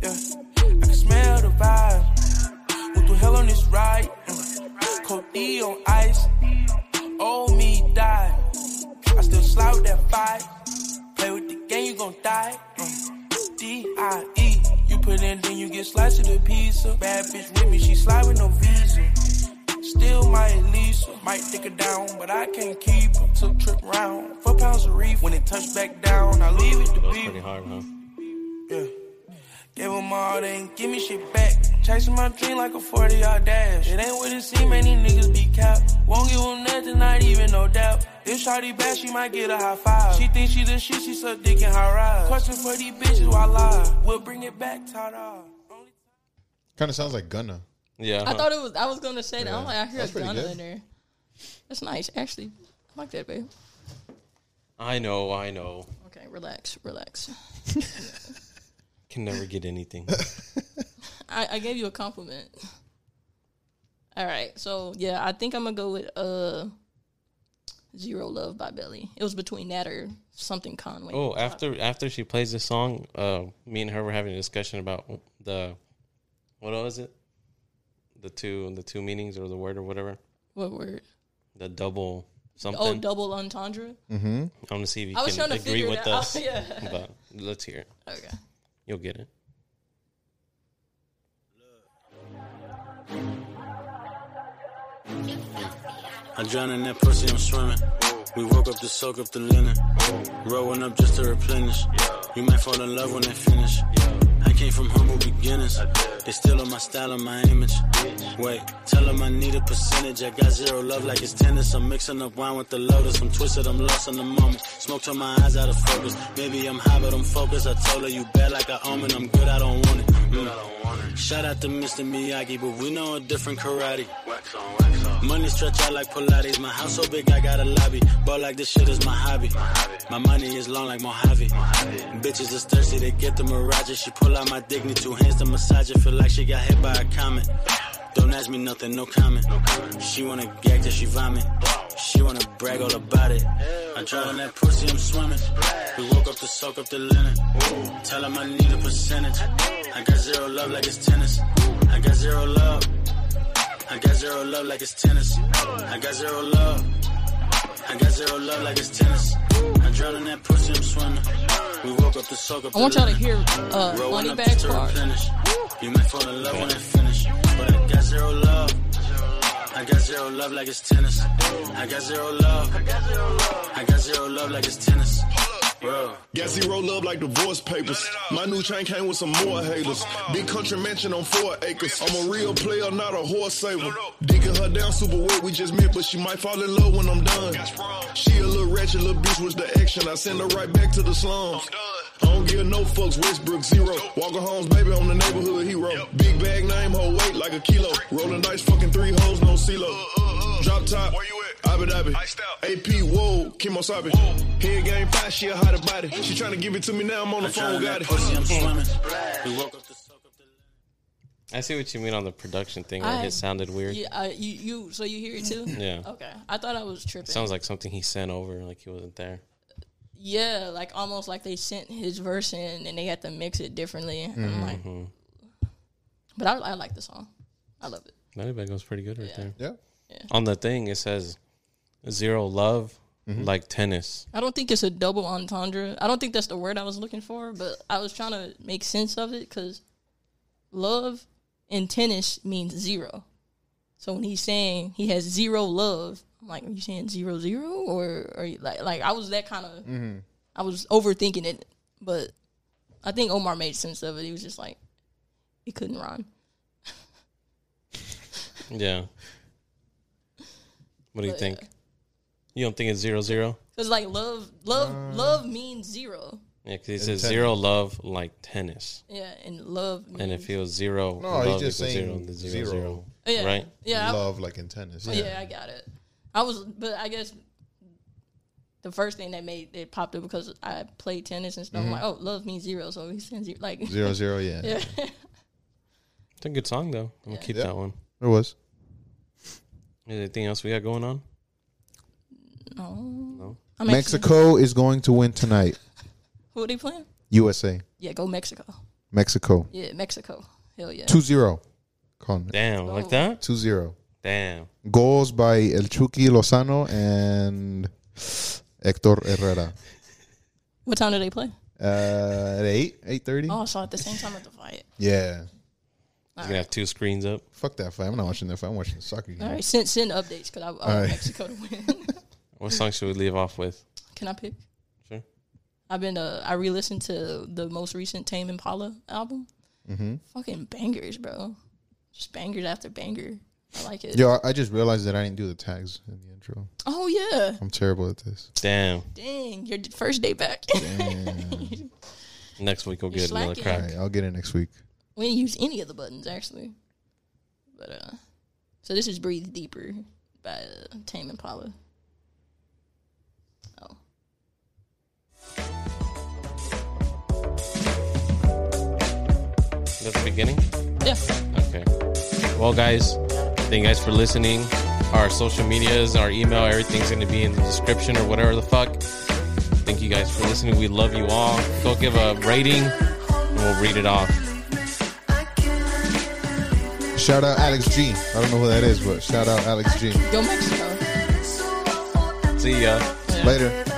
S5: Yeah, I can smell the vibe. Went through hell on this ride. Mm. Cold D on ice. Old me died. I still slide with that fight. Play with the game, you gon' die. Mm. D-I-E. E. You put in, then you get sliced to the pizza. Bad bitch with me, she slide with no visa. Still my Elisa. Might take her down, but I can't keep her. Took trip round, four pounds of reef. When it touched back down, I leave it to
S1: That was
S5: people.
S1: pretty hard, huh?
S5: Yeah. Gave them all, they ain't give me shit back. Chasing my dream like a 40 yard dash. It ain't what it seem, man, these niggas be capped. Won't give them nothing, not even no doubt. If Shawty bad, she might get a high five. She thinks she the shit, she suck dick in high rise. Question for these bitches, why lie? We'll bring it back, ta-da. Only
S2: Kind of sounds like Gunna.
S1: Yeah.
S3: I thought it was. I was gonna say that. I'm like, I hear
S2: That's
S3: a
S2: pretty
S3: Gunna
S2: good.
S3: in there. That's nice, actually. I like that, babe.
S1: I know, I know.
S3: Okay, relax, relax.
S1: Can never get anything.
S3: I, I gave you a compliment. All right, so yeah, I think I'm gonna go with uh, Zero Love by Belly. It was between that or something Conway.
S1: Oh, after after she plays this song, uh, me and her were having a discussion about the what was it? The two the two meanings or the word or whatever.
S3: What word?
S1: The double something.
S3: Oh, double entendre.
S1: I want to see if you
S3: I was
S1: can
S3: trying to
S1: agree
S3: figure
S1: with
S3: it out.
S1: us.
S3: Yeah.
S1: But let's hear it.
S3: Okay.
S1: You'll get it.
S9: I drown in that pussy, I'm swimming. We woke up to soak up the linen. Rolling up just to replenish. You might fall in love when I finish. I came from humble beginnings. They still on my style and my image. Wait, tell them I need a percentage. I got zero love like it's tennis. I'm mixing up wine with the lotus. I'm twisted, I'm lost in the moment. Smoke till my eyes out of focus. Maybe I'm high, but I'm focused. I told her you bad like I own it. I'm good, I don't want it. Mm. Shout out to Mr. Miyagi, but we know a different karate. Wax on, wax off. Money stretch out like Pilates. My house so big, I got a lobby. Ball like this shit is my hobby. My money is long like Mojave. Bitches is thirsty, they get the mirage. She pull out my dignity, two hands to massage it. Feel like she got hit by a comet. Don't ask me nothing, no comment. She wanna gag till she vomit. She wanna brag all about it. I drown in that pussy, I'm swimming. We woke up to soak up the linen. Tell 'em I need a percentage. I got zero love like it's tennis. I got zero love. I got zero love like it's tennis. I got zero love. I got zero love like it's tennis. I drown in that pussy, I'm swimming. We woke up to soak up
S3: I want
S9: the
S3: y'all to
S9: linen.
S3: hear uh,
S9: Rolling
S3: Money
S9: up
S3: Bag
S9: just to
S3: part.
S9: replenish. You might fall in love when I finish, but I got zero love. I got zero love like it's tennis. I got zero love. I got zero love like it's tennis. Bro.
S7: Got zero love like divorce papers. My new chain came with some more haters. Big country mansion on four acres. I'm a real player, not a horse saver. Digging her down super wet, we just met, but she might fall in love when I'm done. She a little ratchet, little bitch with the action. I send her right back to the slums. I don't give no fucks, Westbrook zero. Walker Holmes, baby, I'm the neighborhood hero. Big bag name, whole weight like a kilo. Rolling dice, fucking three hoes, no CeeLo. Drop top, where you at? Abu Dhabi. AP, whoa, Kimo Sabe. Head game five, she a hotter body. She tryna give it to me now, I'm on the
S9: I drown
S7: phone,
S9: in
S7: got
S9: that
S7: it.
S9: pussy, I'm swimming. We woke up to soak up the
S1: I see what you mean on the production thing. Like
S3: I-
S1: it sounded weird.
S3: Yeah, uh, you you so you hear it too?
S1: Yeah.
S3: Okay, I thought I was tripping.
S1: Sounds like something he sent over, like he wasn't there.
S3: yeah, like almost like they sent his verse in and they had to mix it differently. I'm like, but I, I like the song. I love it.
S1: Money bag was pretty good right there.
S2: Yeah.
S1: On the thing, it says zero love like tennis.
S3: I don't think it's a double entendre. I don't think that's the word I was looking for, but I was trying to make sense of it because love in tennis means zero. So when he's saying he has zero love, I'm like, are you saying zero zero or are you like like I was that kind of I was overthinking it, but I think Omar made sense of it. He was just like, it couldn't rhyme.
S1: Yeah. What do you
S3: But,
S1: think? You don't think it's zero zero?
S3: Cause like love, love, love means zero.
S1: Yeah, because he says
S2: tennis.
S1: zero love like tennis,
S3: Yeah, and love. Means,
S1: and it feels zero.
S2: No,
S1: love
S2: he's just
S1: equals
S2: saying
S1: then
S2: zero.
S3: Mm-hmm. yeah,
S1: right?
S3: Yeah, I-
S2: Love like in tennis. Yeah.
S3: Yeah, I got it. I was, but I guess the first thing that made it popped up because I played tennis and stuff. I'm like, oh, love means zero, so he sends you like
S2: Mm-hmm. Zero zero, yeah.
S3: Yeah.
S1: It's a good song though. I'm gonna keep
S2: Yeah.
S1: that one.
S2: It was.
S1: Is there anything else we got going on?
S3: I'm actually-
S2: Mexico is going to win tonight.
S3: Who are they playing?
S2: USA.
S3: Yeah, go Mexico.
S2: Mexico.
S3: Yeah, Mexico. Hell yeah.
S2: 2 0. Con
S1: Damn,
S3: Oh.
S1: like that?
S2: 2 0.
S1: Damn.
S2: Goals by El Chucky Lozano and Hector Herrera.
S3: What time do they play?
S2: Uh, at 8, 8.30?
S3: Oh, I saw it at the same time at the fight.
S2: Yeah.
S1: He's gonna have two screens up.
S2: Fuck that fight. I'm not watching that fight. I'm watching the soccer game.
S3: All right, send send updates because I, I want
S2: right.
S3: Mexico to win.
S1: What song should we leave off with?
S3: Can I pick?
S1: Sure.
S3: I've been uh, I re-listened to the most recent Tame
S2: Mm-hmm.
S3: Impala album. Fucking bangers, bro. Just bangers after banger. I like it.
S2: Yo, I- I just realized that I didn't do the tags in the intro.
S3: Oh yeah.
S2: I'm terrible at this.
S1: Damn.
S3: Dang, your d- first day back.
S1: Next week we'll get another
S3: slacking.
S2: All
S1: crack.
S2: right, I'll get it next week.
S3: we didn't use any of the buttons actually. But uh, so this is "Breathe Deeper" by uh, Tame Impala. Oh,
S1: Is that the beginning?
S3: yeah.
S1: Okay. Well, guys, thank you guys for listening. Our social medias, our email, everything's going to be in the description or whatever the fuck. Thank you guys for listening. We love you all. Go give a rating and we'll read it off.
S2: Shout out Alex G. I don't know who that is, but shout out Alex G.
S3: Go Mexico.
S1: See ya.
S2: Later.